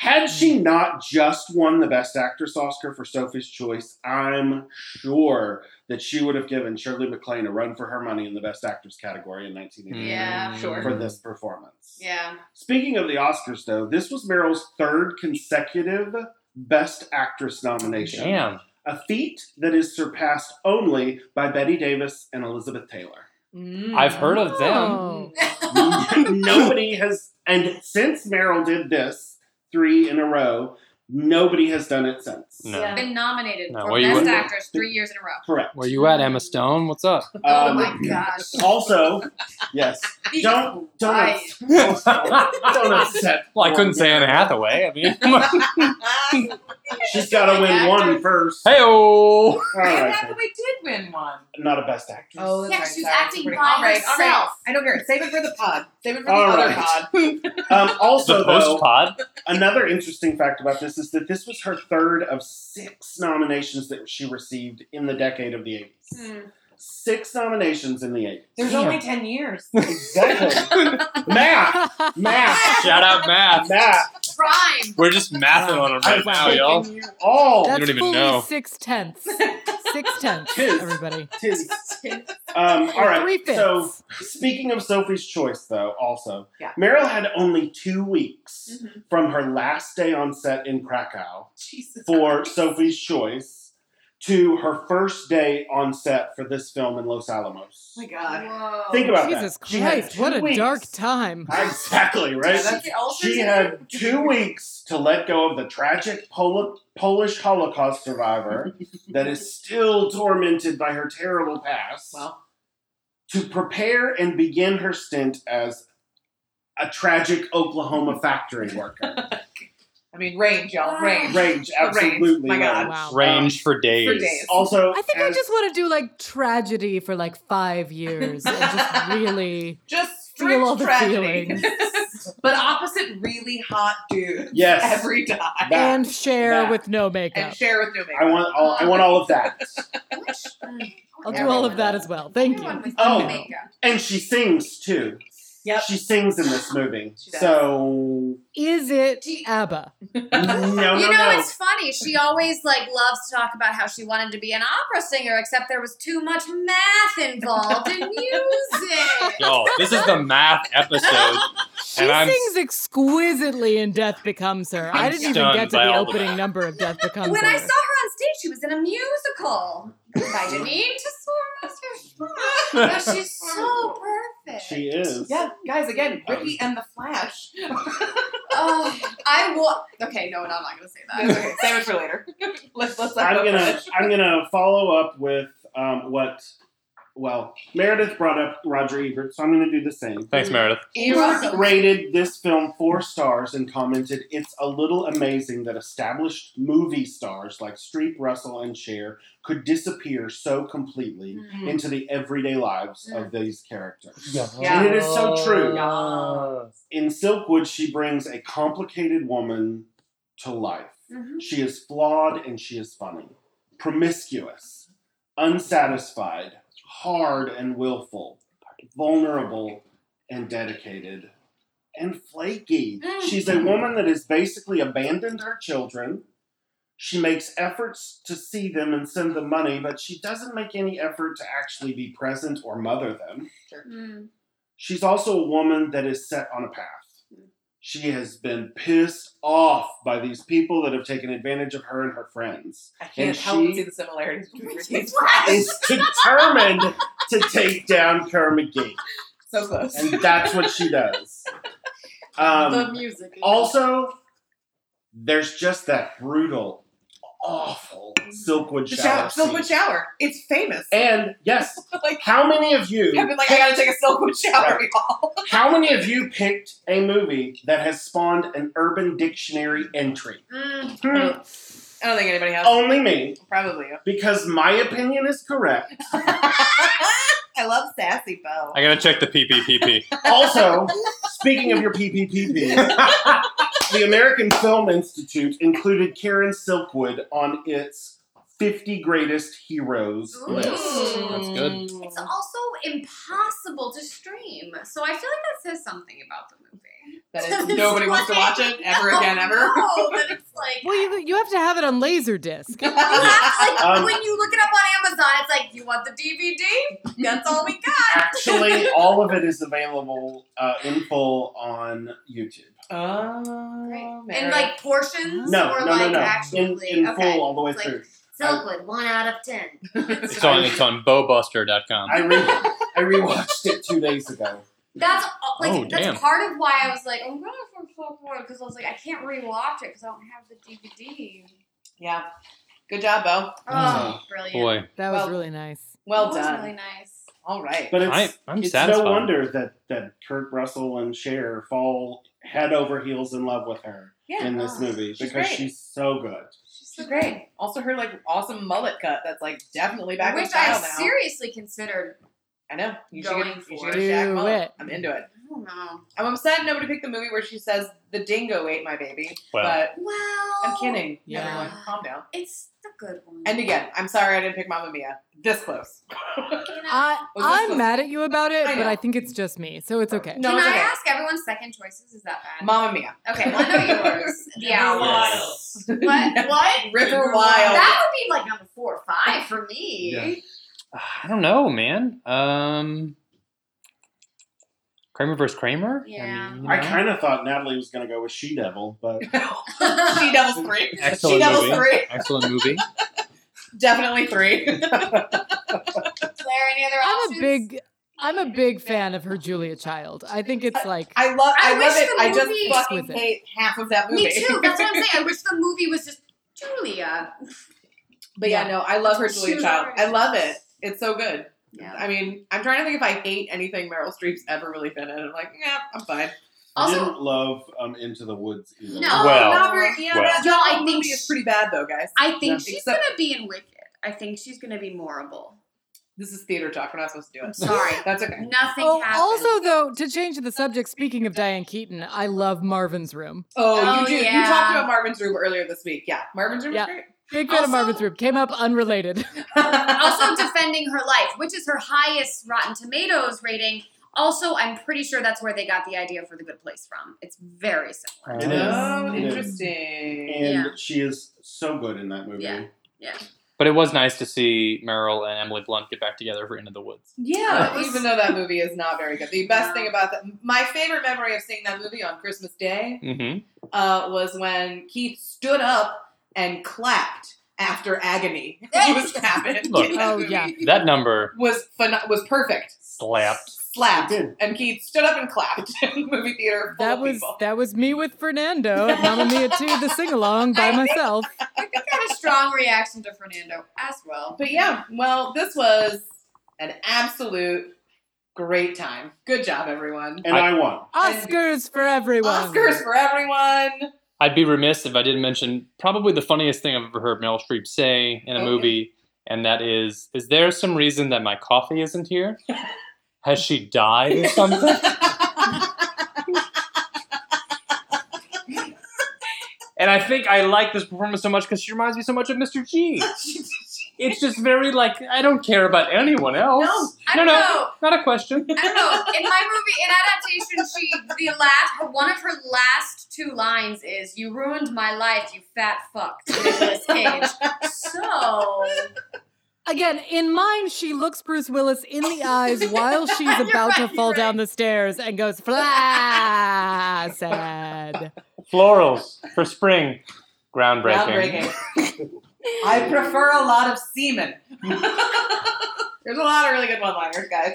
Speaker 5: Had she not just won the Best Actress Oscar for Sophie's Choice, I'm sure that she would have given Shirley MacLaine a run for her money in the Best Actress category in 1988
Speaker 3: Yeah,
Speaker 4: Mm.
Speaker 2: sure.
Speaker 4: Mm-hmm.
Speaker 5: for this performance.
Speaker 3: Yeah.
Speaker 5: Speaking of the Oscars, though, this was Meryl's third consecutive Best Actress nomination,
Speaker 4: Damn.
Speaker 5: a feat that is surpassed only by Betty Davis and Elizabeth Taylor.
Speaker 4: I've heard of them.
Speaker 1: Oh.
Speaker 5: nobody has, and since Meryl did this three in a row, nobody has done it since.
Speaker 4: No.
Speaker 3: Yeah. Been nominated
Speaker 4: No,
Speaker 3: for
Speaker 4: well, you
Speaker 3: Best
Speaker 5: wouldn't-
Speaker 3: Actress three years in a row.
Speaker 5: Correct.
Speaker 4: Where you at, Emma Stone? What's up?
Speaker 3: oh
Speaker 5: Um,
Speaker 3: my gosh.
Speaker 5: Also, yes. Don't don't ups- don't upset.
Speaker 1: Mm.
Speaker 4: Well, I couldn't say Anna Hathaway. I mean,
Speaker 5: She's got to win one first.
Speaker 4: Hey, oh.
Speaker 5: All
Speaker 2: I
Speaker 5: right,
Speaker 2: actually did win one.
Speaker 5: not a best actress.
Speaker 2: Oh, that's
Speaker 3: Yeah,
Speaker 2: right.
Speaker 3: she was
Speaker 2: That's
Speaker 3: acting
Speaker 2: pretty-
Speaker 3: by
Speaker 2: all right, all right.
Speaker 3: herself.
Speaker 2: I don't care. Save it for the pod. Save it for
Speaker 5: All
Speaker 2: the other
Speaker 5: right.
Speaker 2: pod.
Speaker 5: Um, also,
Speaker 4: The
Speaker 5: though,
Speaker 4: post pod.
Speaker 5: another interesting fact about this is that this was her third of six nominations that she received in the decade of the 80s. Six nominations in the 80s.
Speaker 2: Hmm. There's
Speaker 4: Yeah.
Speaker 2: only ten years.
Speaker 5: Exactly. math, math,
Speaker 4: Shout out math.
Speaker 5: math.
Speaker 3: Prime.
Speaker 4: We're just mathing on it right
Speaker 5: I'm
Speaker 4: now, y'all.
Speaker 5: taking you all.
Speaker 1: That's
Speaker 4: Oh, don't even
Speaker 1: fully
Speaker 4: know.
Speaker 1: six tenths. Six tenths,
Speaker 5: Tis.
Speaker 1: everybody.
Speaker 5: Tis. Um, all right.
Speaker 1: Three fifths.
Speaker 5: So, speaking of Sophie's choice, though, also,
Speaker 2: Yeah. Mm-hmm.
Speaker 5: Meryl had only two weeks from her last day on set in Krakow
Speaker 2: Jesus.
Speaker 5: for Sophie's choice to her first day on set for this film in Los Alamos.
Speaker 2: Oh my God.
Speaker 3: Whoa.
Speaker 5: Think about
Speaker 1: Jesus
Speaker 5: that. She had
Speaker 1: Christ,
Speaker 5: two
Speaker 1: what a
Speaker 5: weeks.
Speaker 1: dark time.
Speaker 5: Exactly, right?
Speaker 2: Yeah, that's the ulcer
Speaker 5: She
Speaker 2: too.
Speaker 5: had two weeks to let go of the tragic Pol- Polish Holocaust survivor that is still tormented by her terrible past
Speaker 2: Well,
Speaker 5: to prepare and begin her stint as a tragic Oklahoma factory worker.
Speaker 2: I mean, range, y'all, range.
Speaker 5: Range,
Speaker 2: Range,
Speaker 5: absolutely.
Speaker 2: Oh my God.
Speaker 5: range.
Speaker 1: Wow.
Speaker 4: Range for days.
Speaker 2: For days.
Speaker 5: Also,
Speaker 1: I think I
Speaker 5: as-
Speaker 1: just want to do like tragedy for like five years and just really
Speaker 2: Just strict
Speaker 1: feel all the
Speaker 2: tragedy.
Speaker 1: feelings
Speaker 2: but opposite really hot dudes
Speaker 5: Yes.
Speaker 2: every time.
Speaker 5: That-
Speaker 1: and share
Speaker 5: that.
Speaker 1: with no
Speaker 2: and
Speaker 1: makeup.
Speaker 2: share with no
Speaker 5: I
Speaker 2: makeup.
Speaker 5: want all I want all of that.
Speaker 1: I'll do all of that as well. Thank you.
Speaker 5: Oh. and she sings too.
Speaker 2: Yep.
Speaker 5: She sings in this movie.
Speaker 2: She does.
Speaker 5: So
Speaker 1: Is it
Speaker 3: Do you-
Speaker 1: ABBA?
Speaker 5: no, no,
Speaker 3: you know,
Speaker 5: no.
Speaker 3: it's funny. She always like loves to talk about how she wanted to be an opera singer, except there was too much math involved in music.
Speaker 4: Y'all, this is the math episode.
Speaker 1: She
Speaker 4: And I'm-
Speaker 1: sings exquisitely in Death Becomes Her. I
Speaker 4: I'm
Speaker 1: didn't even
Speaker 4: stunned
Speaker 1: get to
Speaker 4: by
Speaker 1: the
Speaker 4: all of
Speaker 1: opening
Speaker 4: that.
Speaker 1: number of Death Becomes
Speaker 3: When
Speaker 1: Her.
Speaker 3: I saw her on stage, she was in a musical by Janine Tesoro. She's so perfect.
Speaker 5: She is.
Speaker 2: Yeah, guys, again, Ricky and the Flash.
Speaker 3: Oh, I wa- Okay, no, no, I'm not gonna say that.
Speaker 2: okay, save it for later. let's let's let
Speaker 5: I'm
Speaker 2: go
Speaker 5: gonna
Speaker 2: first.
Speaker 5: I'm gonna follow up with um, what well Meredith brought up Roger Ebert, so I'm gonna do the same.
Speaker 4: Thanks, Meredith.
Speaker 2: You're
Speaker 5: Ebert
Speaker 2: welcome.
Speaker 5: rated this film four stars and commented, "It's a little amazing that established movie stars like Streep, Russell, and Cher could disappear so completely
Speaker 3: Mm.
Speaker 2: Mhm.
Speaker 5: into the everyday lives of
Speaker 2: Mm.
Speaker 5: these characters."
Speaker 2: Yeah.
Speaker 5: And it is so true.
Speaker 2: Yeah.
Speaker 5: In Silkwood, she brings a complicated woman to life.
Speaker 3: Mhm.
Speaker 5: She is flawed and she is funny, promiscuous, unsatisfied, hard and willful, vulnerable and dedicated, and flaky.
Speaker 3: Mm.
Speaker 5: She's a woman that has basically abandoned her children. She makes efforts to see them and send them money, but she doesn't make any effort to actually be present or mother them. Um,
Speaker 3: Mm.
Speaker 5: She's also a woman that is set on a path.
Speaker 2: Hmm.
Speaker 5: She has been pissed off by these people that have taken advantage of her and her friends.
Speaker 2: I can't
Speaker 5: And
Speaker 2: help
Speaker 5: she-
Speaker 2: but see the similarities between Ricky and
Speaker 5: Is determined to take down Kerr McGee.
Speaker 2: So close.
Speaker 5: And that's what she does. Um,
Speaker 3: music.
Speaker 5: also, there's just that brutal, awful Silkwood
Speaker 2: Hmm. the
Speaker 5: shower.
Speaker 2: shower, Silkwood
Speaker 5: scene.
Speaker 2: shower. It's famous.
Speaker 5: And yes,
Speaker 2: like,
Speaker 5: how many of you
Speaker 2: I've been like, I gotta take a Silkwood shower, y'all.
Speaker 5: How many of you picked a movie that has spawned an urban dictionary entry?
Speaker 3: Mm.
Speaker 2: I don't think anybody has.
Speaker 5: Only me,
Speaker 2: Probably.
Speaker 5: because my opinion is correct.
Speaker 2: I love Sassy Bo.
Speaker 4: I gotta check the PPPP.
Speaker 5: Also, speaking of your PPPP, the American Film Institute included Karen Silkwood on its 50 greatest heroes
Speaker 3: Ooh.
Speaker 5: list.
Speaker 4: That's good.
Speaker 2: Mm.
Speaker 3: It's also impossible to stream, so I feel like that says something about the movie.
Speaker 2: That is, nobody wants to watch it ever again,
Speaker 3: Oh,
Speaker 2: ever.
Speaker 3: No, but it's like
Speaker 1: Well, you, you have to have it on Laserdisc.
Speaker 3: You have to, like
Speaker 5: Um,
Speaker 3: when you look it up on Amazon, it's like you want the DVD. That's all we got.
Speaker 5: Actually, all of it is available uh, in full on YouTube.
Speaker 2: oh,
Speaker 3: In like portions
Speaker 5: No,
Speaker 3: or
Speaker 5: no, no,
Speaker 3: like
Speaker 5: no. In,
Speaker 3: actually
Speaker 5: in
Speaker 3: okay.
Speaker 5: full all the way
Speaker 3: Like-
Speaker 5: through.
Speaker 3: Silkwood, one out of ten.
Speaker 4: It's on it's on bowbuster.com.
Speaker 5: I, re- I rewatched it two days ago.
Speaker 3: That's all- like
Speaker 4: Oh,
Speaker 3: that's
Speaker 4: damn.
Speaker 3: part of why I was like, "Oh, I'm going for Silkwood because I was like, I can't rewatch it because I don't have the DVD.
Speaker 2: yeah. Good job, Bo.
Speaker 5: Mm.
Speaker 3: Oh, brilliant.
Speaker 4: Boy,
Speaker 1: That was
Speaker 2: Well-
Speaker 1: really nice.
Speaker 2: Well
Speaker 3: That was
Speaker 2: done.
Speaker 3: Really nice.
Speaker 2: All right.
Speaker 5: But it's,
Speaker 4: I, I'm
Speaker 5: it's
Speaker 4: satisfied.
Speaker 5: no wonder that that Kurt Russell and Cher fall head over heels in love with her
Speaker 2: yeah.
Speaker 5: in this
Speaker 3: Oh,
Speaker 5: movie
Speaker 2: she's
Speaker 5: because
Speaker 2: great.
Speaker 5: she's so good.
Speaker 3: She's
Speaker 2: She's great. Also, her like awesome mullet cut that's like definitely back in
Speaker 3: Which
Speaker 2: style
Speaker 3: I
Speaker 2: now.
Speaker 3: seriously considered.
Speaker 2: I know. You should
Speaker 3: Going
Speaker 2: get, you
Speaker 3: for
Speaker 2: should
Speaker 3: it.
Speaker 2: get a Shaq
Speaker 1: Do
Speaker 2: mullet.
Speaker 1: it.
Speaker 2: I'm into it.
Speaker 3: I don't know.
Speaker 2: I'm upset nobody picked the movie where she says the dingo ate my baby,
Speaker 7: Well.
Speaker 2: but
Speaker 3: Well,
Speaker 2: I'm kidding.
Speaker 1: Oh, Yeah.
Speaker 2: Everyone, calm down.
Speaker 3: It's a good one.
Speaker 2: And again, I'm sorry I didn't pick Mamma Mia. This close.
Speaker 3: Can I,
Speaker 1: I,
Speaker 2: Was this
Speaker 1: I'm
Speaker 2: the-
Speaker 1: mad at you about it,
Speaker 2: I
Speaker 1: but
Speaker 2: know.
Speaker 1: I think it's just me, so it's okay.
Speaker 2: No,
Speaker 3: can
Speaker 2: it's
Speaker 3: I
Speaker 2: okay.
Speaker 3: ask everyone's second choices? Is that bad?
Speaker 2: Mamma Mia.
Speaker 3: okay, well, I know yours. The hours.
Speaker 8: Yes.
Speaker 3: What? What?
Speaker 2: River Wild.
Speaker 3: That would be like number four or five for me.
Speaker 4: Yeah. I don't know, man. Um, Kramer versus Kramer.
Speaker 3: Yeah.
Speaker 4: mean, you
Speaker 5: I
Speaker 4: know.
Speaker 5: kind of thought Natalie was going to go with She Devil, but
Speaker 2: she double three.
Speaker 4: Excellent
Speaker 2: she double
Speaker 4: movie.
Speaker 2: three.
Speaker 4: excellent movie.
Speaker 2: Definitely three.
Speaker 3: Claire, any other
Speaker 1: I'm
Speaker 3: options?
Speaker 1: a big, I'm a big fan of her Julia Child. I think it's like
Speaker 2: I love.
Speaker 3: I
Speaker 2: I,
Speaker 3: wish
Speaker 2: love it.
Speaker 3: the
Speaker 2: I just
Speaker 3: movie-
Speaker 2: fucking
Speaker 1: With it.
Speaker 2: hate half of that movie.
Speaker 3: Me too. That's what I'm saying. I wish the movie was just Julia.
Speaker 2: But yeah, no, I love her
Speaker 3: She
Speaker 2: Julia
Speaker 3: was
Speaker 2: Child.
Speaker 3: alright.
Speaker 2: I love it. It's so good.
Speaker 3: Yeah.
Speaker 2: I mean, I'm trying to think if I hate anything Meryl Streep's ever really been in. I'm like, yeah, I'm fine.
Speaker 5: I
Speaker 3: Also,
Speaker 5: didn't love um, Into the Woods either.
Speaker 3: No.
Speaker 7: Well,
Speaker 2: not very. Yeah,
Speaker 7: well.
Speaker 2: that- that
Speaker 3: No, I
Speaker 2: whole
Speaker 3: think
Speaker 2: movie is pretty bad though, guys.
Speaker 3: I think
Speaker 5: Yeah.
Speaker 3: she's
Speaker 2: Except-
Speaker 3: gonna be in Wicked. I think she's gonna be morable.
Speaker 2: This is theater talk. We're not supposed to do
Speaker 3: I'm
Speaker 2: it.
Speaker 3: sorry.
Speaker 2: That's okay.
Speaker 3: Nothing
Speaker 1: Oh,
Speaker 3: happened.
Speaker 1: also though, to change the subject, speaking of Diane Keaton, I love Marvin's Room.
Speaker 2: Oh,
Speaker 3: Oh,
Speaker 2: you do.
Speaker 3: yeah.
Speaker 2: You talked about Marvin's Room earlier this week. Yeah, Marvin's Room
Speaker 1: Yeah.
Speaker 2: is great.
Speaker 1: Big fan of
Speaker 3: Also-
Speaker 1: Marvin's Room. Came up unrelated.
Speaker 3: also defending her life, which is her highest Rotten Tomatoes rating. Also, I'm pretty sure that's where they got the idea for The Good Place from. It's very similar.
Speaker 5: It is.
Speaker 2: oh,
Speaker 5: It is.
Speaker 2: interesting.
Speaker 5: And
Speaker 3: Yeah.
Speaker 5: she is so good in that movie.
Speaker 3: Yeah.
Speaker 4: But it was nice to see Meryl and Emily Blunt get back together for Into the Woods.
Speaker 2: Yeah,
Speaker 3: It was-
Speaker 2: even though that movie is not very good. The best
Speaker 3: No.
Speaker 2: thing about that, my favorite memory of seeing that movie on Christmas Day
Speaker 4: Mm-hmm.
Speaker 2: uh, was when Keith stood up and clapped after agony was happened.
Speaker 4: Look.
Speaker 2: in that
Speaker 1: Oh, yeah.
Speaker 2: movie.
Speaker 4: That number
Speaker 2: was phen- was perfect.
Speaker 4: slapped.
Speaker 2: Slapped,
Speaker 5: It did.
Speaker 2: and Keith stood up and clapped in the movie theater. Full
Speaker 1: That
Speaker 2: of
Speaker 1: was
Speaker 2: people.
Speaker 1: that was me with Fernando at Mamma Mia 2, the sing along by myself.
Speaker 3: I think I had a strong reaction to Fernando as well.
Speaker 2: But yeah, well, this was an absolute great time. Good job, everyone.
Speaker 5: And I, won.
Speaker 1: Oscars for everyone.
Speaker 2: Oscars for everyone.
Speaker 4: I'd be remiss if I didn't mention probably the funniest thing I've ever heard Meryl Streep say in a
Speaker 2: Oh, yeah.
Speaker 4: movie, and that is, is there some reason that my coffee isn't here? Has she died or something? and I think I like this performance so much because she reminds me so much of Mr. G. It's just very like I don't care about anyone else.
Speaker 3: I
Speaker 4: no,
Speaker 3: don't
Speaker 4: no,
Speaker 3: know.
Speaker 4: not a question.
Speaker 3: I don't know. In my movie, in adaptation, she the last one of her last two lines is "You ruined my life, you fat fuck." to Nicolas Cage. So
Speaker 1: Again, in mine, she looks Bruce Willis in the eyes while she's
Speaker 3: You're
Speaker 1: about to
Speaker 3: right,
Speaker 1: fall
Speaker 3: you're
Speaker 1: down the stairs and goes flaccid.
Speaker 4: Florals for spring, groundbreaking.
Speaker 2: Groundbreaking.
Speaker 3: uh,
Speaker 2: I prefer a lot of semen. There's a lot of really good one-liners, guys,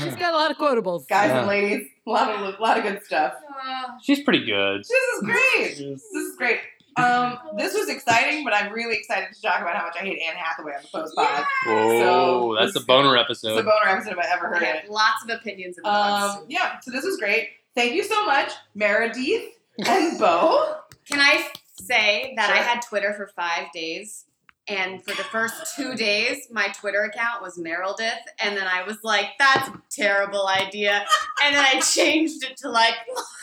Speaker 1: She's got a lot of quotables.
Speaker 2: guys
Speaker 4: Yeah.
Speaker 2: and ladies. A lot of lot of good stuff.
Speaker 3: uh,
Speaker 4: She's pretty good.
Speaker 2: This is great.
Speaker 5: She is-
Speaker 2: This is great. Um, this was exciting, but I'm really excited to talk about how much I hate Anne Hathaway on the post pod.
Speaker 4: Whoa,
Speaker 2: So,
Speaker 4: that's a boner
Speaker 2: It's the
Speaker 4: episode.
Speaker 2: boner episode I've ever heard.
Speaker 3: yeah, lots of opinions and thoughts.
Speaker 2: Um, yeah, so this was great. Thank you so much, Meredith and Bo.
Speaker 3: Can I say that I
Speaker 2: Sure.
Speaker 3: had Twitter for five days? And for the first two days, my Twitter account was Merildith. And then I was like, that's a terrible idea. And then I changed it to like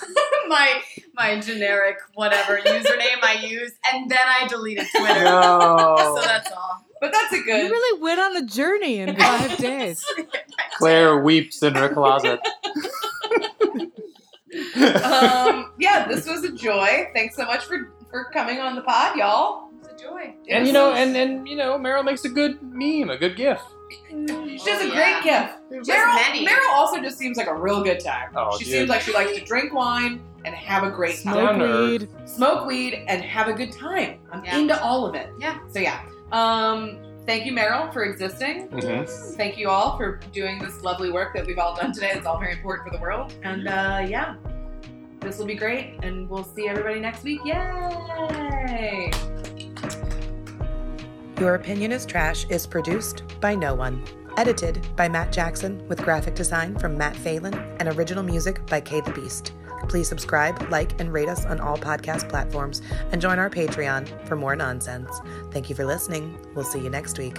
Speaker 3: my my generic whatever username I used. And then I deleted Twitter. So
Speaker 4: No.
Speaker 3: that's all.
Speaker 2: But that's a
Speaker 1: You
Speaker 2: good.
Speaker 1: really went on a journey in five days.
Speaker 4: Claire weeps in her closet.
Speaker 2: Um, yeah, this was a joy. Thanks so much for for coming on the pod, y'all.
Speaker 3: It was a joy.
Speaker 4: and you know, and and you know, Meryl makes a good meme, a good gif.
Speaker 2: She does a
Speaker 3: Oh,
Speaker 2: great gift.
Speaker 3: Just
Speaker 2: Meryl,
Speaker 3: many.
Speaker 2: Meryl also just seems like a real good time.
Speaker 4: Oh,
Speaker 2: she
Speaker 4: dude.
Speaker 2: seems like she likes to drink wine and have a great time.
Speaker 1: Smoke
Speaker 4: Down to
Speaker 1: weed.
Speaker 2: smoke weed and have a good time. I'm
Speaker 3: Yeah.
Speaker 2: into all of it.
Speaker 3: Yeah.
Speaker 2: So yeah. Um thank you Meryl for existing. Thank you all for doing this lovely work that we've all done today. It's all very important for the world. And uh yeah. This will be great and we'll see everybody next week. Yay!
Speaker 9: Your Opinion is Trash is produced by no one. Edited by Matt Jackson with graphic design from Matt Phelan and original music by Kay the Beast. Please subscribe, like, and rate us on all podcast platforms and join our Patreon for more nonsense. Thank you for listening. We'll see you next week.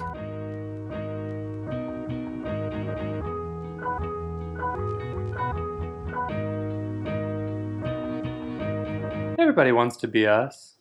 Speaker 4: Everybody wants to be us.